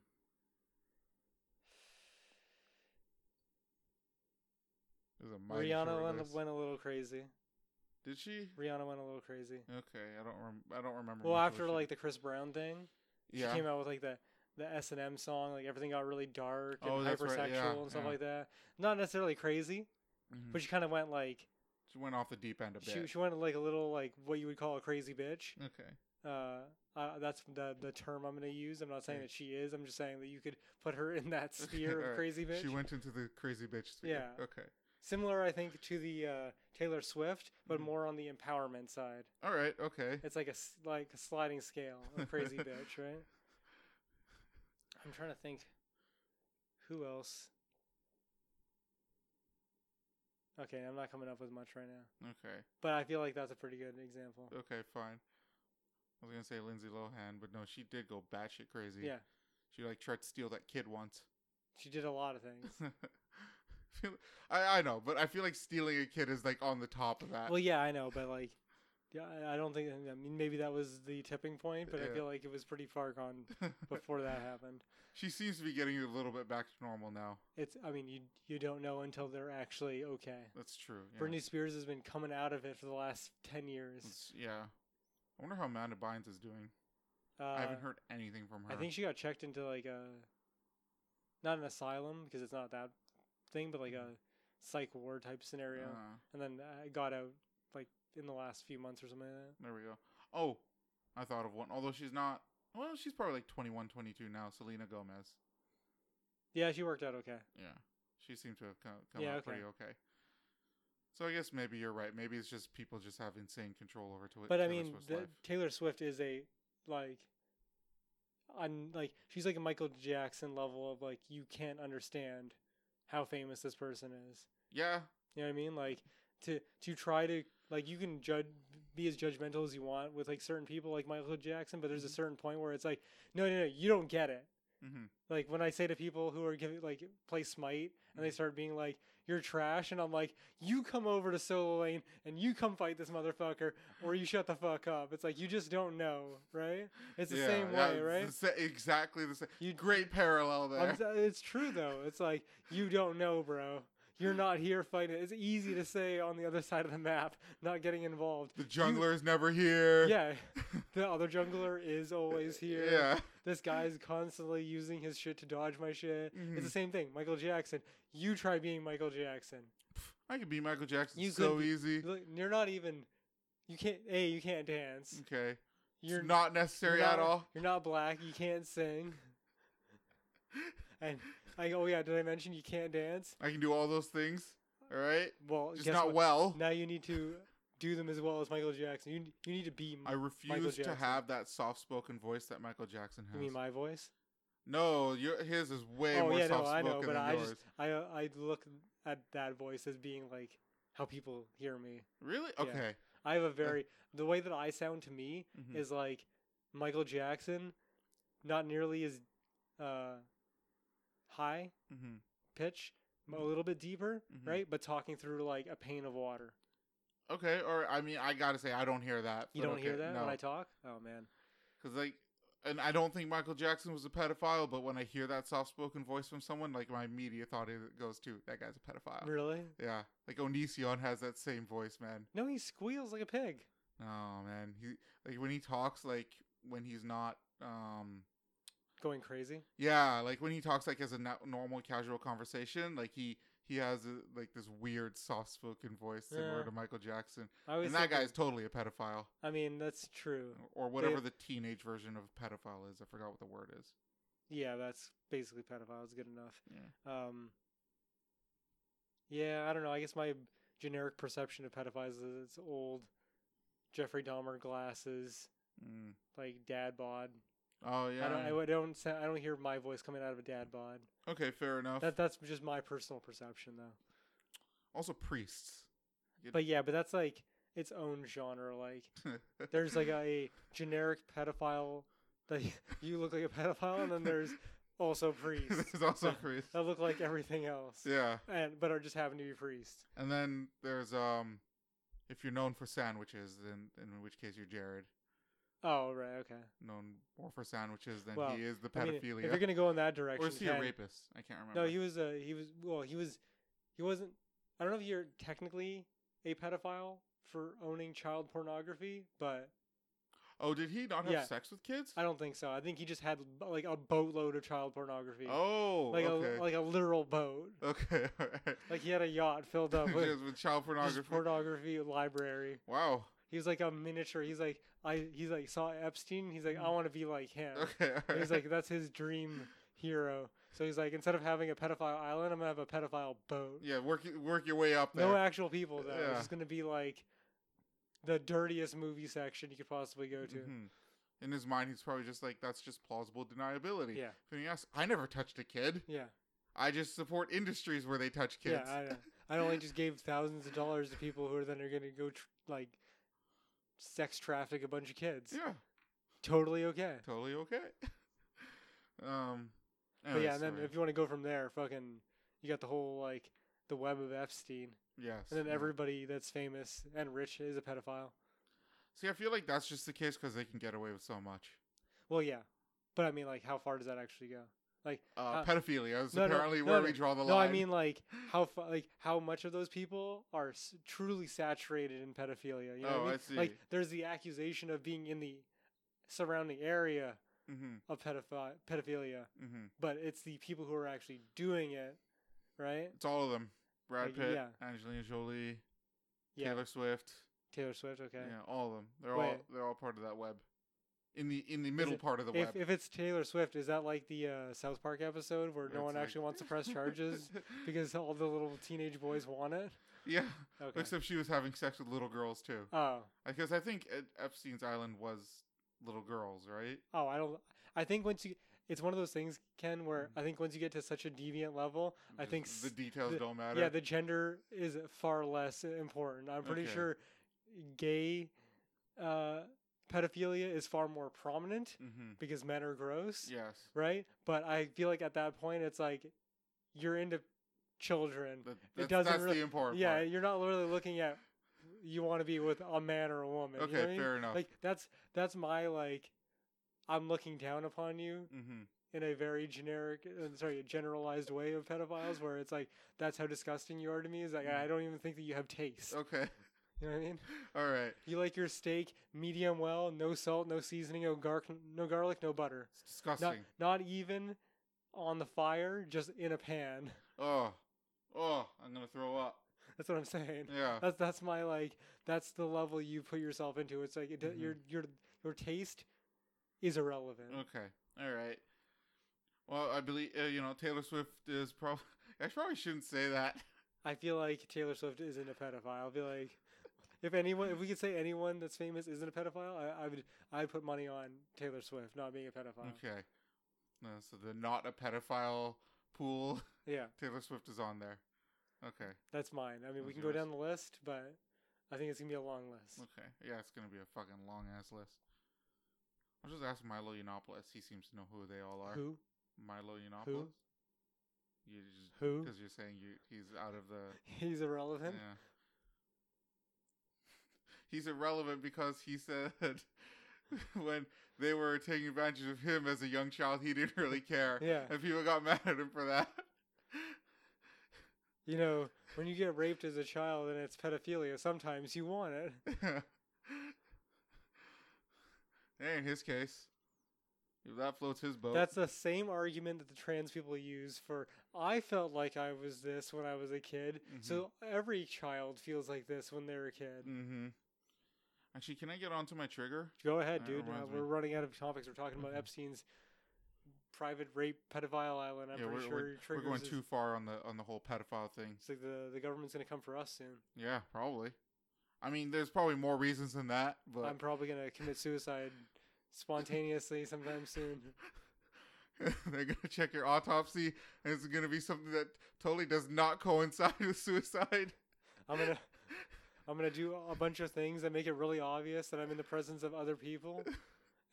A: It was a mighty
B: Rihanna
A: short
B: went,
A: list.
B: went a little crazy.
A: Did she?
B: Rihanna went a little crazy.
A: Okay, I don't. Rem- I don't remember.
B: Well,
A: much
B: after
A: what
B: like
A: she
B: the Chris Brown thing,
A: did. yeah,
B: she came out with like the the S and M song. Like everything got really dark and
A: Oh, that's
B: hypersexual
A: right, yeah,
B: and stuff
A: yeah.
B: like that. Not necessarily crazy,
A: Mhm.
B: but she kind of went like
A: she went off the deep end a bit.
B: she she went like a little like what you would call a crazy bitch.
A: okay.
B: uh, uh, that's the the term I'm going to use. I'm not saying
A: Okay.
B: that she is. I'm just saying that you could put her in that sphere of
A: Alright,
B: crazy bitch.
A: She went into the crazy bitch. Sphere.
B: Yeah.
A: Okay.
B: Similar, I think, to the uh, Taylor Swift, but
A: Mhm.
B: more on the empowerment side.
A: All right. Okay.
B: It's like a s- like a sliding scale of crazy bitch, right? I'm trying to think Who else? Okay, I'm not coming up with much right now,
A: Okay.
B: but I feel like that's a pretty good example.
A: Okay, fine. I was gonna say Lindsay Lohan, but no, she did go batshit crazy.
B: Yeah,
A: She like tried to steal that kid once.
B: she did a lot of things.
A: Feel- I I know, but I feel like stealing a kid is like on the top of that.
B: well, yeah, I know, but like, yeah, I- I don't think. I mean, maybe that was the tipping point, but
A: Yeah.
B: I feel like it was pretty far gone before that happened.
A: she seems to be getting a little bit back to normal now.
B: It's. I mean, you you don't know until they're actually okay.
A: That's true. Yeah.
B: Britney Spears has been coming out of it for the last ten years.
A: It's- yeah. I wonder how Amanda Bynes is doing.
B: Uh,
A: I haven't heard anything from her.
B: I think she got checked into like a, not an asylum because it's not that thing, but like a
A: Mm-hmm.
B: psych ward type scenario,
A: Uh,
B: and then uh, got out like in the last few months or something like that.
A: there we go. Oh, I thought of one. Although she's not. Well, she's probably like 21, 22 now. Selena Gomez.
B: Yeah, she worked out okay.
A: Yeah. She seemed to have come, come
B: Yeah,
A: out
B: okay.
A: pretty okay. So I guess maybe you're right. Maybe it's just people just have insane control over Twi-
B: But I
A: Taylor
B: mean,
A: Swift's
B: the,
A: life.
B: Taylor Swift is a like, on like she's like a Michael Jackson level of like you can't understand how famous this person is.
A: Yeah.
B: You know what I mean? Like to to try to like you can judge be as judgmental as you want with like certain people like Michael Jackson, but there's a
A: Mhm.
B: certain point where it's like, no, no, no, you don't get it.
A: Mm-hmm.
B: Like when I say to people who are giving like play Smite and they
A: Mhm.
B: start being like, "You're trash," and I'm like, "You come over to solo lane and you come fight this motherfucker, or you shut the fuck up." It's like you just don't know, right? It's the same way, right?
A: exactly the same.
B: You
A: Great parallel there.
B: I'm s- it's true though. It's like you don't know, bro. You're not here fighting. It's easy to say on the other side of the map, not getting involved.
A: the jungler's never here.
B: Yeah, the other jungler is always here.
A: Yeah.
B: This guy's constantly using his shit to dodge my shit. It's
A: Mhm.
B: the same thing. Michael Jackson. You try being Michael Jackson.
A: I could be Michael Jackson
B: You
A: so
B: could be-
A: easy.
B: Look, You're not even. You can't. A. You can't dance.
A: Okay.
B: You're
A: it's not necessary
B: you're
A: at
B: not-
A: all.
B: You're not black. You can't sing. And I. Oh yeah. Did I mention you can't dance?
A: I can do all those things. All right.
B: Well,
A: Just
B: guess
A: not
B: what?
A: well.
B: now you need to do them as well as Michael Jackson. You n- you need to be.
A: I
B: m
A: refuse to
B: Jackson.
A: have that soft spoken voice that Michael Jackson
B: you
A: has.
B: mean my voice?
A: no, your, his is way
B: oh
A: more
B: yeah, no,
A: soft
B: I
A: spoken
B: know,
A: than
B: but I
A: yours.
B: just I uh, I look at that voice as being like how people hear me.
A: Really?
B: Yeah.
A: Okay.
B: I have a very the way that I sound to me
A: Mhm.
B: is like Michael Jackson, not nearly as uh, high
A: Mhm.
B: pitch, m- a
A: Mhm.
B: little bit deeper,
A: Mhm.
B: right? But talking through like a pane of water.
A: Okay. Or I mean, I gotta say, I don't hear that.
B: You
A: but
B: don't
A: okay,
B: hear that
A: No.
B: when I talk. Oh man,
A: Because like, and I don't think Michael Jackson was a pedophile, but when I hear that soft spoken voice from someone, like my immediate thought is, goes to that guy's a pedophile.
B: really?
A: Yeah, like Onision has that same voice, man.
B: No, he squeals like a pig.
A: Oh man, he like when he talks, like when he's not, um,
B: Going crazy.
A: yeah, like when he talks like as a na- normal casual conversation, like he he has a, like this weird soft spoken voice similar
B: Yeah.
A: to Michael Jackson,
B: I always
A: and that
B: think
A: guy's totally a pedophile
B: I mean, that's true.
A: or whatever the teenage version of pedophile is. I forgot what the word is.
B: Yeah, that's basically pedophile. It's good enough.
A: Yeah.
B: Um, yeah, I don't know. I guess my generic perception of pedophiles is it's old Jeffrey Dahmer glasses,
A: Mm.
B: like dad bod.
A: Oh yeah.
B: I don't. I would- don't. sa- I don't hear my voice coming out of a dad bod.
A: okay, fair enough.
B: That that's just my personal perception, though.
A: also priests.
B: But yeah, but that's like its own genre. Like there's like a generic pedophile that you look like a pedophile, and then there's also priests.
A: there's also priests.
B: that look like everything else,
A: Yeah.
B: and but are just happen to be priests.
A: And then there's um, if you're known for sandwiches, then in which case you're Jared,
B: Oh right, okay.
A: known more for sandwiches than
B: Well,
A: he is the
B: I mean, if
A: pedophilia.
B: you're gonna go in that direction,
A: or is he a
B: Ken-
A: rapist? I can't remember.
B: no, he was a he was well he was he wasn't. I don't know if you're technically a pedophile for owning child pornography, but
A: oh, did he not have
B: Yeah.
A: sex with kids?
B: I don't think so. I think he just had like a boatload of child pornography,
A: Oh,
B: like
A: okay,
B: a like a literal boat.
A: okay, all right.
B: Like he had a yacht filled up with
A: Just with child
B: just
A: pornography.
B: pornography library.
A: wow.
B: He was like a miniature. He's like I. He's like saw Epstein. He's like I
A: Mm.
B: want to be like him.
A: Okay, all
B: And
A: right.
B: He's like, that's his dream hero. So he's like, instead of having a pedophile island, I'm gonna have a pedophile boat.
A: yeah, work y- work your way up there.
B: No actual people though.
A: Yeah.
B: It's just gonna be like the dirtiest movie section you could possibly go to.
A: Mhm. In his mind, he's probably just like, that's just plausible deniability.
B: Yeah.
A: If you ask, I never touched a kid.
B: Yeah.
A: I just support industries where they touch kids.
B: Yeah, I know. I only just gave thousands of dollars to people who are then are going to go tr- like sex traffic a bunch of kids.
A: Yeah,
B: Totally okay.
A: totally okay. um,
B: But yeah,
A: anyways,
B: and then
A: sorry.
B: if you want to go from there, fucking, you got the whole like the web of Epstein,
A: yes,
B: and then
A: yeah.
B: everybody that's famous and rich is a pedophile.
A: See, I feel like that's just the case because they can get away with so much.
B: Well, yeah, but I mean, like, how far does that actually go?
A: Uh,
B: Uh,
A: pedophilia is
B: no, no,
A: apparently
B: no,
A: where
B: no,
A: we draw the
B: No,
A: line.
B: I mean, like, how fa- like how much of those people are s- truly saturated in pedophilia? You know what
A: Oh,
B: I, mean?
A: I see.
B: Like, there's the accusation of being in the surrounding area
A: mm-hmm,
B: of pedophi- pedophilia,
A: mm-hmm.
B: but it's the people who are actually doing it, right?
A: it's all of them: Brad
B: Like,
A: Pitt,
B: yeah.
A: Angelina Jolie,
B: Yeah,
A: Taylor Swift.
B: Taylor Swift. Okay.
A: Yeah, all of them. They're all
B: Wait.
A: they're all part of that web. In the in the middle
B: it-
A: part of the
B: If,
A: web.
B: if it's Taylor Swift, is that like the uh, South Park episode
A: where
B: where no
A: it's
B: one
A: like-
B: actually wants to press charges because all the little teenage boys want it?
A: yeah,
B: Okay.
A: except she was having sex with little girls too.
B: oh,
A: Because I think Ed- Epstein's Island was little girls, right?
B: oh, I don't. I think once you, it's one of those things, Ken, where
A: Mm.
B: I think once you get to such a deviant level, I
A: Just
B: think
A: the
B: s-
A: details
B: the-
A: don't matter.
B: yeah, the gender is far less important. I'm pretty
A: Okay.
B: sure gay uh, pedophilia is far more prominent
A: mm-hmm.
B: because men are gross.
A: Yes,
B: right? But I feel like at that point, it's like you're into children.
A: that, that's,
B: doesn't
A: that's
B: really-
A: the important
B: yeah,
A: part.
B: you're not really looking at you want to be with a man or a woman. you know
A: Okay,
B: what I mean?
A: fair enough.
B: Like that's that's my like I'm looking down upon you
A: mm-hmm.
B: in a very generic, uh, sorry, a generalized way of pedophiles, where it's like that's how disgusting you are to me. Is like I don't even think that you have taste.
A: Okay,
B: You know what I mean?
A: all right.
B: You like your steak medium well, no salt, no seasoning, no gar- no garlic, no butter.
A: It's disgusting.
B: Not, not even on the fire, just in a pan.
A: Oh, oh, I'm gonna throw up.
B: That's what I'm saying.
A: Yeah,
B: That's that's my like. That's the level you put yourself into. It's like it, do-
A: Mhm.
B: your your your taste is irrelevant.
A: Okay. All right. Well, I believe uh, you know Taylor Swift is probably. I probably shouldn't say that.
B: I feel like Taylor Swift isn't a pedophile. I'll be like, if anyone, if we could say anyone that's famous isn't a pedophile, I, I would I put money on Taylor Swift not being a pedophile.
A: Okay. No, so the not a pedophile pool.
B: Yeah,
A: Taylor Swift is on there. Okay.
B: that's mine. I mean, we
A: That's
B: can go
A: yours.
B: down the list, but I think it's gonna be a long list.
A: Okay. Yeah, it's gonna be a fucking long ass list. I'll just ask Milo Yiannopoulos. He seems to know who they all are.
B: Who
A: Milo Yiannopoulos. You just
B: who?
A: because you're saying you he's out of the
B: He's irrelevant.
A: Yeah. He's irrelevant because he said when they were taking advantage of him as a young child, he didn't really care.
B: yeah.
A: And people got mad at him for that.
B: You know, when you get raped as a child and it's pedophilia, sometimes you want it.
A: hey, in his case, if that floats his boat.
B: That's the same argument that the trans people use for I felt like I was this when I was a kid. So every child feels like this when they're a kid.
A: Mm-hmm. Actually, can I get onto my trigger?
B: Go ahead,
A: That
B: dude. Uh,
A: reminds me.
B: we're running out of topics. We're talking about
A: Mhm.
B: Epstein's private rape pedophile island. I'm
A: Yeah,
B: pretty
A: we're-
B: sure
A: We're
B: triggers
A: going
B: is-
A: too far on the on the whole pedophile thing.
B: It's like the, the government's going to come for us soon.
A: Yeah, probably. I mean, there's probably more reasons than that, but
B: I'm probably going to commit suicide spontaneously sometime soon.
A: They're gonna check your autopsy, and it's gonna be something that totally does not coincide with suicide.
B: I'm gonna I'm gonna do a bunch of things that make it really obvious that I'm in the presence of other people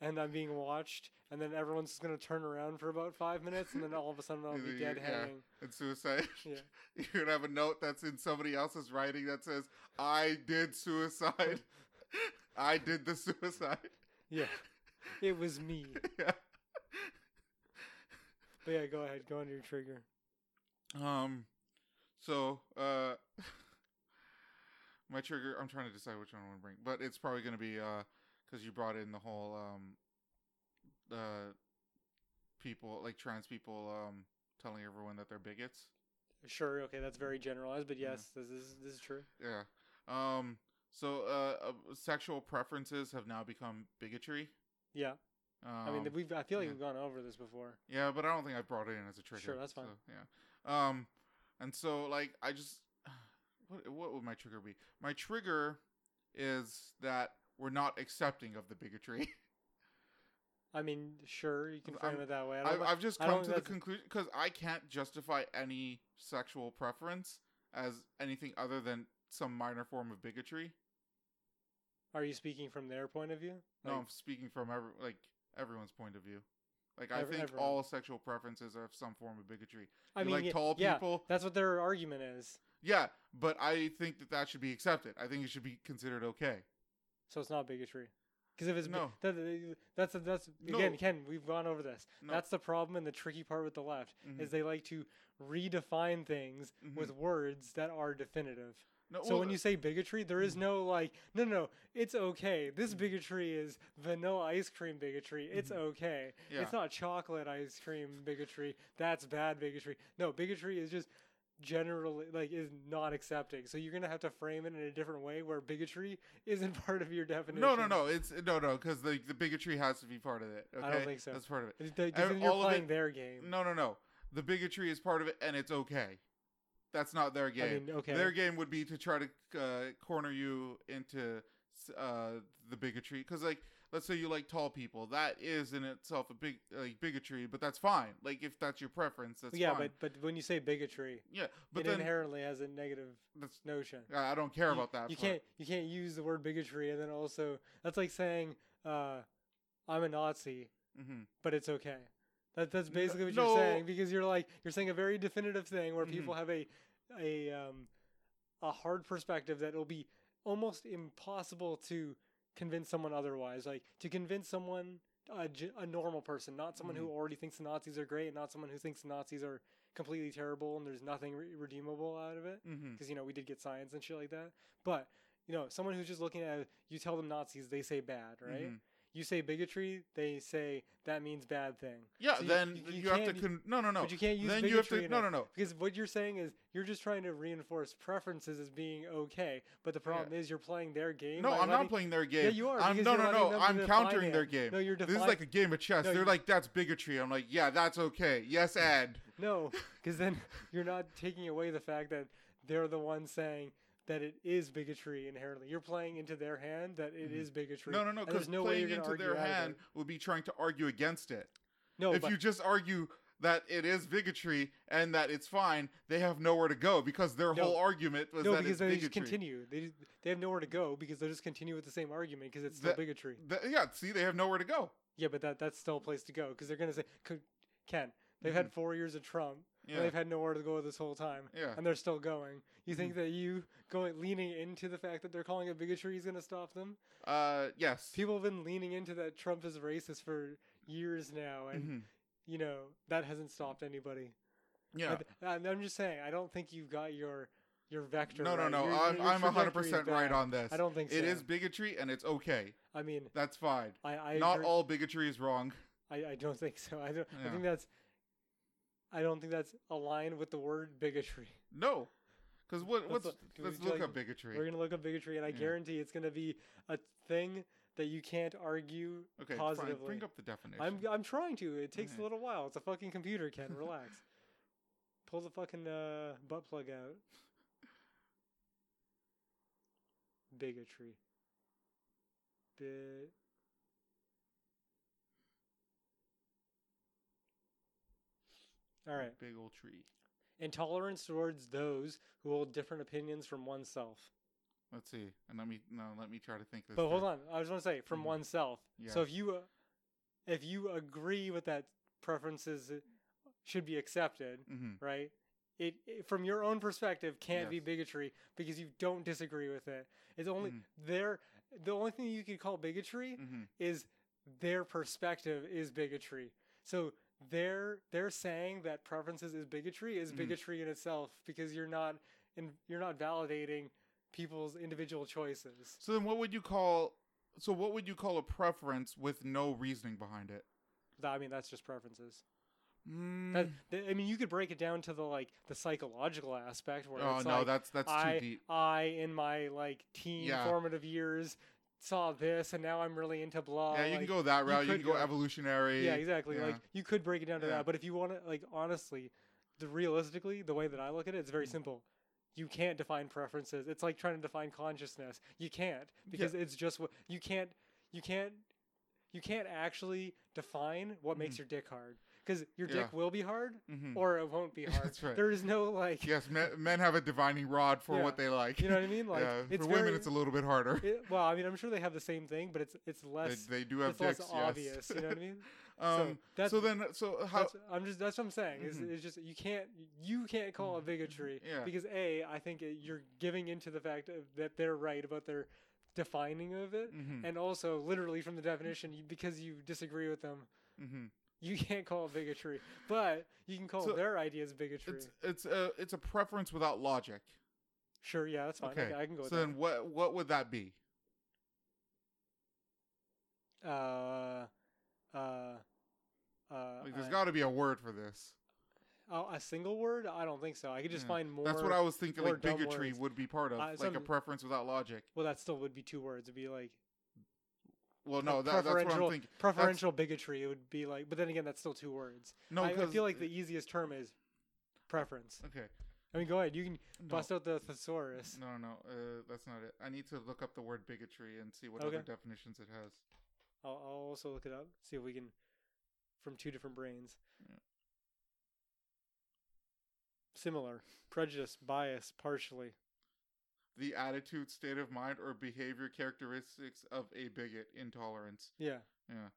B: and I'm being watched and then everyone's just gonna turn around for about five minutes and then all of a sudden I'll
A: Either
B: be
A: you-
B: dead
A: yeah.
B: hanging.
A: And suicide,
B: Yeah.
A: you're gonna have a note that's in somebody else's writing that says, "I did suicide. I did the suicide."
B: Yeah. It was me.
A: yeah.
B: But yeah, go ahead, go on to your trigger.
A: Um. So, uh, my trigger. I'm trying to decide which one I want to bring, but it's probably gonna be uh, because you brought in the whole um, uh, people like trans people um telling everyone that they're bigots.
B: Sure, okay, that's very generalized, but
A: Yeah.
B: yes, this is this is true.
A: Yeah. Um. So, uh, uh sexual preferences have now become bigotry.
B: Yeah.
A: Um,
B: I mean we've I feel like
A: yeah.
B: we've gone over this before.
A: Yeah, but I don't think I brought it in as a trigger.
B: Sure, that's fine.
A: so, yeah. Um, and so like I just what what would my trigger be? My trigger is that we're not accepting of the bigotry.
B: I mean, sure, you can frame
A: I'm-
B: it that way. I
A: I,
B: don't,
A: I've just
B: I
A: come
B: don't
A: to the
B: think that's-
A: conclusion because I can't justify any sexual preference as anything other than some minor form of bigotry.
B: are you speaking from their point of view?
A: No,
B: Like,
A: I'm speaking from every, like everyone's point of view. Like I
B: Ev-
A: think
B: everyone.
A: all sexual preferences are some form of bigotry.
B: I
A: You
B: mean,
A: like
B: yeah,
A: tall
B: yeah,
A: people,
B: that's what their argument is.
A: yeah, but I think that that should be accepted. I think it should be considered okay.
B: So it's not bigotry. Because if it's bi-
A: No.
B: that- that- that's that's again,
A: No.
B: Ken, we've gone over this.
A: No.
B: That's the problem and the tricky part with the left
A: Mhm.
B: is they like to redefine things
A: Mhm.
B: with words that are definitive.
A: No,
B: So when you say bigotry, there
A: mm.
B: is no like, no, no, it's okay. This bigotry is vanilla ice cream bigotry. It's
A: Mhm.
B: okay.
A: Yeah.
B: It's not chocolate ice cream bigotry. That's bad bigotry. No, bigotry is just generally like is not accepting. So you're gonna have to frame it in a different way where bigotry isn't part of your definition.
A: no, no, no, it's no, no, because the the bigotry has to be part of it. Okay?
B: don't think so.
A: That's part of it.
B: Th- th-
A: Ev-
B: then you're
A: all of
B: playing
A: it-
B: their game.
A: No, no, no. The bigotry is part of it, and it's okay. That's not their game.
B: I mean, okay.
A: Their game would be to try to uh, corner you into s- uh, the bigotry, because like let's say you like tall people, that is in itself a big like bigotry, but that's fine. Like if that's your preference, that's
B: yeah,
A: fine.
B: but but when you say bigotry,
A: yeah, but
B: it
A: then
B: inherently has a negative
A: that's,
B: notion.
A: I I don't care
B: you-
A: about that.
B: You
A: part.
B: can't you can't use the word bigotry and then also that's like saying uh, I'm a Nazi,
A: Mhm.
B: but it's okay. That that's
A: N-
B: basically what you're saying
A: no.
B: because you're like you're saying a very definitive thing where
A: Mhm.
B: people have a a um, a hard perspective that will be almost impossible to convince someone otherwise. Like to convince someone a, ge- a normal person, not someone
A: Mm-hmm.
B: who already thinks the Nazis are great, not someone who thinks the Nazis are completely terrible and there's nothing re- redeemable out of it
A: Mhm.
B: because you know we did get science and shit like that. But you know, someone who's just looking at it, you tell them Nazis, they say bad, right?
A: Mhm.
B: You say bigotry, they say that means bad thing.
A: Yeah,
B: So you-
A: then
B: you-
A: you,
B: you
A: have to
B: can't-
A: con- no, no, no.
B: But you can't use
A: Then
B: bigotry
A: you have to
B: in
A: no,
B: it.
A: no, no.
B: Because what you're saying is you're just trying to reinforce preferences as being okay, but the problem is you're playing their game.
A: No,
B: by
A: I'm not
B: letting-
A: playing their game.
B: Yeah, you are.
A: I'm,
B: because
A: no,
B: you're
A: no,
B: letting
A: no.
B: them
A: I'm
B: define
A: countering
B: it.
A: their game.
B: No, you're
A: This
B: defining.
A: is like a game of chess.
B: No,
A: They're
B: you- Mm.
A: like, that's bigotry. I'm like, yeah, that's okay. Yes, and.
B: No, because then you're not taking away the fact that they're the ones saying that it is bigotry inherently. You're playing into their hand that it is
A: Mhm.
B: bigotry.
A: No, no, no.
B: and there's
A: Because
B: no way
A: playing
B: you're gonna
A: into their
B: argue out of
A: hand
B: it.
A: would be trying to argue against it.
B: No,
A: if
B: but
A: you just argue that it is bigotry and that it's fine, they have nowhere to go because their
B: No.
A: whole argument was
B: no,
A: that
B: because
A: it's
B: they
A: bigotry.
B: just continue. They just, they have nowhere to go because they will just continue with the same argument because it's still
A: That-
B: bigotry.
A: Th- yeah, see, they have nowhere to go.
B: Yeah, but that that's still a place to go because they're gonna say, "Co- Ken, they've had four years of Trump. And
A: Mm-hmm. Yeah,
B: they've had nowhere to go this whole time,
A: yeah. Mm-hmm.
B: and they're still going. You think that you going leaning into the fact that they're calling it bigotry is gonna stop them?
A: Uh, yes.
B: People have been leaning into that Trump is racist for years now, and
A: Mhm.
B: you know that hasn't stopped anybody.
A: Yeah.
B: I, I'm- I'm just saying, I don't think you've got your your vector.
A: No, no,
B: right.
A: no.
B: Your-
A: I'm
B: your
A: I'm 100
B: trajectory is
A: percent right
B: bad.
A: on this.
B: I don't think
A: It
B: so.
A: is bigotry and it's okay.
B: I mean,
A: That's fine.
B: I I
A: Not
B: agree-
A: all bigotry is wrong.
B: I, I don't think so. I don't. I
A: Yeah.
B: think that's. I don't think that's aligned with the word bigotry.
A: No, because what
B: Let's
A: what's
B: look- do we-
A: let's
B: would you
A: look
B: like-
A: up bigotry.
B: We're gonna look up bigotry, and I
A: Yeah.
B: guarantee it's gonna be a thing that you can't argue
A: okay, fine.
B: positively.
A: Bring up the definition.
B: I'm I'm trying to. It takes
A: Okay.
B: a little while. It's a fucking computer, Ken. Relax. Pull the fucking uh, butt plug out. Bigotry. Bit. All right.
A: Big old tree.
B: Intolerance towards those who hold different opinions from oneself.
A: Let's see. And let me no. Let me try to think this.
B: But hold
A: through.
B: on, I just want to say from
A: Mhm.
B: oneself. So
A: Yeah.
B: if you uh, if you agree with that preferences uh, should be accepted,
A: Mhm.
B: right? It, it- from your own perspective can't be
A: Yes.
B: bigotry because you don't disagree with it. It's only
A: Mhm.
B: their the only thing you could call bigotry
A: Mhm.
B: is their perspective is bigotry. So they're they're saying that preferences is bigotry is
A: Mhm.
B: bigotry in itself because you're not and you're not validating people's individual choices.
A: So then, what would you call? So what would you call a preference with no reasoning behind it?
B: Tha- I mean that's just preferences.
A: Mm.
B: That, th- I mean, you could break it down to the like the psychological aspect where
A: oh
B: it's
A: no,
B: like
A: that's that's too
B: I
A: deep.
B: I in my like teen
A: Yeah.
B: formative years saw this and now I'm really into blah.
A: yeah, you
B: like-
A: can go that
B: you
A: route. You,
B: could
A: can go
B: go-
A: evolutionary.
B: Yeah, exactly.
A: yeah.
B: Like you could break it down to
A: Yeah.
B: that, but if you want to, like honestly, the realistically, the way that I look at it, it's very
A: Hmm.
B: simple. You can't define preferences. It's like trying to define consciousness. You can't because it's just what you can't. You can't. you can't actually define what makes
A: Mhm.
B: your dick hard because your
A: Yeah.
B: dick will will be hard
A: Mhm.
B: or it won't be hard.
A: That's right.
B: There is no like,
A: yes, men, men have a divining rod for
B: Yeah.
A: what they like.
B: you know what I mean? Like
A: yeah,
B: it's
A: for women,
B: very-
A: it's a little bit harder.
B: it- well, I mean, I'm sure they have the same thing, but it's it's less
A: they, they do have
B: it's less
A: dicks. yes.
B: obvious. You know what I mean?
A: um, so,
B: that's-
A: then, so how?
B: That's, I'm just that's what I'm saying. Is
A: Mhm.
B: it's just you can't you can't call it bigotry
A: Mm-hmm. Yeah.
B: because a I think it, you're giving into the fact of, that they're right about their defining of it,
A: Mhm,
B: and also literally from the definition you, because you disagree with them,
A: mhm.
B: you can't call it bigotry, but you can call
A: So,
B: their ideas bigotry.
A: It's it's a it's a preference without logic.
B: Sure, yeah, that's fine.
A: Okay,
B: I, I can go with
A: So then, what what would that be?
B: that. Uh, uh, uh,
A: Like, there's
B: I-
A: got to be a word for this.
B: oh, a single word? I don't think so. I could just
A: Yeah.
B: find more.
A: That's what I was thinking.
B: more
A: Like
B: dumb
A: bigotry
B: words.
A: would be part of,
B: Uh,
A: like a
B: some-
A: preference without logic.
B: Well, that still would be two words. It'd be like
A: Well,
B: pre-
A: no, that, that's what I'm
B: preferential-
A: thinking.
B: preferential bigotry. It would be like, but then again, that's still two words.
A: No,
B: I, I
A: 'cause
B: feel like
A: it-
B: the easiest term is preference.
A: okay.
B: I mean, go ahead. You can
A: No,
B: bust out the thesaurus.
A: no, no, uh, that's not it. I need to look up the word bigotry and see what
B: Okay.
A: other definitions it has.
B: I'll, I'll also look it up. See if we can from two different brains.
A: Yeah.
B: Similar prejudice, bias, partially.
A: The attitude, state of mind, or behavior characteristics of a bigot, intolerance.
B: Yeah.
A: Yeah.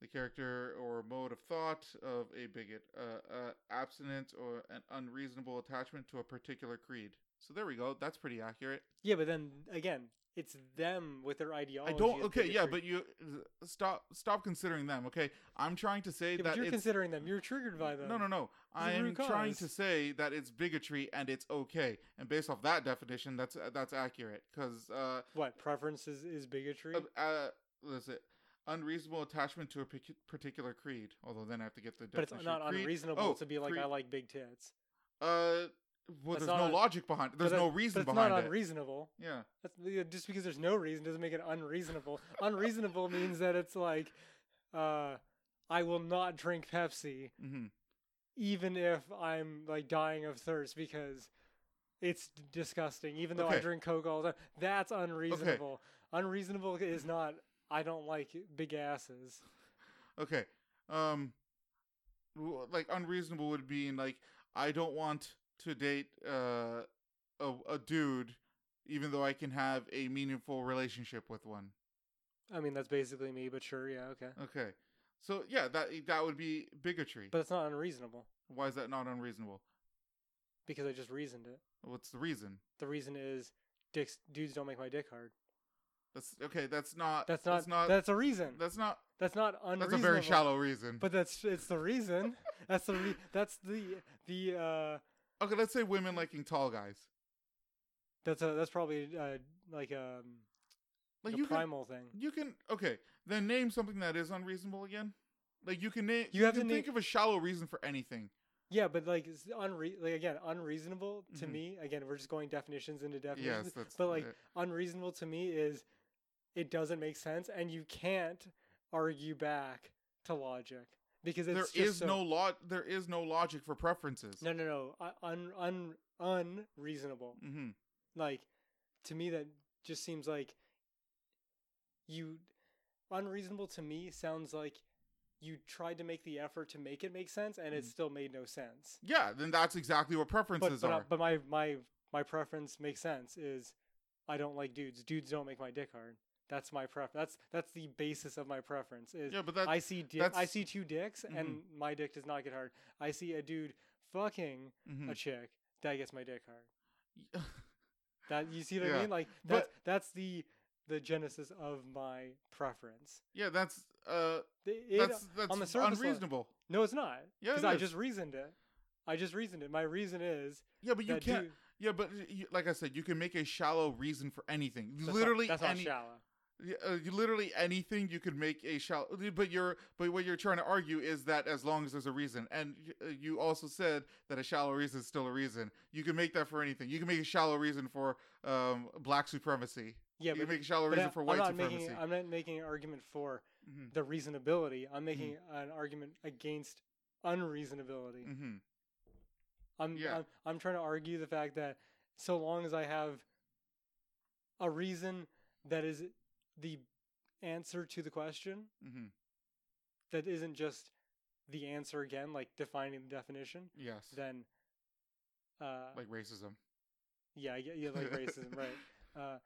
A: The character or mode of thought of a bigot, uh, uh, abstinence or an unreasonable attachment to a particular creed. So there we go. That's pretty accurate.
B: Yeah, but then again, it's them with their ideology.
A: I don't.
B: is
A: Okay, yeah,
B: Oh, bigotry.
A: but you uh, stop. Stop considering them. Okay, I'm trying to say
B: Yeah, but
A: that
B: you're
A: it's
B: considering them. You're triggered by them.
A: no, no, no.
B: It's a
A: I'm
B: root
A: trying
B: cause.
A: to say that it's bigotry and it's okay. And based off that definition, that's uh, that's accurate because uh,
B: What preference is, is bigotry?
A: Uh, uh, what is it? Unreasonable attachment to a pic- particular creed. Although then I have to get the
B: but it's
A: definition.
B: not
A: of creed.
B: unreasonable
A: Oh,
B: to be like,
A: creed.
B: I like big tits.
A: Uh, well, there's
B: That's not
A: no
B: un-
A: logic behind. it. There's
B: But
A: no
B: that-
A: reason
B: but it's
A: behind
B: not
A: it.
B: unreasonable.
A: yeah.
B: That's, yeah, just because there's no reason doesn't make it unreasonable. unreasonable means that it's like, uh, I will not drink Pepsi
A: hmm
B: even if I'm like dying of thirst because it's d- disgusting. Even though I
A: Okay.
B: drink Coke all the time, that's unreasonable. Unreasonable is not. I don't like big asses.
A: Okay. Um, w- like unreasonable would mean like I don't want to date uh a, a dude, even though I can have a meaningful relationship with one.
B: I mean, that's basically me. But sure, yeah, okay.
A: Okay. So yeah, that that would be bigotry.
B: But it's not unreasonable
A: Why is that not unreasonable?
B: because I just reasoned it.
A: What's the reason?
B: The reason is dicks dudes don't make my dick hard.
A: That's okay. That's not.
B: That's not. That's,
A: not.
B: a reason.
A: that's not.
B: That's not unreasonable.
A: That's a very shallow reason. But
B: But that's it's the reason. That's the re- that's the the uh
A: okay, let's say women liking tall guys.
B: that's a that's probably uh like um
A: Like
B: a
A: you
B: primal thing.
A: can. You can. Okay, then name something that is unreasonable again. Like you can name.
B: You have to
A: can think
B: name-
A: of a shallow reason for anything.
B: Yeah, but like it's unre like again unreasonable to
A: Mhm.
B: me. Again, we're just going definitions into definitions.
A: Yes, that's. uh,
B: but like
A: it.
B: unreasonable to me is it doesn't make sense, and you can't argue back to logic because it's
A: there is
B: just so-
A: no lot. There is no logic for preferences.
B: no no no uh, un un unreasonable.
A: Mm-hmm.
B: like to me that just seems like you unreasonable to me sounds like you tried to make the effort to make it make sense and it
A: Mhm.
B: still made no sense
A: Yeah, then that's exactly what
B: but
A: preferences
B: but, uh,
A: are.
B: but my my my preference makes sense is i don't like dudes dudes don't make my dick hard that's my pref that's that's the basis of my preference is
A: yeah, but that.
B: i see di- i
A: that's- Mm-hmm.
B: see two dicks and my dick does not get hard i see a dude fucking a
A: mhm.
B: chick that gets my dick hard That you see what I
A: Yeah.
B: mean? Like
A: But-
B: that's that's the the genesis of my preference.
A: yeah, that's. Uh,
B: Th- it-
A: that's that's
B: on the surface level-
A: unreasonable.
B: no, it's not.
A: Yeah,
B: because
A: it
B: I
A: is.
B: just reasoned it. I just reasoned it. My reason is
A: Yeah, but you
B: that
A: can't.
B: dude-
A: Yeah, but y- you, like I said, you can make a shallow reason for anything.
B: that's not-
A: literally
B: that's not
A: any,
B: shallow.
A: y- uh, you- literally anything you could make a shallow. But you're, but what you're trying to argue is that as long as there's a reason, and y- uh, you also said that a shallow reason is still a reason. You can make that for anything. You can make a shallow reason for um, black supremacy.
B: Yeah,
A: you
B: but,
A: can make a shallow
B: but
A: reason
B: I-
A: for white
B: I'm not
A: supremacy.
B: making I'm not making an argument for
A: Mhm,
B: the reasonability.
A: Mm-hmm.
B: I'm making an argument against unreasonability.
A: mhm.
B: I'm,
A: Yeah.
B: I'm I'm trying to argue the fact that so long as I have a reason that is the answer to the question
A: hmm
B: that isn't just the answer again, like defining the definition,
A: Yes.
B: then uh,
A: like racism.
B: yeah, yeah, yeah, like racism, right? Uh,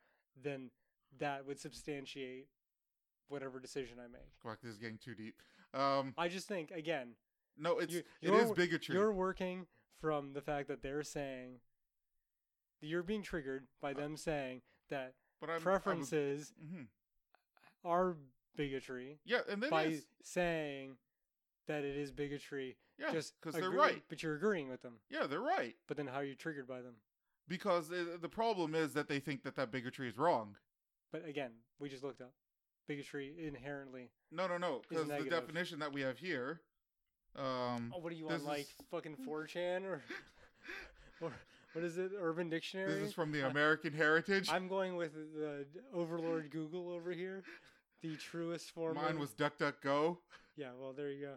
B: then that would substantiate whatever decision I make.
A: Fuck, this is getting too deep. Um,
B: I just think again,
A: no, it's
B: you-
A: it is
B: you're-
A: bigotry.
B: you're working from the fact that they're saying you're being triggered by them saying that
A: but Uh, I'm,
B: preferences
A: hmm
B: are bigotry
A: Yeah, and then
B: by saying that it is bigotry.
A: yeah,
B: just
A: because they're
B: agree-
A: right.
B: but you're agreeing with them.
A: Yeah, they're right.
B: But then how are you triggered by them?
A: Because uh, the problem is that they think that that bigotry is wrong.
B: But again, we just looked up bigotry inherently.
A: No, no, no. Because the
B: negative.
A: definition that we have here, um,
B: Oh, what do you
A: This
B: want, like
A: is-
B: fucking 4chan or or what is it? Urban Dictionary.
A: this is from the
B: Uh,
A: American Heritage.
B: I'm going with the Overlord Google over here. The truest form.
A: Mine
B: of-
A: was DuckDuckGo.
B: Yeah, well, there you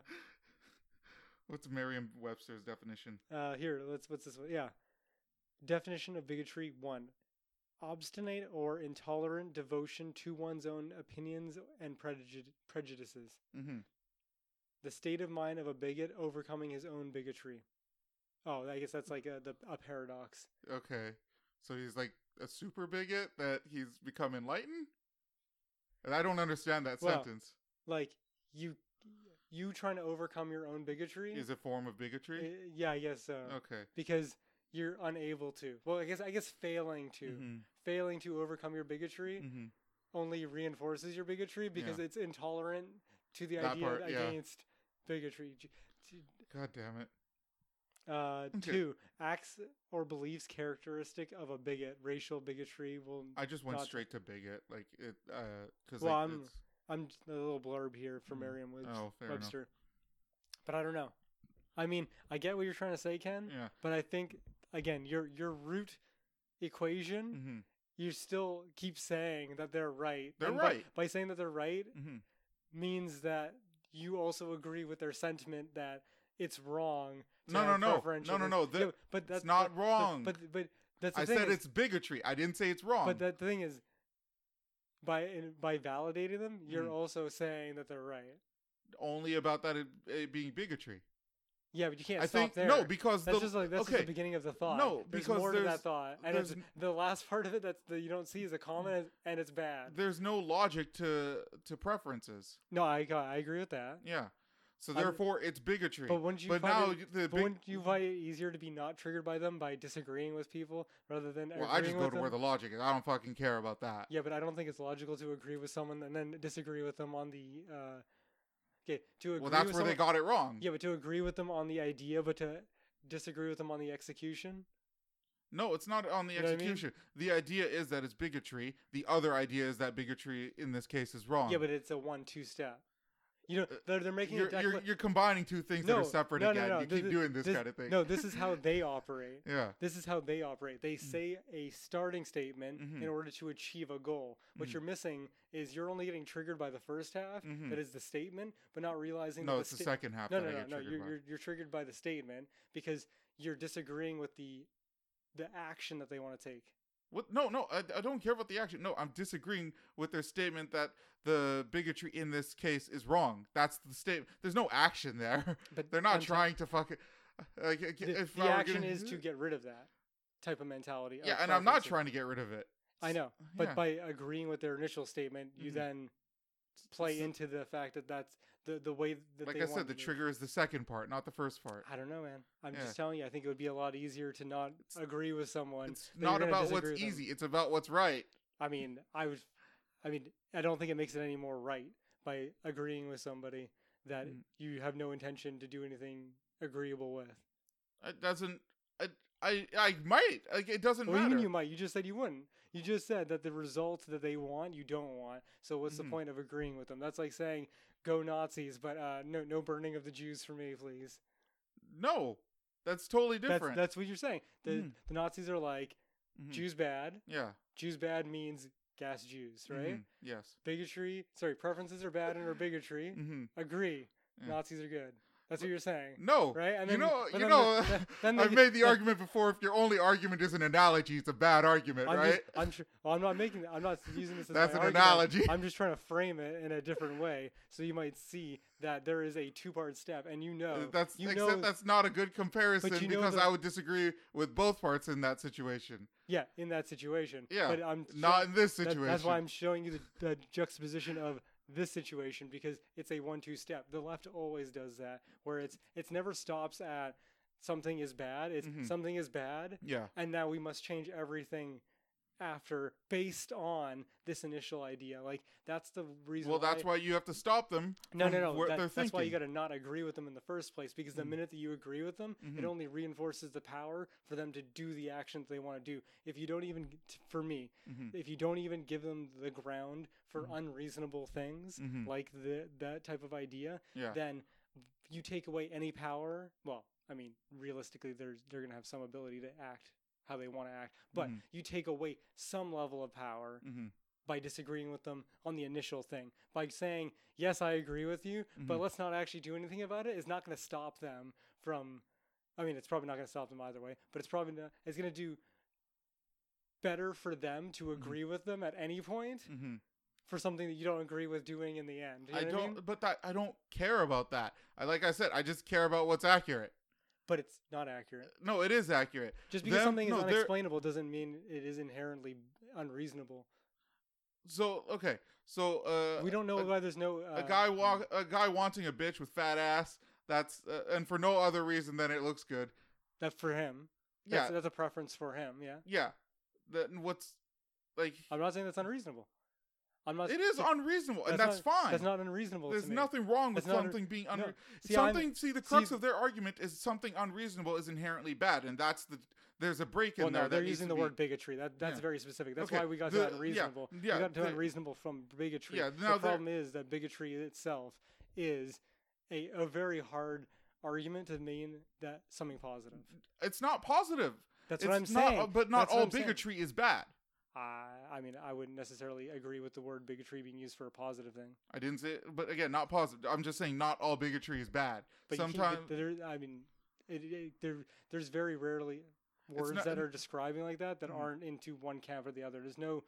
A: What's Merriam-Webster's definition?
B: go. Uh, here, let's. What's this one? Yeah. Definition of bigotry one obstinate or intolerant devotion to one's own opinions and prejudi- prejudices.
A: Mm-hmm.
B: The state of mind of a bigot overcoming his own bigotry. Oh, I guess that's like a, the, a paradox.
A: Okay. So he's like a super bigot that he's become enlightened? And I don't understand that
B: Well,
A: sentence.
B: Like, you you trying to overcome your own bigotry?
A: Is it form of bigotry?
B: Uh, yeah, I guess so.
A: okay.
B: Because you're unable to. Well, I guess I guess failing to.
A: Mhm,
B: Failing to overcome your bigotry
A: mhm.
B: only reinforces your bigotry because it's intolerant to the
A: That
B: idea
A: part, yeah.
B: against bigotry. J- j-
A: God damn it.
B: Uh,
A: Okay.
B: Two acts or beliefs characteristic of a bigot. Racial bigotry will.
A: I just went
B: Not-
A: straight to bigot. Like it uh cuz
B: Well,
A: like,
B: I'm-
A: it's-
B: I'm just a little blurb here from
A: Mm.
B: Merriam Webster.
A: Oh, fair enough.
B: Webster. But I don't know. I mean, I get what you're trying to say, Ken.
A: yeah.
B: But I think again, your your root equation,
A: Mhm.
B: you still keep saying that they're right.
A: They're
B: And by-
A: right.
B: By, saying that they're right
A: Mhm.
B: means that you also agree with their sentiment that it's wrong. to
A: No, no,
B: have
A: no.
B: preferential
A: No, no,
B: this-
A: no.
B: Yeah,
A: The-
B: but that's
A: not
B: but-
A: wrong.
B: But but, that's the
A: I
B: thing
A: said
B: is-
A: it's bigotry. I didn't say it's wrong.
B: But that the thing is, by in, by validating them, you're
A: Mhm.
B: also saying that they're right.
A: Only about that it, it being bigotry.
B: Yeah, but you can't
A: I
B: stop
A: think
B: there.
A: no because
B: That's
A: the
B: just like that's just
A: okay.
B: the beginning of the thought.
A: No,
B: there's
A: because
B: more to
A: there's-
B: that thought, and it's,
A: there's-
B: the last part of it that you don't see is a comment, and- and it's bad.
A: there's no logic to to preferences.
B: No, I got- I agree with that.
A: Yeah. So
B: I'm-
A: therefore, it's bigotry.
B: But wouldn't you
A: But
B: find
A: now
B: it,
A: you- the
B: but
A: big,
B: wouldn't you find it easier to be not triggered by them by disagreeing with people rather than
A: well,
B: agreeing
A: I just go
B: with
A: to
B: them?
A: where the logic is. I don't fucking care about that.
B: yeah, but I don't think it's logical to agree with someone and then disagree with them on the. Uh, okay, to agree
A: well, that's
B: with
A: where
B: someone,
A: they got it wrong.
B: Yeah, but to agree with them on the idea, but to disagree with them on the execution.
A: No, it's not on the
B: You know what I mean?
A: execution. The idea is that it's bigotry. The other idea is that bigotry in this case is wrong.
B: Yeah, but it's a one-two step. You know,
A: Uh,
B: they're they're making
A: you're,
B: a decla-
A: you're, you're combining two things that
B: No,
A: are separate
B: no, no,
A: again.
B: no,
A: You
B: this
A: keep
B: is-
A: doing this,
B: this-
A: kind of thing.
B: No, this is how they operate.
A: Yeah.
B: This is how they operate.
A: Mm.
B: They say a starting statement
A: Mhm.
B: in order to achieve a goal. What
A: Mhm.
B: you're missing is you're only getting triggered by the first half, that
A: Mhm.
B: is the statement, but not realizing
A: No,
B: that
A: it's the
B: sta-
A: second half
B: No,
A: that
B: no,
A: I
B: no,
A: get
B: no.
A: triggered
B: You're,
A: by.
B: you're you're triggered by the statement because you're disagreeing with the the action that they want to take.
A: What? No, no, I, I don't care about the action. No, I'm disagreeing with their statement that the bigotry in this case is wrong. That's the statement. There's no action there.
B: But
A: They're not
B: I'm t-
A: trying to fucking. Like, if
B: The,
A: if
B: the
A: I were
B: action
A: gonna-
B: is to get rid of that type of mentality. of
A: Yeah, and I'm not
B: preferences.
A: trying to get rid of it.
B: I know, but
A: Yeah.
B: by agreeing with their initial statement, you
A: Mhm.
B: then play
A: it's-
B: into the fact that that's the the way that
A: Like
B: they
A: I
B: want
A: said, the
B: to move.
A: trigger is the second part, not the first part.
B: I don't know, man. I'm
A: Yeah.
B: just telling you. I think it would be a lot easier to not agree with someone.
A: It's
B: that you're
A: not
B: gonna
A: about
B: disagree
A: what's
B: with them.
A: easy. It's about what's right.
B: I mean, I was, I mean, I don't think it makes it any more right by agreeing with somebody that
A: Mm.
B: you have no intention to do anything agreeable with.
A: It doesn't. I I, I might. Like it doesn't
B: Well,
A: matter.
B: even you might. You just said you wouldn't. You just said that the results that they want, you don't want. So what's
A: Mhm.
B: the point of agreeing with them? That's like saying, "Go Nazis," but uh, no, no burning of the Jews for me, please.
A: no, that's totally different.
B: That's that's what you're saying. The
A: Mhm.
B: the Nazis are like
A: Mhm.
B: Jews bad.
A: Yeah.
B: Jews bad means gas Jews, right?
A: Mhm. Yes.
B: Bigotry. Sorry, preferences are bad and are bigotry.
A: hmm
B: Agree.
A: Yeah.
B: Nazis are good. That's what you're saying.
A: No,
B: Right? And
A: you
B: then-
A: know,
B: but
A: you
B: then
A: know.
B: the- then they-
A: I've made the
B: then-
A: argument before. If your only argument is an analogy, it's a bad argument,
B: I'm
A: right?
B: Just, I'm sure. Well, I'm not making. I'm not using this as
A: That's
B: my
A: an
B: argument.
A: analogy.
B: I'm just trying to frame it in a different way, so you might see that there is a two-part step, and you know
A: Uh, that's
B: you
A: except
B: know
A: that's not a good comparison
B: you know
A: because
B: the-
A: I would disagree with both parts in that situation.
B: yeah in that situation.
A: Yeah,
B: but I'm sho-
A: Not in this
B: that-
A: situation.
B: that's why I'm showing you the, the juxtaposition of this situation because it's a one-two step. The left always does that, where it's it's never stops at something is bad. It's
A: Mhm.
B: something is bad,
A: yeah,
B: and now we must change everything after based on this initial idea like that's the reason
A: well,
B: why
A: that's why you have to stop them.
B: No,
A: from
B: no, no.
A: What
B: that-
A: they're
B: that's why you
A: thinking.
B: got to not agree with them in the first place, because the
A: Mm.
B: minute that you agree with them,
A: Mhm.
B: it only reinforces the power for them to do the actions they want to do. If you don't even, g- t- for me,
A: Mhm.
B: if you don't even give them the ground for
A: Mhm.
B: unreasonable things
A: Mhm.
B: like the that type of idea,
A: Yeah.
B: then you take away any power. Well, I mean, realistically, they're they're gonna have some ability to act how they want to act, but
A: Mhm.
B: you take away some level of power
A: Mhm.
B: by disagreeing with them on the initial thing. By saying, yes, I agree with you, but
A: Mhm.
B: let's not actually do anything about it is not going to stop them from. I mean, it's probably not going to stop them either way, but it's probably not, it's going to do better for them to
A: Mm-hmm.
B: agree with them at any point
A: Mhm.
B: for something that you don't agree with doing in the end. You know
A: I
B: what
A: don't,
B: mean?
A: but that I don't care about that. I like I said, I just care about what's accurate.
B: But it's not accurate.
A: No, it is accurate.
B: Just because
A: Uh, Them-
B: something is
A: no, they're-
B: unexplainable doesn't mean it is inherently unreasonable.
A: So okay, so uh,
B: we don't know
A: a-
B: why there's no
A: a
B: uh,
A: guy walk
B: um,
A: a guy wanting a bitch with fat ass. That's uh, and for no other reason than it looks good.
B: that for him.
A: Yeah,
B: That's, that's a preference for him. Yeah.
A: yeah. Then what's like?
B: I'm not saying that's unreasonable. I'm not.
A: It is
B: th-
A: unreasonable, and
B: that's
A: that's, fine.
B: That's not unreasonable.
A: There's
B: to me.
A: nothing wrong with
B: That's not unre-
A: something being unre-
B: no. See, I'm-
A: something. see, the crux
B: see-
A: of their argument is something unreasonable is inherently bad, and that's the there's a break in
B: Well,
A: there.
B: no, they're
A: that needs
B: using
A: to
B: the
A: be-
B: word bigotry. That that's
A: Yeah.
B: very specific. That's
A: Okay,
B: why we got
A: the-
B: to
A: yeah,
B: unreasonable.
A: yeah,
B: we got to
A: the-
B: unreasonable from bigotry.
A: Yeah,
B: the
A: no, they're-
B: problem is that bigotry itself is a, a very hard argument to mean that something positive.
A: It's not positive.
B: That's
A: it's
B: what I'm
A: not, uh,
B: saying.
A: But not
B: That's what
A: all
B: I'm saying.
A: bigotry is bad.
B: I I mean, I wouldn't necessarily agree with the word bigotry being used for a positive thing.
A: I didn't say, but again, not positive. I'm just saying not all bigotry is bad.
B: But you keep-
A: Sometimes
B: but there, I mean, it, it, there, there's very rarely words
A: not-
B: that are describing like that that
A: Mhm.
B: aren't into one camp or the other. There's no,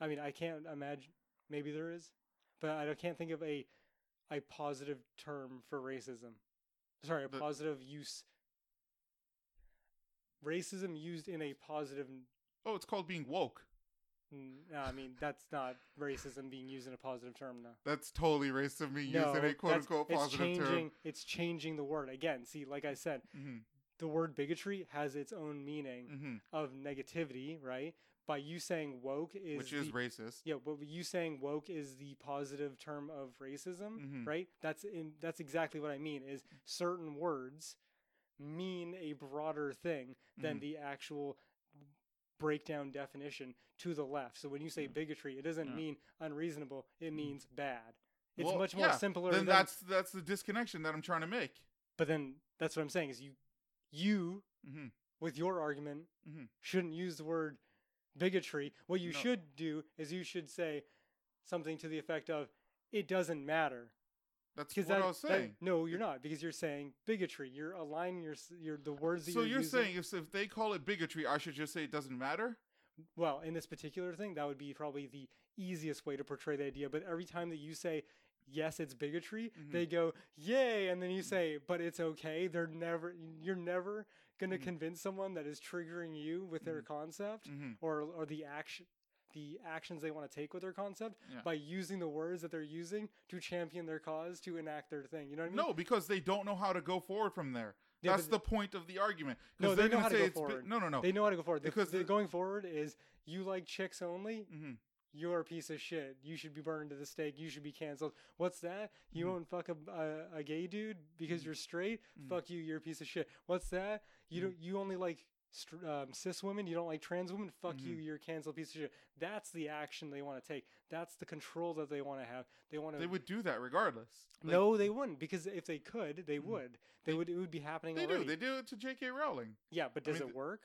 B: I mean, I can't imagine. Maybe there is, but I can't think of a a positive term for racism. Sorry, a
A: The-
B: positive use. Racism used in a positive.
A: oh, it's called being woke.
B: n- No, I mean that's not racism being used in a positive term. No.
A: That's totally racist of me
B: no,
A: using a quote
B: that's-
A: unquote
B: it's
A: positive
B: changing,
A: term.
B: It's changing the word again. See, like I said,
A: Mm-hmm,
B: the word bigotry has its own meaning
A: mm-hmm,
B: of negativity, right? By you saying woke is
A: which is
B: the,
A: racist.
B: yeah, but you saying woke is the positive term of racism,
A: Mhm.
B: right? That's in that's exactly what I mean is certain words mean a broader thing than
A: Mhm.
B: the actual breakdown definition to the left. So when you say bigotry, it doesn't
A: Mm. Yeah. Mm.
B: mean unreasonable, it means bad. It's
A: Well,
B: much more
A: yeah,
B: simpler
A: Mm-hmm. Then
B: than
A: that's that's the disconnection that I'm trying to make.
B: but then that's what I'm saying is you you
A: Mm-hmm.
B: with your argument
A: Mhm.
B: shouldn't use the word bigotry. What you
A: No.
B: should do is you should say something to the effect of it doesn't matter
A: That's what
B: because that,
A: I was
B: that-
A: saying.
B: no, you're not because you're saying bigotry. You're aligning your s- your the words that
A: so
B: you're,
A: you're,
B: using.
A: saying if, if they call it bigotry, I should just say it doesn't matter?
B: well in this particular thing that would be probably the easiest way to portray the idea. But every time that you say yes, it's bigotry,
A: Mhm.
B: they go yay, and then you say but it's okay. They're never you're never going to
A: Mhm.
B: convince someone that is triggering you with their concept.
A: Mm-hmm.
B: or or the action the actions they want to take with their concept
A: Yeah.
B: by using the words that they're using to champion their cause to enact their thing. You know what I mean?
A: No, because they don't know how to go forward from there.
B: Yeah,
A: That's
B: but
A: the point of the argument. 'Cause
B: No, they
A: they're
B: know
A: gonna
B: how to
A: say
B: go
A: it's bi-
B: forward.
A: no, no, no.
B: they know how to go forward. Because
A: because
B: the,
A: the-
B: going forward is you like chicks only.
A: hmm
B: You're a piece of shit. You should be burned to the stake. You should be canceled. What's that? You
A: Mhm.
B: won't fuck a, a, a gay dude because
A: Mhm.
B: you're straight.
A: Mhm.
B: Fuck you. You're a piece of shit. What's that? You
A: Mhm.
B: don't. You only like str- um, cis women. You don't like trans women. Fuck you.
A: Mm-hmm.
B: You're a canceled piece of shit. That's the action they want to take. That's the control that they want to have. They want to
A: They would do that regardless. Like,
B: no, they wouldn't because if they could, they
A: Mhm.
B: would. They would. It would be happening
A: they
B: already.
A: do. They do it to J.K. Rowling.
B: yeah, but
A: I
B: does
A: mean,
B: it
A: th-
B: work?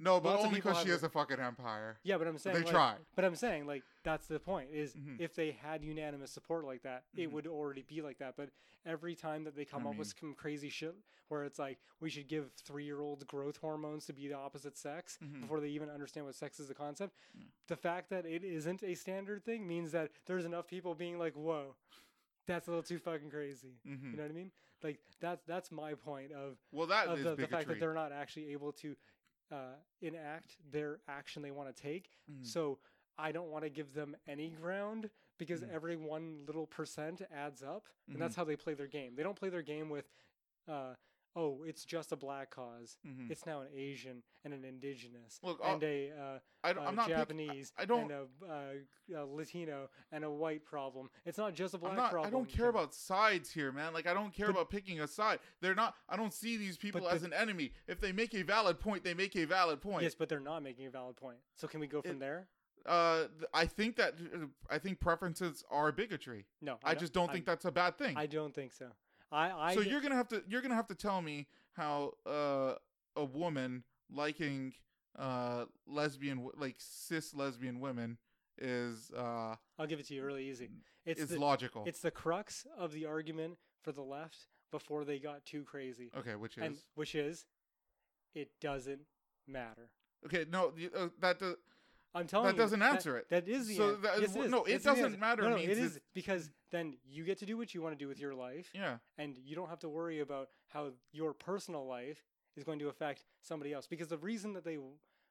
A: No, but
B: Lots of
A: only
B: people
A: because she
B: have
A: has a fucking empire.
B: Yeah, but I'm saying
A: they
B: like,
A: tried.
B: But I'm saying like that's the point is
A: Mhm.
B: if they had unanimous support like that, it
A: Mhm.
B: would already be like that. But every time that they come
A: I
B: up with some crazy shit where it's like we should give three year olds growth hormones to be the opposite sex
A: Mhm.
B: before they even understand what sex is a concept,
A: Yeah.
B: the fact that it isn't a standard thing means that there's enough people being like, Whoa, that's a little too fucking crazy.
A: Mhm.
B: You know what I mean? Like that's that's my point of
A: well, that
B: of
A: is
B: the, the
A: bigotry.
B: fact that they're not actually able to uh, enact their action they want to take.
A: Mhm.
B: So I don't want to give them any ground because
A: Mhm.
B: every one little percent adds up,
A: Mm-hmm.
B: and that's how they play their game. They don't play their game with, uh, oh, it's just a black because
A: Mhm.
B: It's now an Asian and an indigenous
A: Look, I'll-
B: and a uh,
A: I don't,
B: uh,
A: I'm not pick-
B: Japanese
A: I don't.
B: and a, uh, a Latino and a white problem. It's not just a black
A: I'm not,
B: problem.
A: I don't care
B: Ken.
A: about sides here, man. Like I don't care
B: But-
A: about picking a side. They're not. I don't see these people
B: But
A: as
B: the-
A: an enemy. If they make a valid point, they make a valid point.
B: Yes, but they're not making a valid point. So can we go from
A: It-
B: there?
A: Uh, th- I think that uh, I think preferences are bigotry.
B: No,
A: I, just don't think that's a bad thing.
B: I don't think so. I, I
A: so
B: d-
A: you're gonna have to you're gonna have to tell me how uh a woman liking uh lesbian w- like cis lesbian women is uh
B: I'll give it to you really easy. It's
A: is
B: the,
A: logical.
B: It's the crux of the argument for the left before they got too crazy,
A: okay, which is
B: and which is, it doesn't matter.
A: okay. No, y- uh, that does,
B: I'm telling
A: That
B: you,
A: doesn't answer it.
B: That is the
A: So
B: an-
A: that-
B: yes,
A: w-
B: is.
A: no, it
B: That's the
A: doesn't
B: answer.
A: matter
B: No, no,
A: means
B: it
A: it's-
B: is because then you get to do what you want to do with your life,
A: yeah.
B: and you don't have to worry about how your personal life is going to affect somebody else. Because the reason that they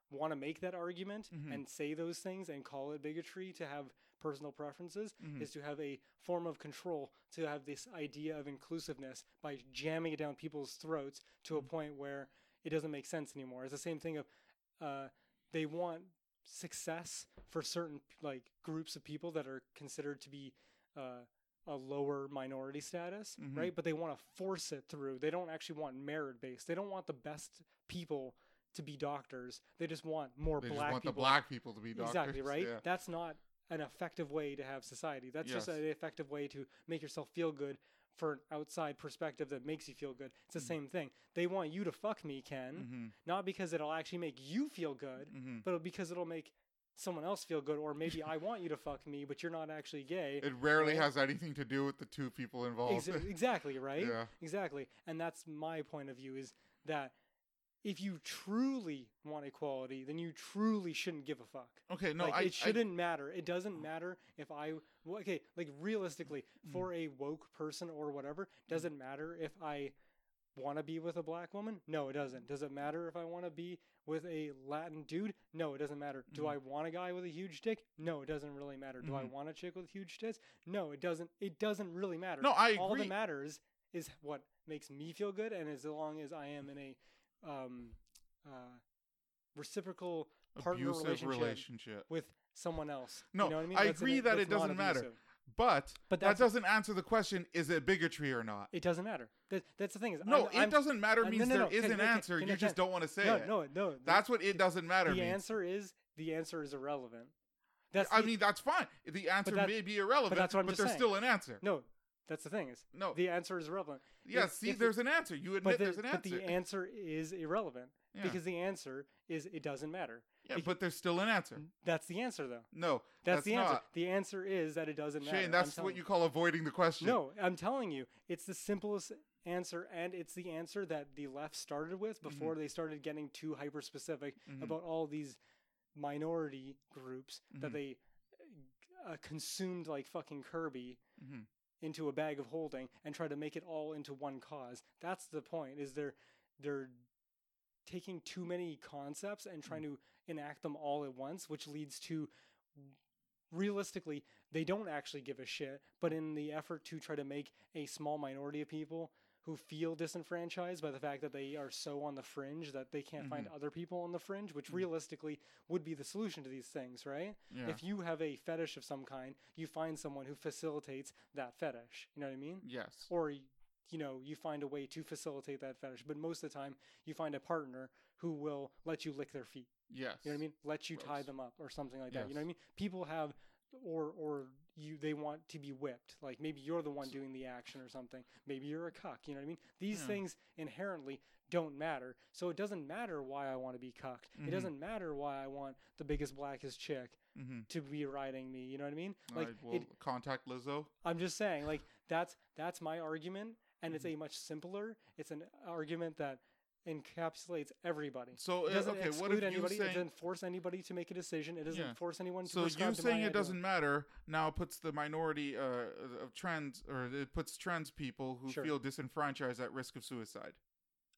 B: want to make that argument
A: Mhm.
B: and say those things and call it bigotry to have personal preferences
A: Mhm.
B: is to have a form of control, to have this idea of inclusiveness by jamming it down people's throats to a
A: Mm-hmm.
B: point where it doesn't make sense anymore. It's the same thing of uh, they want success for certain like groups of people that are considered to be uh, a lower minority status,
A: Mhm.
B: right? But they want to force it through. They don't actually want merit based. They don't want the best people to be doctors. They just want more
A: They just
B: black
A: want
B: people.
A: the black people to be doctors.
B: Exactly, right?
A: Yeah.
B: That's not an effective way to have society. That's just
A: Yes.
B: an effective way to make yourself feel good for an outside perspective that makes you feel good. It's the
A: Mhm.
B: same thing. They want you to fuck me, Ken,
A: hmm
B: not because it'll actually make you feel good,
A: hmm
B: but because it'll make someone else feel good or maybe I want you to fuck me, but you're not actually gay.
A: It rarely
B: right?
A: has anything to do with the two people involved.
B: Ex- exactly, right?
A: Yeah.
B: Exactly. And that's my point of view is that if you truly want equality, then you truly shouldn't give a fuck.
A: Okay. No,
B: like,
A: I
B: it
A: I-
B: shouldn't matter. It doesn't matter if I w- okay, like realistically,
A: Mm.
B: for a woke person or whatever,
A: Hmm.
B: does it matter if I want to be with a black woman? No, it doesn't. Does it matter if I want to be with a Latin dude? No, it doesn't matter. Do
A: Mhm.
B: I want a guy with a huge dick? No, it doesn't really matter. Do I
A: Mhm.
B: want a chick with huge tits? No, it doesn't. It doesn't really matter.
A: No, I
B: All
A: agree.
B: that matters is what makes me feel good, and as long as I am in a um, uh, reciprocal partner
A: abusive
B: relationship,
A: relationship.
B: with someone else.
A: No,
B: you know what I, mean?
A: I
B: That's an-
A: agree that
B: that's
A: it doesn't matter.
B: non-abusive.
A: But,
B: But
A: that
B: that's-
A: doesn't answer the question: Is it bigotry or not?
B: It doesn't matter. That, that's the thing is,
A: No,
B: I'm-
A: it
B: I'm-
A: doesn't matter
B: I'm-
A: means
B: no, no,
A: there
B: no,
A: is
B: can-
A: an
B: no, can-
A: answer.
B: can-
A: you
B: no,
A: just
B: can.
A: don't want to say
B: No,
A: it.
B: no, no. the-
A: That's what it doesn't matter
B: the
A: means.
B: answer is the answer is irrelevant. That's
A: I
B: the-
A: mean, that's fine. The answer
B: that-
A: may be irrelevant, but,
B: that's what I'm just
A: there's
B: saying.
A: still an answer.
B: no. That's the thing is,
A: No.
B: the answer is irrelevant.
A: yeah,
B: If-
A: see,
B: if-
A: there's an answer. You admit
B: but the,
A: there's an answer.
B: but the answer is irrelevant
A: Yeah.
B: because the answer is it doesn't matter.
A: yeah, but there's still an answer.
B: That's the answer though.
A: No,
B: Mm-hmm. That's,
A: that's
B: the answer.
A: not.
B: The answer is that it doesn't matter.
A: Shane,
B: I'm
A: that's
B: telling
A: what you call avoiding the question.
B: No, I'm telling you, it's the simplest answer, and it's the answer that the left started with before they started getting too hyper specific
A: Mhm.
B: about all these minority groups
A: Mhm.
B: that they uh, consumed like fucking Kirby
A: Mhm.
B: into a bag of holding and try to make it all into one cause. That's the point. Is they're they're taking too many concepts and trying to enact them all at once, which leads to realistically they don't actually give a shit. But in the effort to try to make a small minority of people who feel disenfranchised by the fact that they are so on the fringe that they can't find other people on the fringe, which realistically would be the solution to these things, right?
A: Yeah.
B: If you have a fetish of some kind, you find someone who facilitates that fetish. You know what I mean?
A: yes.
B: Or, y- you know, you find a way to facilitate that fetish. But most of the time, you find a partner who will let you lick their feet.
A: Yes.
B: You know what I mean? Let you tie
A: Gross.
B: them up or something like that. You
A: Yes.
B: know what I mean? People have, or or you they want to be whipped. Like maybe you're the one doing the action or something. Maybe you're a cuck. You know what I mean? These
A: Yeah.
B: things inherently don't matter. So it doesn't matter why I want to be cucked.
A: Mhm.
B: It doesn't matter why I want the biggest blackest chick
A: Mm-hmm.
B: to be riding me. You know what I mean? Like
A: I will
B: it,
A: contact Lizzo.
B: I'm just saying, like that's that's my argument, and
A: Mm-hmm.
B: it's a much simpler. It's an argument that encapsulates everybody.
A: So
B: It
A: uh,
B: doesn't
A: okay,
B: exclude
A: what if you
B: anybody. it
A: saying
B: doesn't force anybody to make a decision. It doesn't
A: Yeah.
B: force anyone to.
A: so you
B: prescribe to my
A: saying it
B: idea.
A: doesn't matter now puts the minority uh, of trans or it puts trans people who
B: Sure.
A: feel disenfranchised at risk of suicide.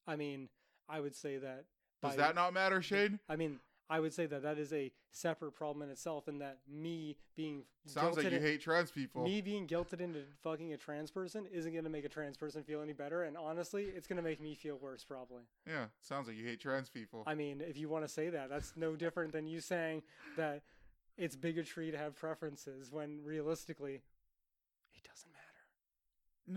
B: I mean, I would say that.
A: Does
B: by-
A: that not matter, Shane?
B: I mean, I would say that that is a separate problem in itself, and that me being
A: Sounds like
B: guilted
A: you
B: in-
A: hate trans people.
B: me being guilted into fucking a trans person isn't going to make a trans person feel any better, and honestly, it's going to make me feel worse probably.
A: Yeah, sounds like you hate trans people.
B: I mean, if you want to say that, that's no different than you saying that it's bigotry to have preferences when realistically it doesn't matter.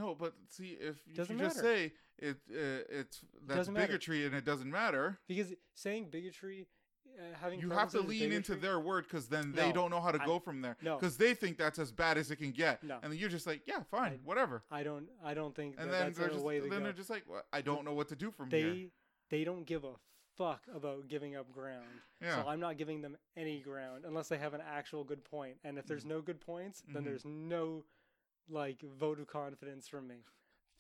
A: no, but see, if you
B: Doesn't
A: you just
B: matter.
A: say it, uh, it's that's
B: Doesn't matter.
A: bigotry and it doesn't matter.
B: Because saying bigotry, uh, having
A: You have to
B: preferences is
A: lean into
B: bigotry-
A: their word because then they
B: No,
A: don't know how to
B: I-
A: go from there.
B: no.
A: because they think that's as bad as it can get,
B: No.
A: and you're just like, yeah, fine,
B: I-
A: whatever.
B: I don't. I don't think that
A: And then
B: that's
A: they're
B: a
A: just
B: way to
A: then
B: go.
A: they're just like, well, I don't know what to do from
B: they
A: here.
B: they don't give a fuck about giving up ground.
A: Yeah,
B: So I'm not giving them any ground unless they have an actual good point. And if there's no good points, then
A: Mhm.
B: there's no like vote of confidence from me.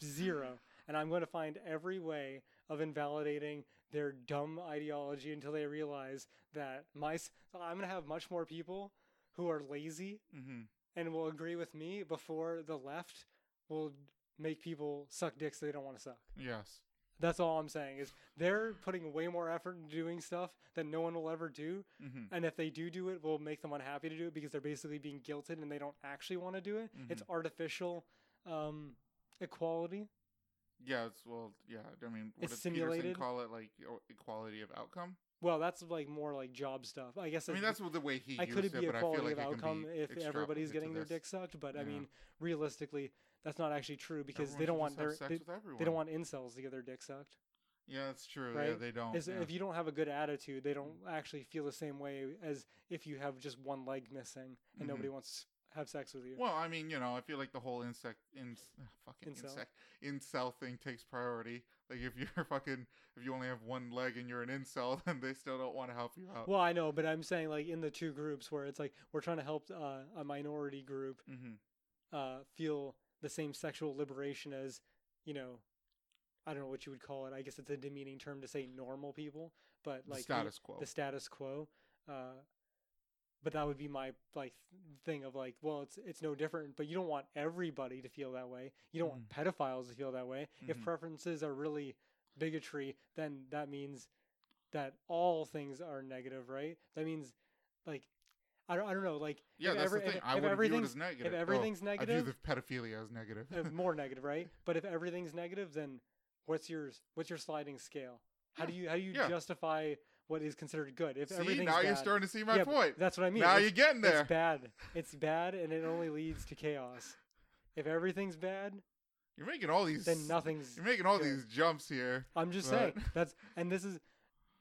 B: Zero. And I'm going to find every way of invalidating their dumb ideology until they realize that my s- I'm going to have much more people who are lazy
A: mm-hmm.
B: and will agree with me before the left will make people suck dicks they don't want to suck.
A: yes,
B: That's all I'm saying is they're putting way more effort into doing stuff that no one will ever do.
A: mm-hmm.
B: And if they do do it, we'll make them unhappy to do it because they're basically being guilted and they don't actually want to do it. It's
A: Mm-hmm.
B: artificial um, equality.
A: yeah. It's well, yeah. I mean, what
B: It's
A: does Peterson
B: simulated.
A: call it? Like o- equality of outcome.
B: Well, that's like more like job stuff. I guess
A: I mean,
B: it's-
A: that's the way he.
B: I could
A: used
B: it be
A: it,
B: a
A: but I feel
B: quality
A: like
B: of
A: it can
B: outcome
A: be
B: if everybody's
A: extrapolated to
B: getting their
A: this.
B: dick sucked, but I
A: Yeah.
B: mean, realistically, that's not actually true because
A: Everyone
B: they don't
A: should
B: want
A: just have
B: their
A: sex
B: they,
A: with everyone.
B: they don't want incels to get their dick sucked.
A: Yeah, that's true. Yeah,
B: right?
A: they don't.
B: Is
A: Oh, yeah. Mm-hmm.
B: if you don't have a good attitude, they don't actually feel the same way as if you have just one leg missing and
A: Mhm.
B: nobody wants to have sex with you.
A: Well, I mean, you know, I feel like the whole insect, in, uh, fucking
B: Incel?
A: insect, incel thing takes priority. Like if you're fucking, if you only have one leg and you're an incel, then they still don't want to help you out.
B: Well, I know, but I'm saying like in the two groups where it's like we're trying to help uh, a minority group
A: mm-hmm.
B: uh, feel the same sexual liberation as, you know, I don't know what you would call it. I guess it's a demeaning term to say normal people, but
A: the
B: like the-
A: status quo.
B: the status quo. Uh, but that would be my like th- thing of like, well, it's it's no different. But you don't want everybody to feel that way. You don't want
A: Mm-hmm.
B: pedophiles to feel that way. If
A: Mhm.
B: preferences are really bigotry, then that means that all things are negative, right? That means like I don't I don't know like
A: yeah,
B: if
A: that's
B: every-
A: the thing.
B: if-
A: I
B: if
A: would view it
B: everything's-
A: as negative.
B: if
A: Oh,
B: everything's
A: I view
B: negative,
A: the pedophilia as negative.
B: uh, more negative, right? But if everything's negative, then what's yours? What's your sliding scale? How do you how do you
A: Yeah.
B: justify what is considered good? If
A: see,
B: everything's
A: now you're
B: bad-
A: starting to see my
B: Yeah, but
A: point.
B: That's what I mean.
A: now
B: It's-
A: you're getting there.
B: It's bad. It's bad, and it only leads to chaos. If everything's bad,
A: You're making all these.
B: then nothing's.
A: You're making all
B: good.
A: these jumps here.
B: I'm just
A: Right.
B: saying that's and this is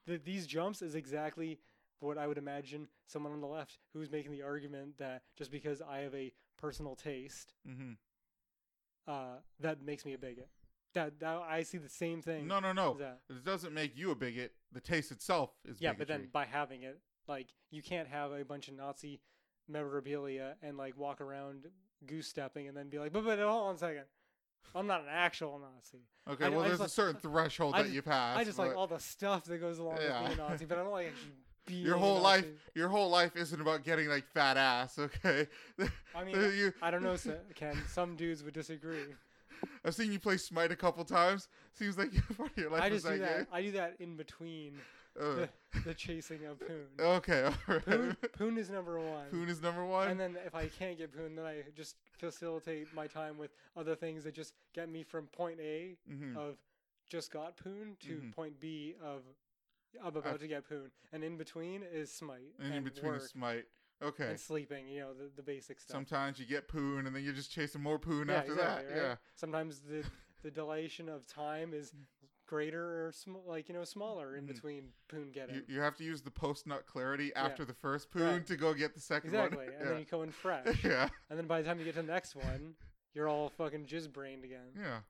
B: th- these jumps is exactly what I would imagine someone on the left who's making the argument that just because I have a personal taste,
A: Mm-hmm.
B: uh, that makes me a bigot. That, that I see the same thing.
A: No, no, no.
B: as that.
A: It doesn't make you a bigot. The taste itself is
B: Yeah,
A: bigotry.
B: but then by having it, like you can't have a bunch of Nazi memorabilia and like walk around goose stepping and then be like, but but hold on a second, I'm not an actual Nazi.
A: Okay,
B: I-
A: well,
B: I
A: there's
B: just
A: a
B: like-
A: certain threshold
B: I
A: that
B: just-
A: you pass.
B: I just like
A: but
B: all the stuff that goes along
A: Yeah.
B: with being a Nazi, but I don't like actually being
A: your
B: a
A: whole life,
B: Nazi.
A: your whole life isn't about getting like fat ass. Okay,
B: I mean,
A: You-
B: I don't know, Sa- Ken. Some dudes would disagree.
A: I've seen you play Smite a couple times. Seems like part of your life
B: I
A: is
B: just do
A: that
B: that.
A: game.
B: I do that in between
A: Uh,
B: the chasing of Poon.
A: okay, all
B: Poon,
A: right.
B: Poon is number one.
A: Poon is number one.
B: and then if I can't get Poon, then I just facilitate my time with other things that just get me from point A
A: Mhm.
B: of just got Poon to
A: Mhm.
B: point B of I'm about to get Poon, and in between is Smite
A: and in between
B: work
A: is Smite. Okay.
B: and sleeping. You know the, the basic stuff.
A: Sometimes you get Poon, and then you're just chasing more Poon after that.
B: right?
A: Yeah. Hmm.
B: Sometimes the the dilation of time is greater or sm- like you know smaller in
A: Mhm.
B: between Poon get
A: You,
B: him.
A: you have to use the post nut clarity after the first poon
B: Right.
A: to go get the second
B: Exactly,
A: one.
B: and then you go in fresh,
A: yeah. yeah.
B: and then by the time you get to the next one, you're all fucking jizz brained again.
A: Yeah.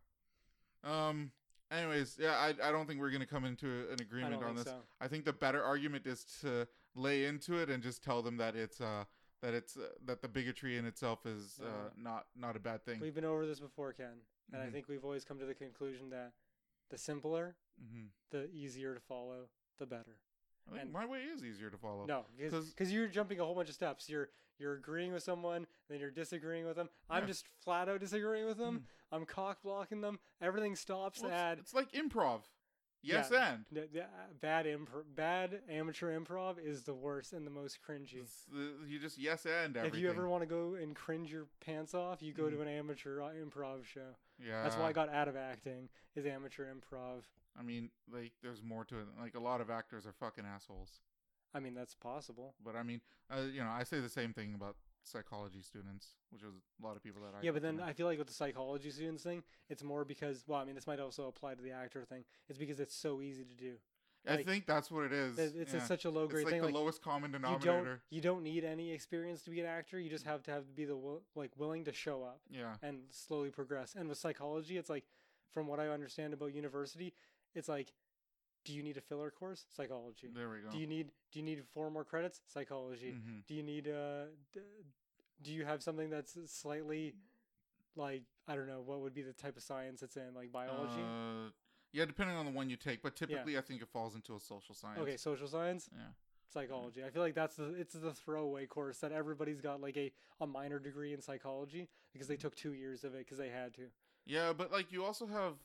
A: Um. Anyways, yeah, I I don't think we're gonna come into a- an
B: I
A: agreement
B: don't
A: on
B: think
A: this.
B: so.
A: I think the better argument is to lay into it and just tell them that it's uh that it's uh, that the bigotry in itself is uh
B: Yeah.
A: not not a bad thing.
B: We've been over this before, Ken, and I
A: Mhm.
B: think we've always come to the conclusion that the simpler,
A: hmm
B: the easier to follow, the better.
A: I think
B: and-
A: my way is easier to follow.
B: No,
A: 'Cause-
B: because you're jumping a whole bunch of steps. You're you're agreeing with someone, then you're disagreeing with them. I'm
A: Yeah. Mm.
B: just flat out disagreeing with them. I'm cock blocking them. Everything stops
A: Well,
B: at
A: it's, it's like improv. Yes,
B: Yeah.
A: and
B: n- th- uh, bad impro- bad amateur improv is the worst and the most cringy.
A: It's the- you just yes and everything.
B: If you ever want to go and cringe your pants off, you go
A: Mhm.
B: to an amateur uh, improv show.
A: yeah,
B: That's why I got out of acting is amateur improv.
A: I mean, like, there's more to it. Like, a lot of actors are fucking assholes.
B: I mean, that's possible.
A: But I mean, uh, you know, I say the same thing about psychology students, which is a lot of people that I
B: Yeah, but then
A: know.
B: I feel like with the psychology students thing, it's more because well, I mean, this might also apply to the actor thing. It's because it's so easy to do.
A: I
B: like,
A: think that's what it is.
B: It's, it's
A: yeah.
B: a, such a low
A: It's
B: grade
A: like
B: thing.
A: the
B: like,
A: lowest common
B: you don't
A: denominator.
B: you don't need any experience to be an actor. You just have to have to be the will, like willing to show up
A: Yeah,
B: and slowly progress. And with psychology, it's like from what I understand about university, it's like, do you need a filler course? Psychology.
A: there we go.
B: Do you need do you need four more credits? Psychology.
A: Mhm.
B: Do you need uh d- do you have something that's slightly like I don't know what would be the type of science it's in like biology?
A: Uh, yeah, depending on the one you take, but typically I think it falls into a social science. Mm-hmm.
B: okay, social science,
A: Yeah.
B: psychology. I feel like that's the it's the throwaway course that everybody's got like a a minor degree in psychology because they
A: Mm-hmm.
B: took 2 years of it because they had to.
A: Yeah, but like you also have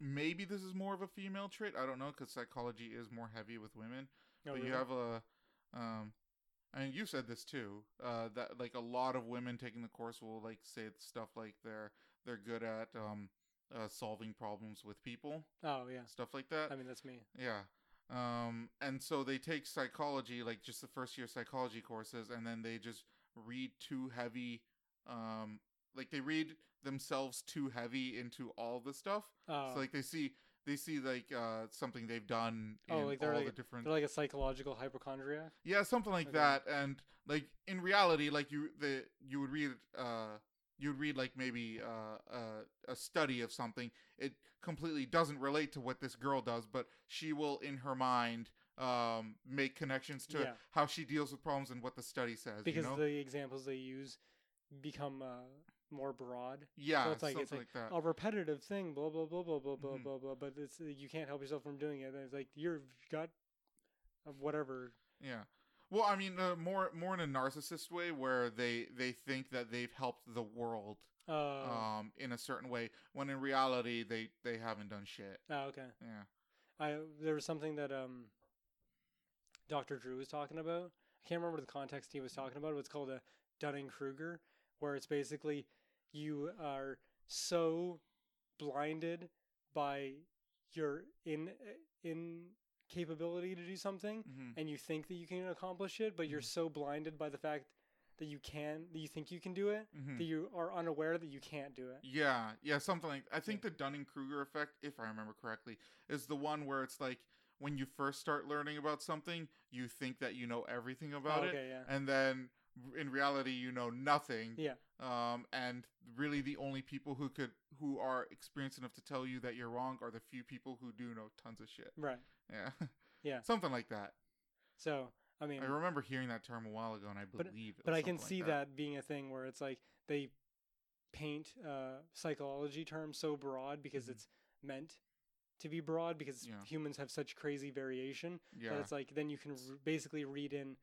A: maybe this is more of a female trait. I don't know because psychology is more heavy with women.
B: No,
A: but
B: really?
A: you have a, um, I mean you said this too. Uh, that like a lot of women taking the course will like say stuff like they're they're good at um, uh, solving problems with people,
B: Oh, yeah.
A: stuff like that.
B: I mean, that's me.
A: Yeah. Um, and so they take psychology, like just the first year psychology courses, and then they just read too heavy. Um, like they read themselves too heavy into all the stuff.
B: Oh.
A: so like they see they see like uh something they've done in
B: Oh, like
A: all
B: they're
A: the
B: like-
A: different
B: They're like a psychological hypochondriac.
A: yeah something like
B: Okay.
A: that. And like in reality, like you the you would read uh you would read like maybe uh, uh, a study of something. It completely doesn't relate to what this girl does, but she will in her mind um make connections to
B: Yeah.
A: how she deals with problems and what the study says.
B: Because
A: you know?
B: the examples they use become uh, more broad.
A: yeah,
B: so it's like- oh
A: something
B: it's
A: like, that.
B: A repetitive thing, blah blah blah blah blah blah
A: Mhm.
B: blah blah. But it's you can't help yourself from doing it. And it's like you've got uh, whatever.
A: Yeah. Well, I mean, uh, more more in a narcissist way, where they they think that they've helped the world
B: Uh,
A: um in a certain way, when in reality they they haven't done shit.
B: ah, okay.
A: Yeah.
B: I there was something that um, Doctor Drew was talking about. I can't remember the context he was talking about. It's called a Dunning Kruger, where it's basically you are so blinded by your in in capability to do something,
A: hmm
B: and you think that you can accomplish it, but you're
A: Mhm.
B: so blinded by the fact that you can, that you think you can do it,
A: hmm
B: that you are unaware that you can't do it.
A: Yeah, yeah, something like I think the Dunning Kruger effect, if I remember correctly, is the one where it's like when you first start learning about something, you think that you know everything about it,
B: okay, yeah.
A: and then r- in reality you know nothing.
B: Yeah.
A: Um, and really the only people who could who are experienced enough to tell you that you're wrong are the few people who do know tons of shit.
B: Right.
A: Yeah.
B: Yeah.
A: something like that.
B: So, I mean,
A: I remember hearing that term a while ago, and I believe. it
B: but
A: was
B: I can
A: something like
B: see that. being a thing where it's like they paint uh, psychology terms so broad because
A: Mhm.
B: it's meant to be broad because
A: Yeah.
B: humans have such crazy variation
A: Yeah.
B: that it's like then you can r- basically read in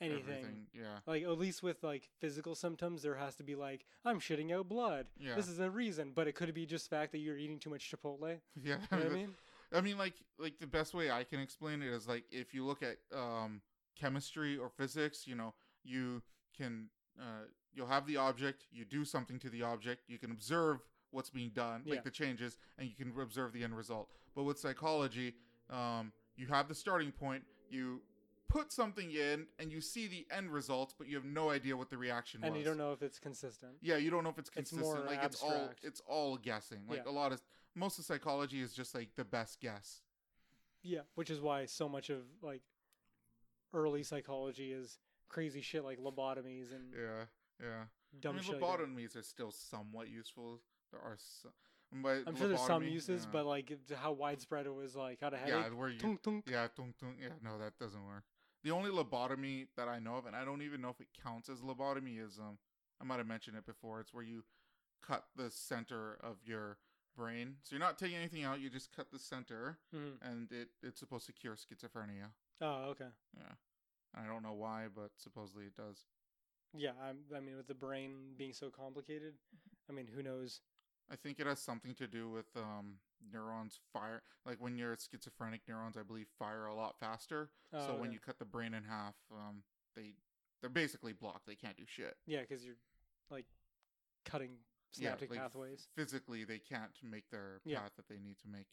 B: anything.
A: everything. Yeah.
B: Like at least with like physical symptoms, there has to be like I'm shitting out blood.
A: Yeah.
B: This is a reason, but it could be just the fact that you're eating too much Chipotle.
A: yeah.
B: You know what I
A: that-
B: mean?
A: I mean, like, like the best way I can explain it is like if you look at um, chemistry or physics, you know, you can uh, you'll have the object, you do something to the object, you can observe what's being done,
B: Yeah.
A: like the changes, and you can observe the end result. But with psychology, um, you have the starting point, you put something in and you see the end results, but you have no idea what the reaction
B: and
A: was.
B: you don't know if it's consistent.
A: Yeah, you don't know if it's
B: It's
A: consistent.
B: more
A: like it's all
B: abstract.
A: it's all guessing. Like
B: Yeah.
A: a lot of most of psychology is just like the best guess.
B: Yeah, which is why so much of like early psychology is crazy shit like lobotomies and
A: Yeah, yeah.
B: dumb
A: I mean,
B: shit. like that.
A: lobotomies are still somewhat useful. There are some. But
B: I'm sure there's some
A: lobotomy,
B: uses,
A: yeah.
B: but like it- how widespread it was, like how to
A: yeah,
B: headache.
A: where you
B: Tung, tung.
A: yeah, tung, tung, yeah, no, that doesn't work. The only lobotomy that I know of, and I don't even know if it counts as lobotomy, is um, I might have mentioned it before. It's where you cut the center of your brain, so you're not taking anything out. You just cut the center,
B: Mhm.
A: and it it's supposed to cure schizophrenia.
B: Oh, okay.
A: Yeah, I don't know why, but supposedly it does.
B: Yeah, I, I mean, with the brain being so complicated, I mean, who knows?
A: I think it has something to do with um neurons fire like when you're schizophrenic neurons I believe fire a lot faster.
B: Oh,
A: so when
B: okay.
A: you cut the brain in half, um they they're basically blocked. They can't do shit.
B: yeah, because you're like cutting synaptic
A: like,
B: pathways,
A: Physically they can't make their
B: Yeah.
A: path that they need to make.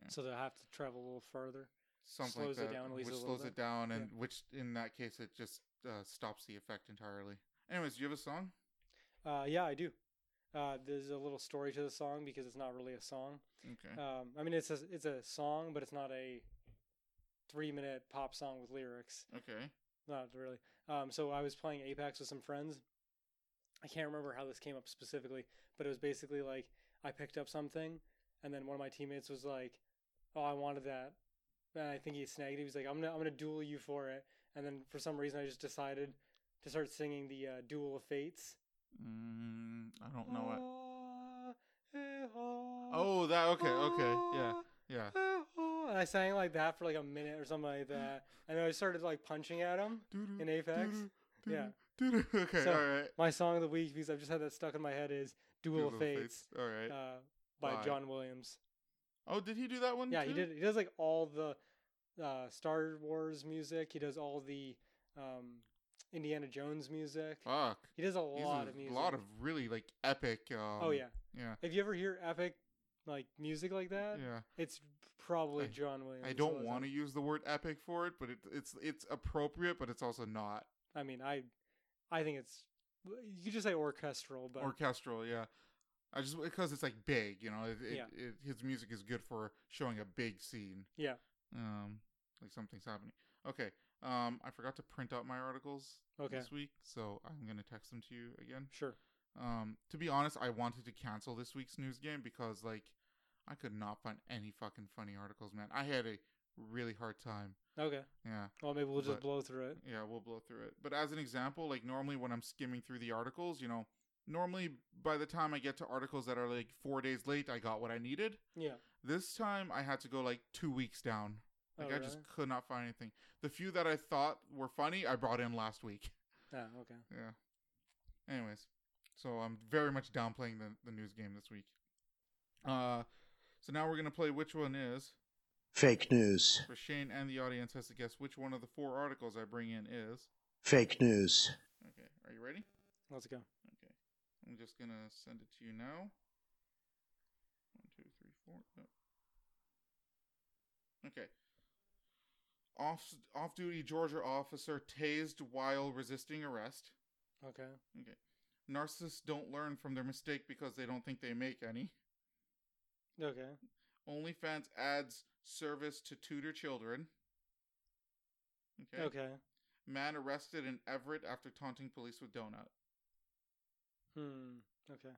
A: yeah.
B: so they'll have to travel a little further.
A: Something
B: Slows it
A: like that,
B: down at least
A: which
B: a little
A: slows
B: bit.
A: it down
B: Yeah.
A: and which in that case it just uh, stops the effect entirely. Anyways, do you have a song?
B: Uh, yeah, I do. Uh, there's a little story to the song because it's not really a song.
A: Okay.
B: Um, I mean, it's a it's a song, but it's not a three minute pop song with lyrics.
A: okay.
B: Not really. Um, so I was playing Apex with some friends. I can't remember how this came up specifically, but it was basically like I picked up something, and then one of my teammates was like, "Oh, I wanted that," and I think he snagged it. He was like, "I'm gonna I'm gonna duel you for it," and then for some reason I just decided to start singing the uh, Duel of Fates.
A: Mm, I don't know what.
B: Ah, eh, ah,
A: Oh, that okay, okay. Yeah.
B: ah.
A: Yeah.
B: And I sang like that for like a minute or something like that. And then I started like punching at him in Apex.
A: Mm-hmm.
B: Yeah.
A: Okay,
B: So,
A: all right.
B: My song of the week, because I've just had that stuck in my head, is Duel of Fates
A: All right.
B: uh, by
A: Bye.
B: John Williams.
A: oh, did he do that one?
B: Yeah, he
A: too?
B: did. He does like all the uh, Star Wars music. He does all the um, Indiana Jones music.
A: Fuck.
B: He does a
A: He's
B: lot of music.
A: A lot of really like epic. Um,
B: Oh yeah.
A: Yeah.
B: If you ever hear epic like music like that,
A: Yeah.
B: it's probably
A: I-
B: John Williams.
A: I don't
B: wasn't-
A: want to use the word epic for it, but it, it's it's appropriate, but it's also not
B: I mean, I, I think it's you could just say orchestral, but
A: orchestral. Yeah. I just because it's like big, you know. It, it,
B: Yeah.
A: it, his music is good for showing a big scene.
B: Yeah.
A: Um, like something's happening. Okay. Um, I forgot to print out my articles
B: Okay.
A: this week, so I'm gonna text them to you again.
B: sure.
A: Um, to be honest, I wanted to cancel this week's news game because like I could not find any fucking funny articles, man. I had a really hard time.
B: Okay.
A: Yeah,
B: Well, maybe we'll just
A: But-
B: blow through it.
A: yeah, we'll blow through it. But as an example, like normally when I'm skimming through the articles, you know, normally by the time I get to articles that are like four days late, I got what I needed.
B: Yeah.
A: This time I had to go like two weeks down.
B: Oh,
A: Like I just
B: really?
A: could not find anything. The few that I thought were funny, I brought in last week.
B: Ah, okay.
A: Yeah. Anyways, so I'm very much downplaying the, the news game this week. Uh, so now we're gonna play which one is
C: Fake news.
A: for Shane and the audience has to guess which one of the four articles I bring in is.
C: Fake news.
A: Okay, are you ready?
B: Let's go.
A: Okay, I'm just gonna send it to you now. One, two, three, four. No. Okay. Off off-duty Georgia officer tased while resisting arrest.
B: Okay.
A: Okay. Narcissists don't learn from their mistake because they don't think they make any.
B: Okay.
A: OnlyFans adds service to tutor children. Okay.
B: Okay.
A: Man arrested in Everett after taunting police with donut.
B: Hmm. Okay.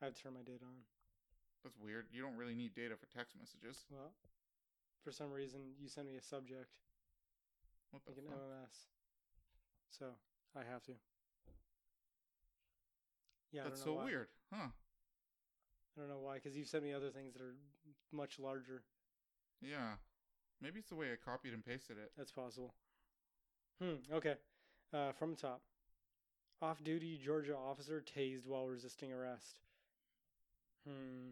B: I have to turn my data on.
A: That's weird. You don't really need data for text messages.
B: Well, for some reason, you sent me a subject
A: What the
B: like an
A: fuck?
B: MMS, so I have to. Yeah. I
A: That's
B: don't know
A: so
B: why.
A: weird, huh?
B: I don't know why, because you've sent me other things that are much larger.
A: Yeah. Maybe it's the way I copied and pasted it.
B: That's possible. Hmm. Okay. Uh, from the top. Off duty Georgia officer tased while resisting arrest. Hmm.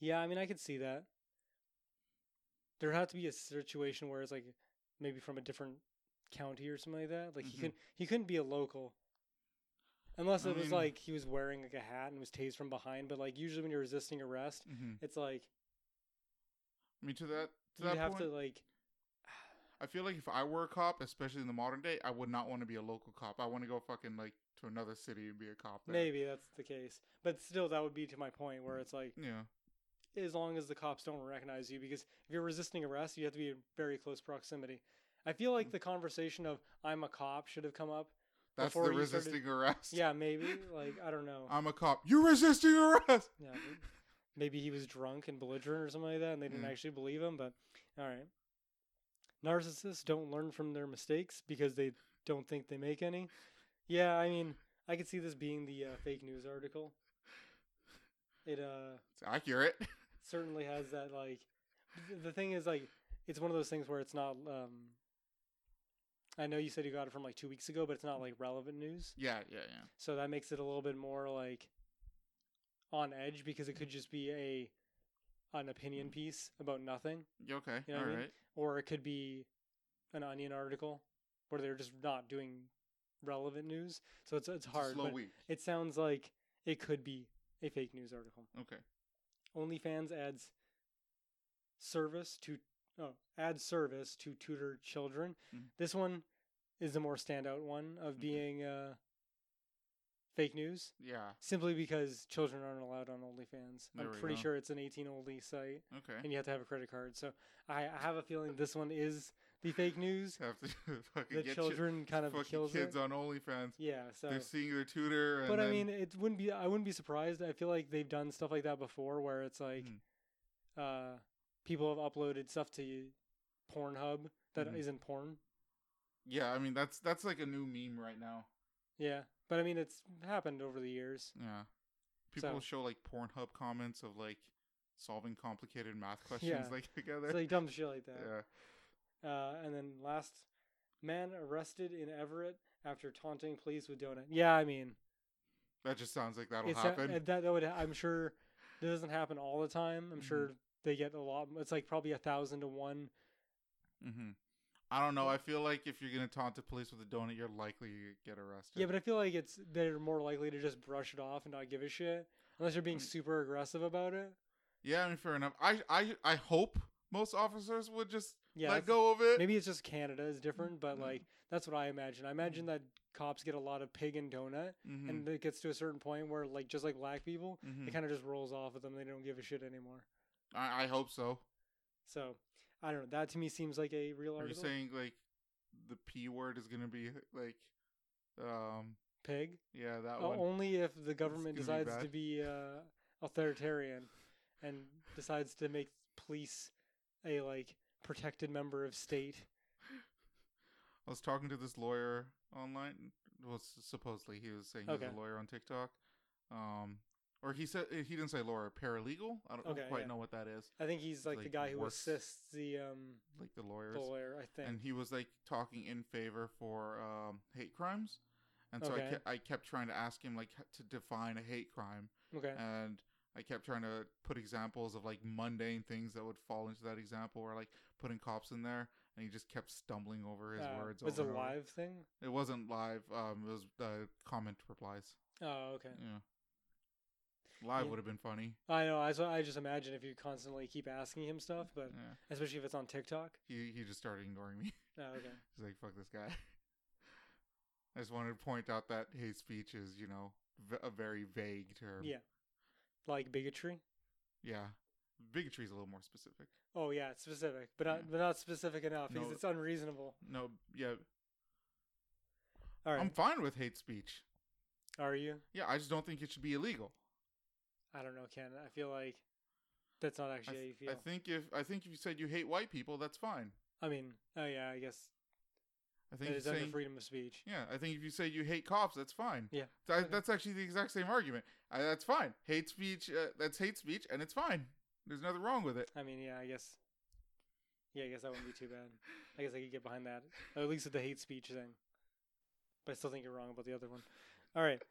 B: Yeah, I mean, I could see that. There'd have to be a situation where it's like maybe from a different county or something like that. Like he
A: Mhm.
B: couldn't he couldn't be a local. Unless
A: I
B: it was
A: mean-
B: like he was wearing like a hat and was tased from behind, but like usually when you're resisting arrest,
A: Mm-hmm.
B: it's like
A: I mean, to that to
B: you'd
A: that
B: have
A: point,
B: to like
A: I feel like if I were a cop, especially in the modern day, I would not want to be a local cop. I want to go fucking like to another city and be a cop. There.
B: Maybe that's the case. But still, that would be to my point where it's like,
A: Yeah.
B: as long as the cops don't recognize you, because if you're resisting arrest, you have to be in very close proximity. I feel like the conversation of "I'm a cop" should have come up.
A: That's
B: Before
A: the
B: you started-
A: resisting arrest.
B: Yeah, maybe. Like I don't know.
A: I'm a cop. You resisting arrest.
B: Yeah, but maybe he was drunk and belligerent or something like that, and they didn't
A: Mm.
B: actually believe him. But all right, narcissists don't learn from their mistakes because they don't think they make any. Yeah, I mean, I could see this being the uh, fake news article. It uh
A: It's accurate.
B: certainly has that like. th- The thing is like, it's one of those things where it's not. um I know you said you got it from like two weeks ago, but it's not like relevant news.
A: yeah, yeah, yeah.
B: So that makes it a little bit more like on edge because it could
A: Mm-hmm.
B: just be a an opinion piece about nothing,
A: You okay.
B: You know
A: All
B: what I
A: right.
B: mean? or it could be an Onion article where they're just not doing relevant news. So it's it's
A: It's a
B: hard.
A: slow
B: but
A: week.
B: It sounds like it could be a fake news article.
A: Okay.
B: OnlyFans adds service to oh, add service to tutor children.
A: Mhm.
B: This one is the more standout one of
A: Okay.
B: being uh, fake news
A: Yeah.
B: simply because children aren't allowed on OnlyFans.
A: There
B: I'm
A: we
B: pretty
A: go.
B: sure it's an 18 only site,
A: Okay.
B: and you have to have a credit card. So I, I have a feeling this one is the fake news.
A: Have to fucking
B: The
A: get chi-
B: children kind of
A: fucking
B: kills
A: kids
B: it.
A: on OnlyFans.
B: yeah, so.
A: They're seeing their tutor. And
B: But I
A: then-
B: mean, it wouldn't be. I wouldn't be surprised. I feel like they've done stuff like that before, where it's like,
A: Mm.
B: uh, people have uploaded stuff to Pornhub that
A: Mhm.
B: not porn.
A: yeah, I mean that's that's like a new meme right now.
B: Yeah, but I mean, it's happened over the years.
A: Yeah. People
B: So-
A: show like Pornhub comments of like solving complicated math questions
B: Yeah.
A: like together.
B: It's like dumb shit like that.
A: yeah.
B: Uh, and then last, man arrested in Everett after taunting police with donut. Yeah, I mean,
A: That just sounds like that'll
B: it's a-
A: happen.
B: uh, that, that would I'm sure that doesn't happen all the time. I'm sure they get a lot. It's like probably a thousand to one.
A: mm-hmm. I don't know. I feel like if you're gonna taunt the police with a donut, you're likely to get arrested.
B: Yeah, but I feel like it's they're more likely to just brush it off and not give a shit unless you're being
A: Mm.
B: super aggressive about it.
A: Yeah, I mean, fair enough. I I I hope most officers would just
B: Yeah,
A: let
B: that's-
A: go of it.
B: Maybe it's just Canada is different, but
A: Mm.
B: like that's what I imagine. I imagine that cops get a lot of pig and donut,
A: Mhm,
B: and it gets to a certain point where like just like black people,
A: mhm.
B: it kind of just rolls off of them. They don't give a shit anymore.
A: I I hope so.
B: So I don't know. That to me seems like a real
A: Are you
B: article.
A: saying like the p word is gonna be like, um,
B: Pig.
A: yeah, that
B: Uh,
A: one.
B: only if the government
A: gonna be
B: decides to
A: bad.
B: be uh, authoritarian and decides to make police a like protected member of state.
A: I was talking to this lawyer online. Well, s- supposedly he was saying he was
B: Okay.
A: a lawyer on TikTok. Um, or he said he didn't say lawyer, paralegal. I don't
B: Okay,
A: quite
B: yeah.
A: know what that is.
B: I think he's like, the
A: like,
B: guy who
A: works-
B: assists the um
A: Like the lawyers.
B: the lawyer. I think.
A: and he was like talking in favor for um, hate crimes, and so I,
B: Okay.
A: ke- I kept trying to ask him like h- to define a hate crime,
B: okay.
A: and I kept trying to put examples of like mundane things that would fall into that example, or like putting cops in there, and he just kept stumbling over his
B: Uh,
A: words.
B: was it
A: over
B: a
A: and over.
B: live thing?
A: It wasn't live. Um, it was uh, comment replies.
B: Oh, okay.
A: Yeah, live
B: Yeah.
A: would have been funny.
B: I know. I so I just imagine if you constantly keep asking him stuff, but
A: Yeah,
B: especially if it's on TikTok.
A: he he just started ignoring me.
B: Oh, okay.
A: He's like, fuck this guy. I just wanted to point out that hate speech is, you know, v- a very vague term.
B: Yeah. Like bigotry.
A: Yeah. Bigotry is a little more specific.
B: Oh yeah, it's specific, but not
A: Yeah.
B: but not specific enough because
A: No.
B: it's unreasonable.
A: No, yeah.
B: All right,
A: I'm fine with hate speech.
B: are you?
A: Yeah, I just don't think it should be illegal.
B: I don't know, Ken. I feel like that's not
A: I,
B: actually how you
A: th-
B: feel.
A: I think if I think if you said you hate white people, that's fine.
B: I mean, oh yeah, I guess
A: I think
B: it
A: if
B: is
A: you're
B: under
A: saying-
B: freedom of speech.
A: Yeah, I think if you say you hate cops, that's fine.
B: Yeah.
A: Th-
B: Okay.
A: that's actually the exact same argument. I, that's fine. Hate speech, uh, that's hate speech, and it's fine. There's nothing wrong with it.
B: I mean, yeah, I guess. Yeah, I guess that wouldn't be too bad. I guess I could get behind that, at least with the hate speech thing. But I still think you're wrong about the other one. All right,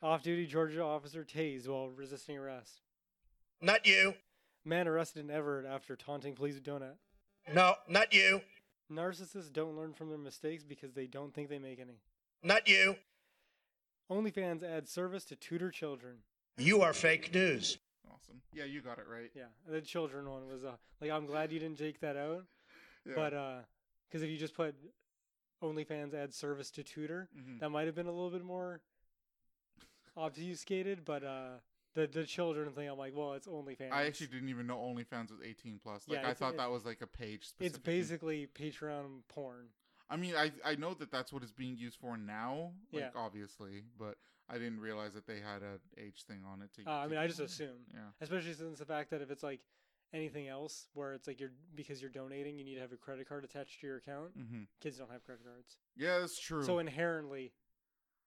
B: off-duty Georgia officer tased while resisting arrest.
D: Not you.
B: Man arrested in Everett after taunting police with donut.
D: No, not you.
B: Narcissists don't learn from their mistakes because they don't think they make any.
D: Not you.
B: OnlyFans adds service to tutor children.
D: You are fake news.
A: Awesome. Yeah, you got it right.
B: Yeah, the children one was uh, like I'm glad you didn't take that out,
A: Yeah.
B: but uh, Because if you just put OnlyFans add service to tutor,
A: Mhm.
B: that might have been a little bit more obfuscated, but uh, the the children thing, I'm like, well, it's OnlyFans.
A: I actually didn't even know OnlyFans was 18 plus. Like
B: Yeah,
A: I
B: it's-
A: thought
B: it-
A: that was like a page. Specific
B: It's basically Patreon porn.
A: I mean, I I know that that's what it's being used for now. Like
B: Yeah.
A: obviously, but I didn't realize that they had a age thing on it. To,
B: Uh, I
A: to-
B: mean, I just assume,
A: Yeah.
B: especially since the fact that if it's like anything else, where it's like you're because you're donating, you need to have a credit card attached to your account.
A: hmm
B: Kids don't have credit cards,
A: Yeah, that's true.
B: so inherently,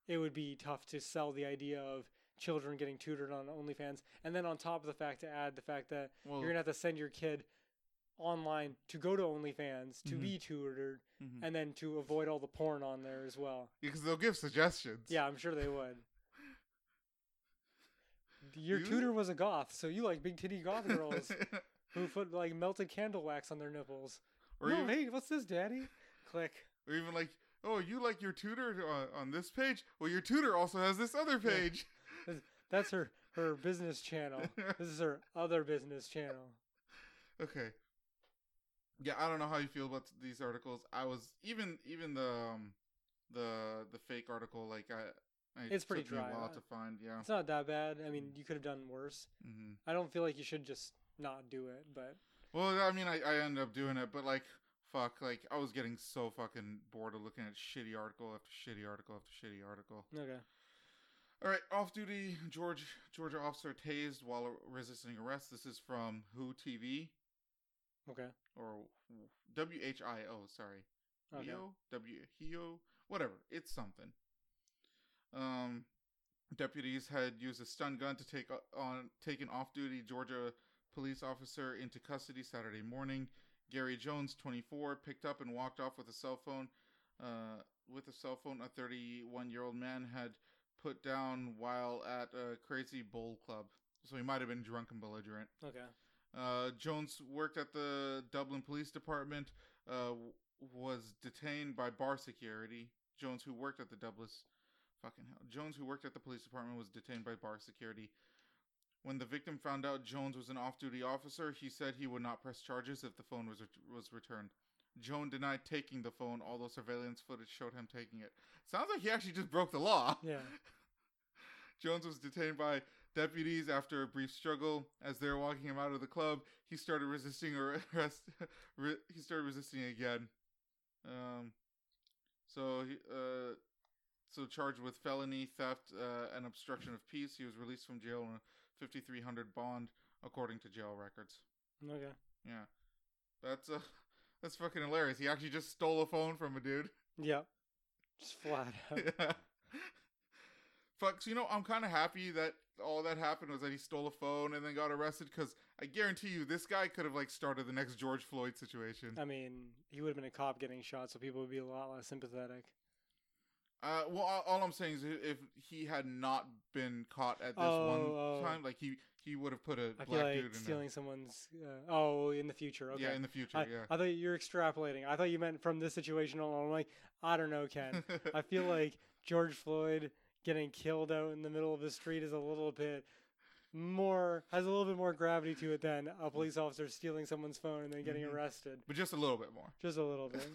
B: it would be tough to sell the idea of children getting tutored on OnlyFans, and then on top of the fact to add the fact that
A: well,
B: you're gonna have to send your kid online to go to OnlyFans to
A: Mhm.
B: be tutored,
A: mhm.
B: and then to avoid all the porn on there as well.
A: because they'll give suggestions.
B: Yeah, I'm sure they would. Your
A: You-
B: tutor was a goth, so you like big titty goth girls who put like melted candle wax on their nipples.
A: or,
B: no,
A: even,
B: hey, what's this, daddy? Click.
A: or even like, oh, you like your tutor on, on this page? Well, your tutor also has this other
B: Yeah.
A: page.
B: That's her her business channel. This is her other business channel.
A: Oh. Okay. Yeah, I don't know how you feel about these articles. I was even even the um, the the fake article like I. I
B: It's pretty
A: took me
B: dry,
A: A while
B: uh,
A: to find. Yeah.
B: It's not that bad. I
A: Mm.
B: mean, you could have done worse.
A: hmm
B: I don't feel like you should just not do it, but
A: Well, I mean, I, I ended up doing it, but like, fuck, like I was getting so fucking bored of looking at shitty article after shitty article after shitty article.
B: okay.
A: All right, off duty George Georgia officer tased while resisting arrest. This is from Who TV
B: Okay.
A: or W H I O. Sorry,
B: Okay.
A: Hio W Hio whatever. It's something. Um, deputies had used a stun gun to take o- on take an off duty Georgia police officer into custody Saturday morning. Gary Jones, 24, picked up and walked off with a cell phone. Uh, with a cell phone, a 31 year old man had put down while at a crazy bowl club. So he might have been drunk and belligerent.
B: Okay.
A: Uh, Jones worked at the Dublin Police Department, uh, w- was detained by bar security. Jones, who worked at the Douglas, fucking hell. Jones, who worked at the police department, was detained by bar security. When the victim found out Jones was an off-duty officer, he said he would not press charges if the phone was ret- was returned. Jones denied taking the phone, although surveillance footage showed him taking it. Sounds like he actually just broke the law.
B: Yeah.
A: Jones was detained by deputies after a brief struggle. As they were walking him out of the club, he started resisting arrest. Re- he started resisting again. Um, so he, uh, so charged with felony theft uh, and obstruction of peace, he was released from jail on a fifty three hundred bond, according to jail records.
B: Okay.
A: Yeah, that's uh, that's fucking hilarious. He actually just stole a phone from a dude.
B: Yep. Just flat out.
A: yeah. Fuck. So you know, I'm kind of happy that all that happened was that he stole a phone and then got arrested. Because I guarantee you, this guy could have like started the next George Floyd situation.
B: I mean, he would have been a cop getting shot, so people would be a lot less sympathetic.
A: Uh, well, all, all I'm saying is if he had not been caught at this
B: Oh,
A: one
B: oh.
A: time, like he he would have put a
B: I feel
A: black
B: like
A: dude in
B: stealing someone's. Uh, oh, in the future.
A: a,
B: Okay.
A: yeah in the future.
B: I,
A: yeah.
B: I thought you're extrapolating. I thought you meant from this situation alone. I'm like, I don't know, Ken. I feel like George Floyd getting killed out in the middle of the street is a little bit more has a little bit more gravity to it than a police officer stealing someone's phone and then getting
A: Mhm.
B: arrested.
A: but just a little bit more.
B: Just a little bit.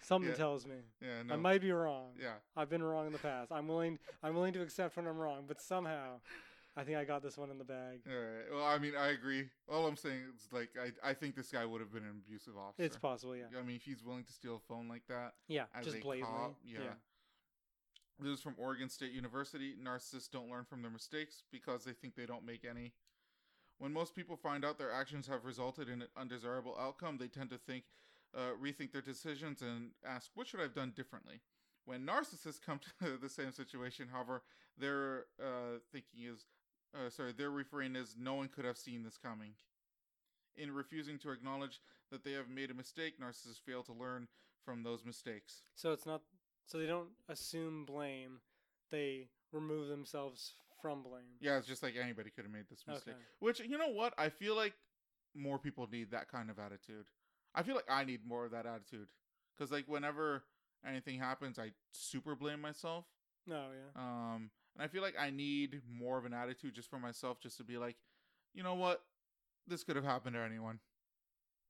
B: Something
A: Yeah.
B: tells me
A: yeah. No.
B: I might be wrong.
A: yeah.
B: I've been wrong in the past. I'm willing. I'm willing to accept when I'm wrong, but somehow, I think I got this one in the bag.
A: All right. Well, I mean, I agree. All I'm saying is like I I think this guy would have been an abusive officer.
B: It's possible, yeah.
A: I mean, if he's willing to steal a phone like that,
B: Yeah,
A: as
B: just
A: a
B: blatantly.
A: cop, yeah.
B: yeah.
A: This is from Oregon State University. Narcissists don't learn from their mistakes because they think they don't make any. When most people find out their actions have resulted in an undesirable outcome, they tend to think, uh, rethink their decisions and ask, "What should I have done differently?" When narcissists come to the same situation, however, their uh, thinking is, uh, sorry, their refrain is, "No one could have seen this coming." In refusing to acknowledge that they have made a mistake, narcissists fail to learn from those mistakes.
B: So it's not. So they don't assume blame. They remove themselves from blame.
A: Yeah, it's just like anybody could have made this mistake.
B: Okay.
A: Which you know what? I feel like more people need that kind of attitude. I feel like I need more of that attitude because like whenever anything happens, I super blame myself.
B: No. Oh, Yeah.
A: Um, and I feel like I need more of an attitude just for myself, just to be like, you know what, this could have happened to anyone.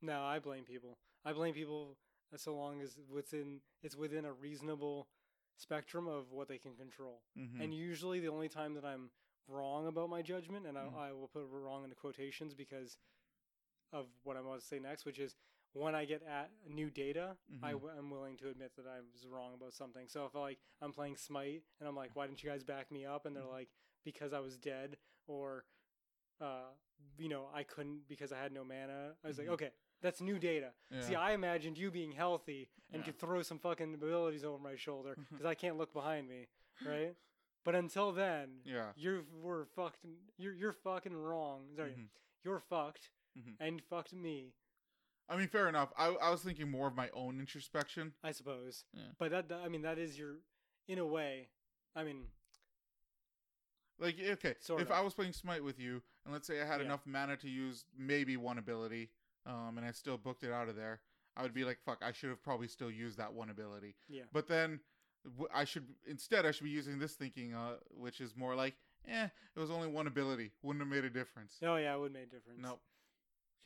B: No, I blame people. I blame people as so long as within it's within a reasonable spectrum of what they can control.
A: Mm-hmm.
B: And usually, the only time that I'm wrong about my judgment, and
A: Mhm.
B: I, I will put wrong into quotations because of what I'm about to say next, which is when I get at new data, I
A: Mhm.
B: w- I'm willing to admit that I was wrong about something. So if like I'm playing Smite and I'm like, why didn't you guys back me up? And they're like, because I was dead, or uh, you know, I couldn't because I had no mana. I was
A: Mhm.
B: like, okay, that's new data.
A: yeah.
B: See, I imagined you being healthy and
A: Yeah.
B: could throw some fucking abilities over my shoulder because I can't look behind me, right? But until then,
A: yeah.
B: you were fucked. You're you're fucking wrong. Sorry,
A: Mhm.
B: you're fucked
A: Mhm.
B: and fucked me.
A: I mean, fair enough. I, I was thinking more of my own introspection.
B: I suppose.
A: Yeah.
B: But that, that- I mean that is your in a way. I mean
A: Like, eh, okay,
B: Sort
A: if
B: of.
A: I was playing Smite with you, and let's say I had
B: Yeah.
A: enough mana to use maybe one ability, um, and I still booked it out of there, I would be like, fuck, I should have probably still used that one ability.
B: Yeah.
A: But then w- I should, instead, I should be using this thinking, uh, which is more like, eh, it was only one ability. Wouldn't have made a difference.
B: oh yeah, it would make a difference.
A: Nope.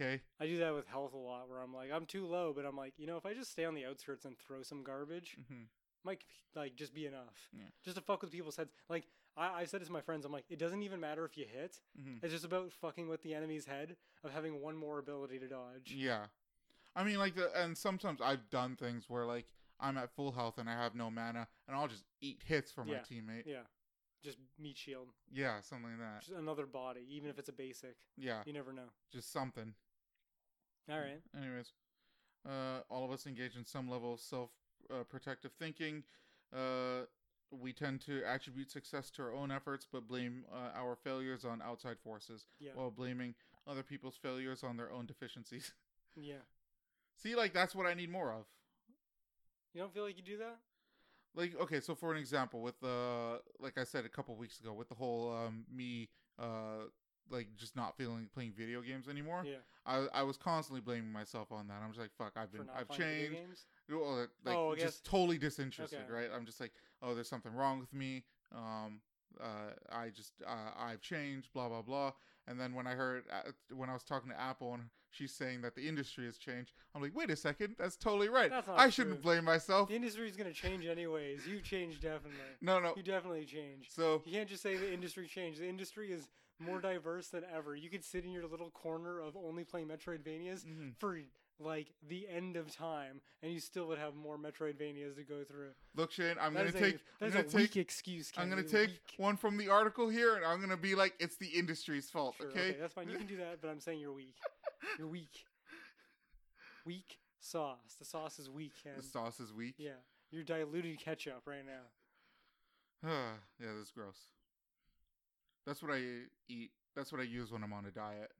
A: Okay.
B: I do that with health a lot where I'm like, I'm too low, but I'm like, you know, if I just stay on the outskirts and throw some garbage,
A: Mm-hmm.
B: might like just be enough.
A: Yeah.
B: Just to fuck with people's heads. Like I, I said it to my friends, I'm like, it doesn't even matter if you hit.
A: Mm-hmm.
B: It's just about fucking with the enemy's head of having one more ability to dodge.
A: Yeah. I mean, like, the, and sometimes I've done things where, like, I'm at full health and I have no mana, and I'll just eat hits from my
B: Yeah.
A: teammate. Yeah.
B: Yeah. Just meat shield.
A: something like that.
B: Just another body, even if it's a basic.
A: Yeah,
B: You never know.
A: just something.
B: All right.
A: Anyways, uh, all of us engage in some level of self uh, protective thinking. Uh, we tend to attribute success to our own efforts, but blame uh, our failures on outside forces
B: Yeah.
A: while blaming other people's failures on their own deficiencies.
B: yeah.
A: See, like, that's what I need more of.
B: You don't feel like you do that?
A: like okay so for an example with uh like i said a couple weeks ago with the whole um me uh like just not feeling playing video games anymore
B: Yeah.
A: i i was constantly blaming myself on that i'm just like fuck i've
B: For
A: been
B: not
A: i've
B: playing video
A: changed
B: games?
A: well, like
B: Oh, I guess-
A: just totally disinterested
B: Okay.
A: right i'm just like oh there's something wrong with me um uh i just uh, i've changed blah blah blah and then when i heard uh, when i was talking to apple and she's saying that the industry has changed i'm like wait a second that's totally right
B: That's not
A: i shouldn't
B: true.
A: blame myself
B: The industry's gonna change anyways. You change definitely.
A: no no
B: You definitely change.
A: so
B: You can't just say the industry changed. The industry is more diverse than ever. You could sit in your little corner of only playing Metroidvanias
A: mhm.
B: for like the end of time, and you still would have more Metroidvanias to go through.
A: Look, Shane, I'm
B: That
A: gonna
B: is
A: take.
B: a, that
A: I'm
B: is
A: gonna
B: a
A: take.
B: weak excuse.
A: I'm
B: Kenny,
A: gonna take
B: Weak.
A: one from the article here, and I'm gonna be like, it's the industry's fault.
B: Sure,
A: okay?
B: that's fine. You can do that, but I'm saying you're weak. You're weak. Weak sauce. The sauce is weak, Ken.
A: the sauce is weak.
B: Yeah, you're diluted ketchup right now.
A: yeah, that's gross. That's what I eat. That's what I use when I'm on a diet.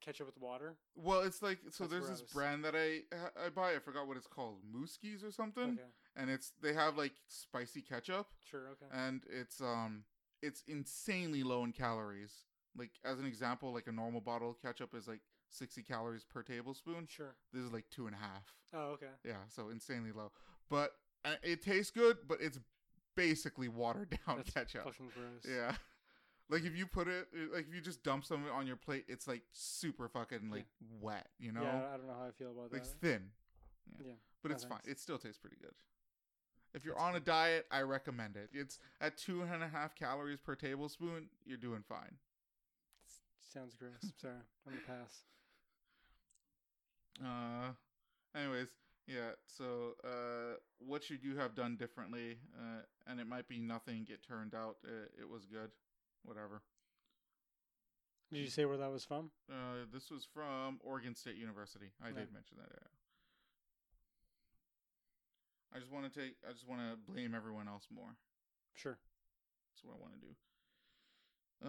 B: Ketchup with water.
A: Well, it's like so.
B: That's
A: there's this
B: gross.
A: brand that I uh, I buy. I forgot what it's called, Mooskies or something.
B: Okay,
A: And it's they have like spicy ketchup,
B: sure. Okay.
A: and it's um it's insanely low in calories. Like as an example, like a normal bottle of ketchup is like 60 calories per tablespoon.
B: Sure.
A: This is like two and a half.
B: Oh, okay.
A: Yeah, so insanely low. But uh, it tastes good, but it's basically watered down
B: That's
A: ketchup.
B: fucking gross.
A: Yeah. Like if you put it, like if you just dump some of it on your plate, it's like super fucking like wet, you know?
B: Yeah, I don't know how I feel about
A: like
B: that.
A: it's thin. Yeah.
B: Yeah,
A: But
B: no
A: it's fine. It
B: thanks.
A: still tastes pretty good. If you're on a diet, I recommend it. It's at two and a half calories per tablespoon. You're doing fine.
B: Sounds gross. Sorry, I'm gonna pass.
A: Uh, anyways, yeah. So, uh, what should you have done differently? Uh, and it might be nothing. It turned out uh, it was good. Whatever.
B: Did you say where that was from?
A: Uh, this was from Oregon State University. I
B: Yeah.
A: did mention that. Yeah. I just want to take. I just want to blame everyone else more.
B: Sure.
A: That's what I want to do.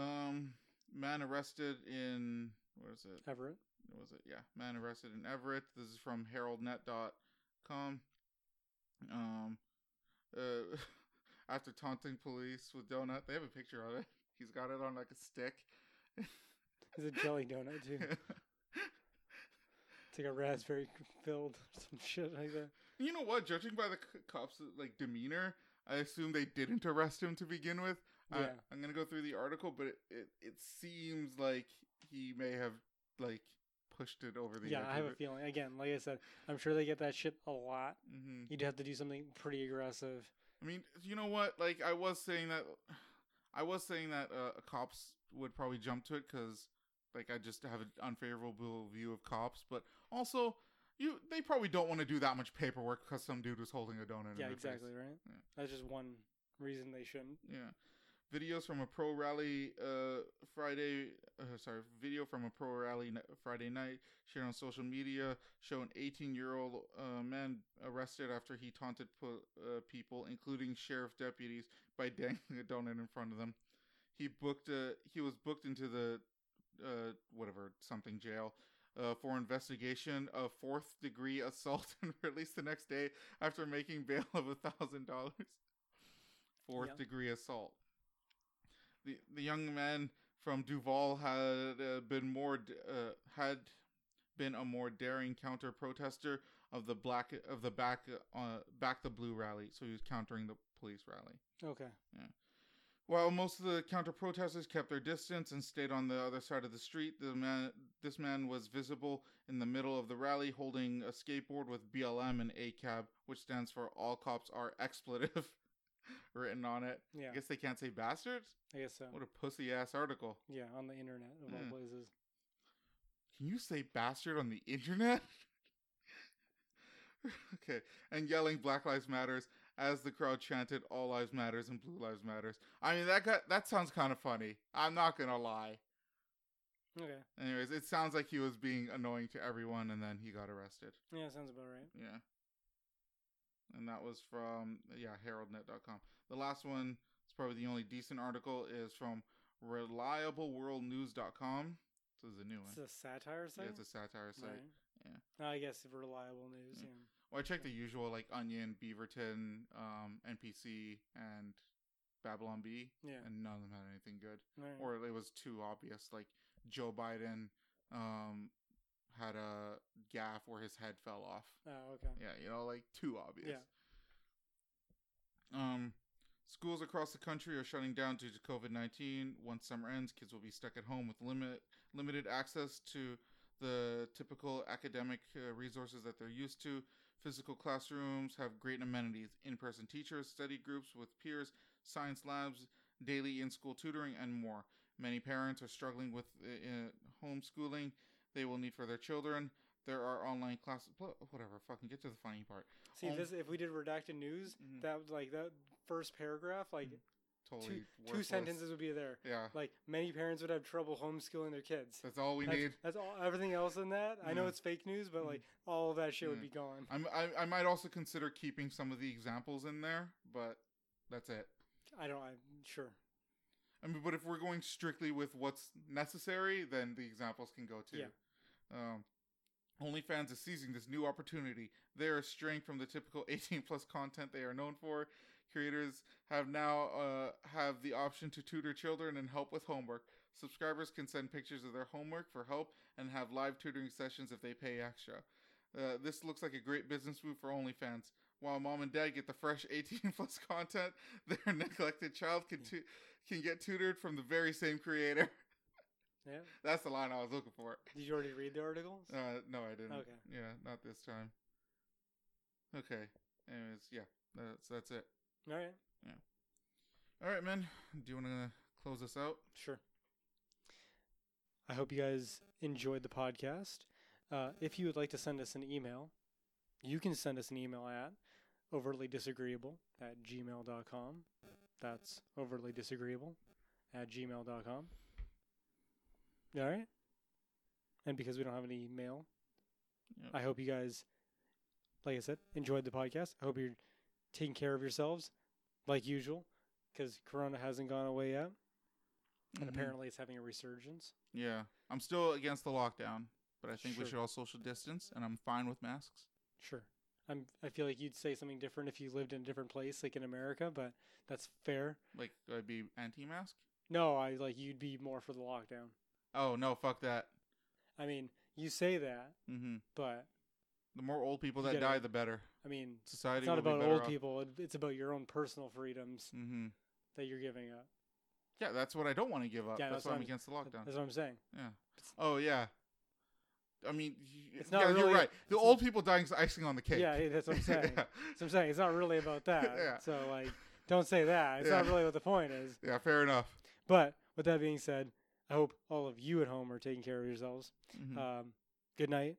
A: Um, man arrested in where is it?
B: Everett.
A: what was it? Yeah, man arrested in Everett. This is from heraldnet.com. Um, uh, after taunting police with donut, they have a picture of it. He's got it on like a stick.
B: Is a jelly donut too? It's like a raspberry filled or some shit like that.
A: you know what? Judging by the c- cops' like demeanor, I assume they didn't arrest him to begin with. I,
B: Yeah.
A: I'm gonna go through the article, but it, it it seems like he may have like pushed it over the
B: Yeah, I have a
A: edge.
B: feeling. Again, like I said, I'm sure they get that shit a lot.
A: hmm
B: You'd have to do something pretty aggressive.
A: I mean, you know what? Like I was saying that, I was saying that uh, cops would probably jump to it because, like, I just have an unfavorable view of cops. But also, you they probably don't want to do that much paperwork because some dude was holding a donut. in
B: yeah,
A: their
B: exactly,
A: Face.
B: right?
A: Yeah.
B: That's just one reason they shouldn't.
A: Yeah. Videos from a pro rally uh, Friday, uh, sorry, video from a pro rally n- Friday night shared on social media show an 18 year old uh, man arrested after he taunted po- uh, people, including sheriff deputies, by dangling a donut in front of them. He booked uh, he was booked into the uh, whatever something jail uh, for investigation of fourth degree assault and released the next day after making bail of a thousand dollars. Fourth
B: Yeah.
A: degree assault. The the young man from Duval had uh, been more d- uh, had been a more daring counter protester of the black of the back uh, back the blue rally. So he was countering the police rally.
B: Okay.
A: While most of the counter protesters kept their distance and stayed on the other side of the street, the man, this man was visible in the middle of the rally holding a skateboard with BLM and ACAB, which stands for All Cops Are Expletive, written on it.
B: Yeah,
A: I guess they can't say bastards?
B: I guess so.
A: What a pussy ass article.
B: Yeah, on the internet
A: Mm.
B: of all places.
A: Can you say bastard on the internet? okay. And yelling Black Lives Matters as the crowd chanted All Lives Matters and Blue Lives Matters. I mean that got, that sounds kind of funny. I'm not gonna lie.
B: Okay.
A: Anyways, it sounds like he was being annoying to everyone and then he got arrested.
B: Yeah, sounds about right.
A: Yeah. And that was from yeah, heraldnet.com. The last one, it's probably the only decent article is from reliableworldnews.com. So this is a new one.
B: It's a satire
A: yeah,
B: site.
A: it's a satire site.
B: Right.
A: yeah.
B: No, I guess reliable news.
A: Yeah.
B: Yeah.
A: Well, I checked the usual like Onion, Beaverton, um, NPC, and Babylon B,
B: Yeah.
A: and none of them had anything good,
B: Alright.
A: or it was too obvious. Like Joe Biden um, had a gaff where his head fell off.
B: oh, okay.
A: Yeah, you know, like too obvious. Um, schools across the country are shutting down due to COVID nineteen. Once summer ends, kids will be stuck at home with limit limited access to the typical academic uh, resources that they're used to. Physical classrooms have great amenities: in-person teachers, study groups with peers, science labs, daily in-school tutoring, and more. Many parents are struggling with uh, uh, homeschooling they will need for their children. There are online classes. Whatever, fucking get to the funny part.
B: See,
A: Um,
B: this if we did redacted news,
A: Mhm.
B: that would, like that first paragraph, like
A: Totally
B: two
A: worthless.
B: sentences would be there.
A: Yeah,
B: Like many parents would have trouble homeschooling their kids.
A: that's all we
B: that's,
A: need.
B: that's all. Everything else in that, I know
A: Mm.
B: it's fake news, but
A: Mm.
B: like all of that shit
A: Mm.
B: would be gone.
A: I'm, I I might also consider keeping some of the examples in there, but that's it.
B: I don't. I'm sure.
A: I mean, but if we're going strictly with what's necessary, then the examples can go too.
B: Yeah.
A: Um, OnlyFans is seizing this new opportunity. They are straying from the typical 18 plus content they are known for. Creators have now uh, have the option to tutor children and help with homework. Subscribers can send pictures of their homework for help and have live tutoring sessions if they pay extra. Uh, this looks like a great business move for OnlyFans. While mom and dad get the fresh 18 plus content, their neglected child can, tu- can get tutored from the very same creator.
B: Yeah.
A: That's the line I was looking for.
B: Did you already read the articles?
A: Uh, no, I didn't.
B: Okay.
A: Yeah, not this time. Okay. Anyways, yeah, that's that's it.
B: all right.
A: All right, man. Do you want to close us out?
B: Sure. I hope you guys enjoyed the podcast. Uh, if you would like to send us an email, you can send us an email at overtlydisagreeable at gmail.com. That's overtlydisagreeable at gmail.com. All right. And because we don't have any email,
A: Yep.
B: I hope you guys, like I said, enjoyed the podcast. I hope you're taking care of yourselves, like usual, because Corona hasn't gone away yet and
A: Mhm.
B: apparently it's having a resurgence.
A: Yeah, I'm still against the lockdown, but I think we
B: Sure.
A: should all social distance, and I'm fine with masks.
B: Sure, I'm. I feel like you'd say something different if you lived in a different place, like in America, but that's fair.
A: Like, I'd be anti-mask.
B: No, I like you'd be more for the lockdown.
A: Oh no, fuck that.
B: I mean, you say that,
A: Mm-hmm.
B: but
A: The more old people
B: You
A: that
B: gotta-
A: die, the better.
B: I mean,
A: Society.
B: it's not
A: will be
B: about
A: better
B: old
A: off.
B: people. it- It's about your own personal freedoms
A: Mm-hmm.
B: that you're giving up.
A: Yeah, that's what I don't want to give up.
B: Yeah,
A: that's,
B: that's
A: why
B: what
A: I'm
B: I'm-
A: against the lockdown.
B: That's what I'm saying.
A: Yeah. Oh yeah. I mean, y-
B: It's not
A: yeah,
B: really-
A: you're right. The
B: it's-
A: old people dying is icing on the cake.
B: Yeah, yeah, that's what I'm saying.
A: yeah.
B: So I'm saying it's not really about that.
A: Yeah.
B: So like, don't say that. It's not
A: Yeah.
B: really what the point is.
A: Yeah, fair enough.
B: But with that being said, I hope all of you at home are taking care of yourselves.
A: Mhm.
B: Um, good night.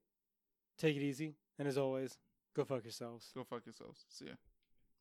B: Take it easy, and as always, go fuck yourselves.
A: Go fuck yourselves. See ya.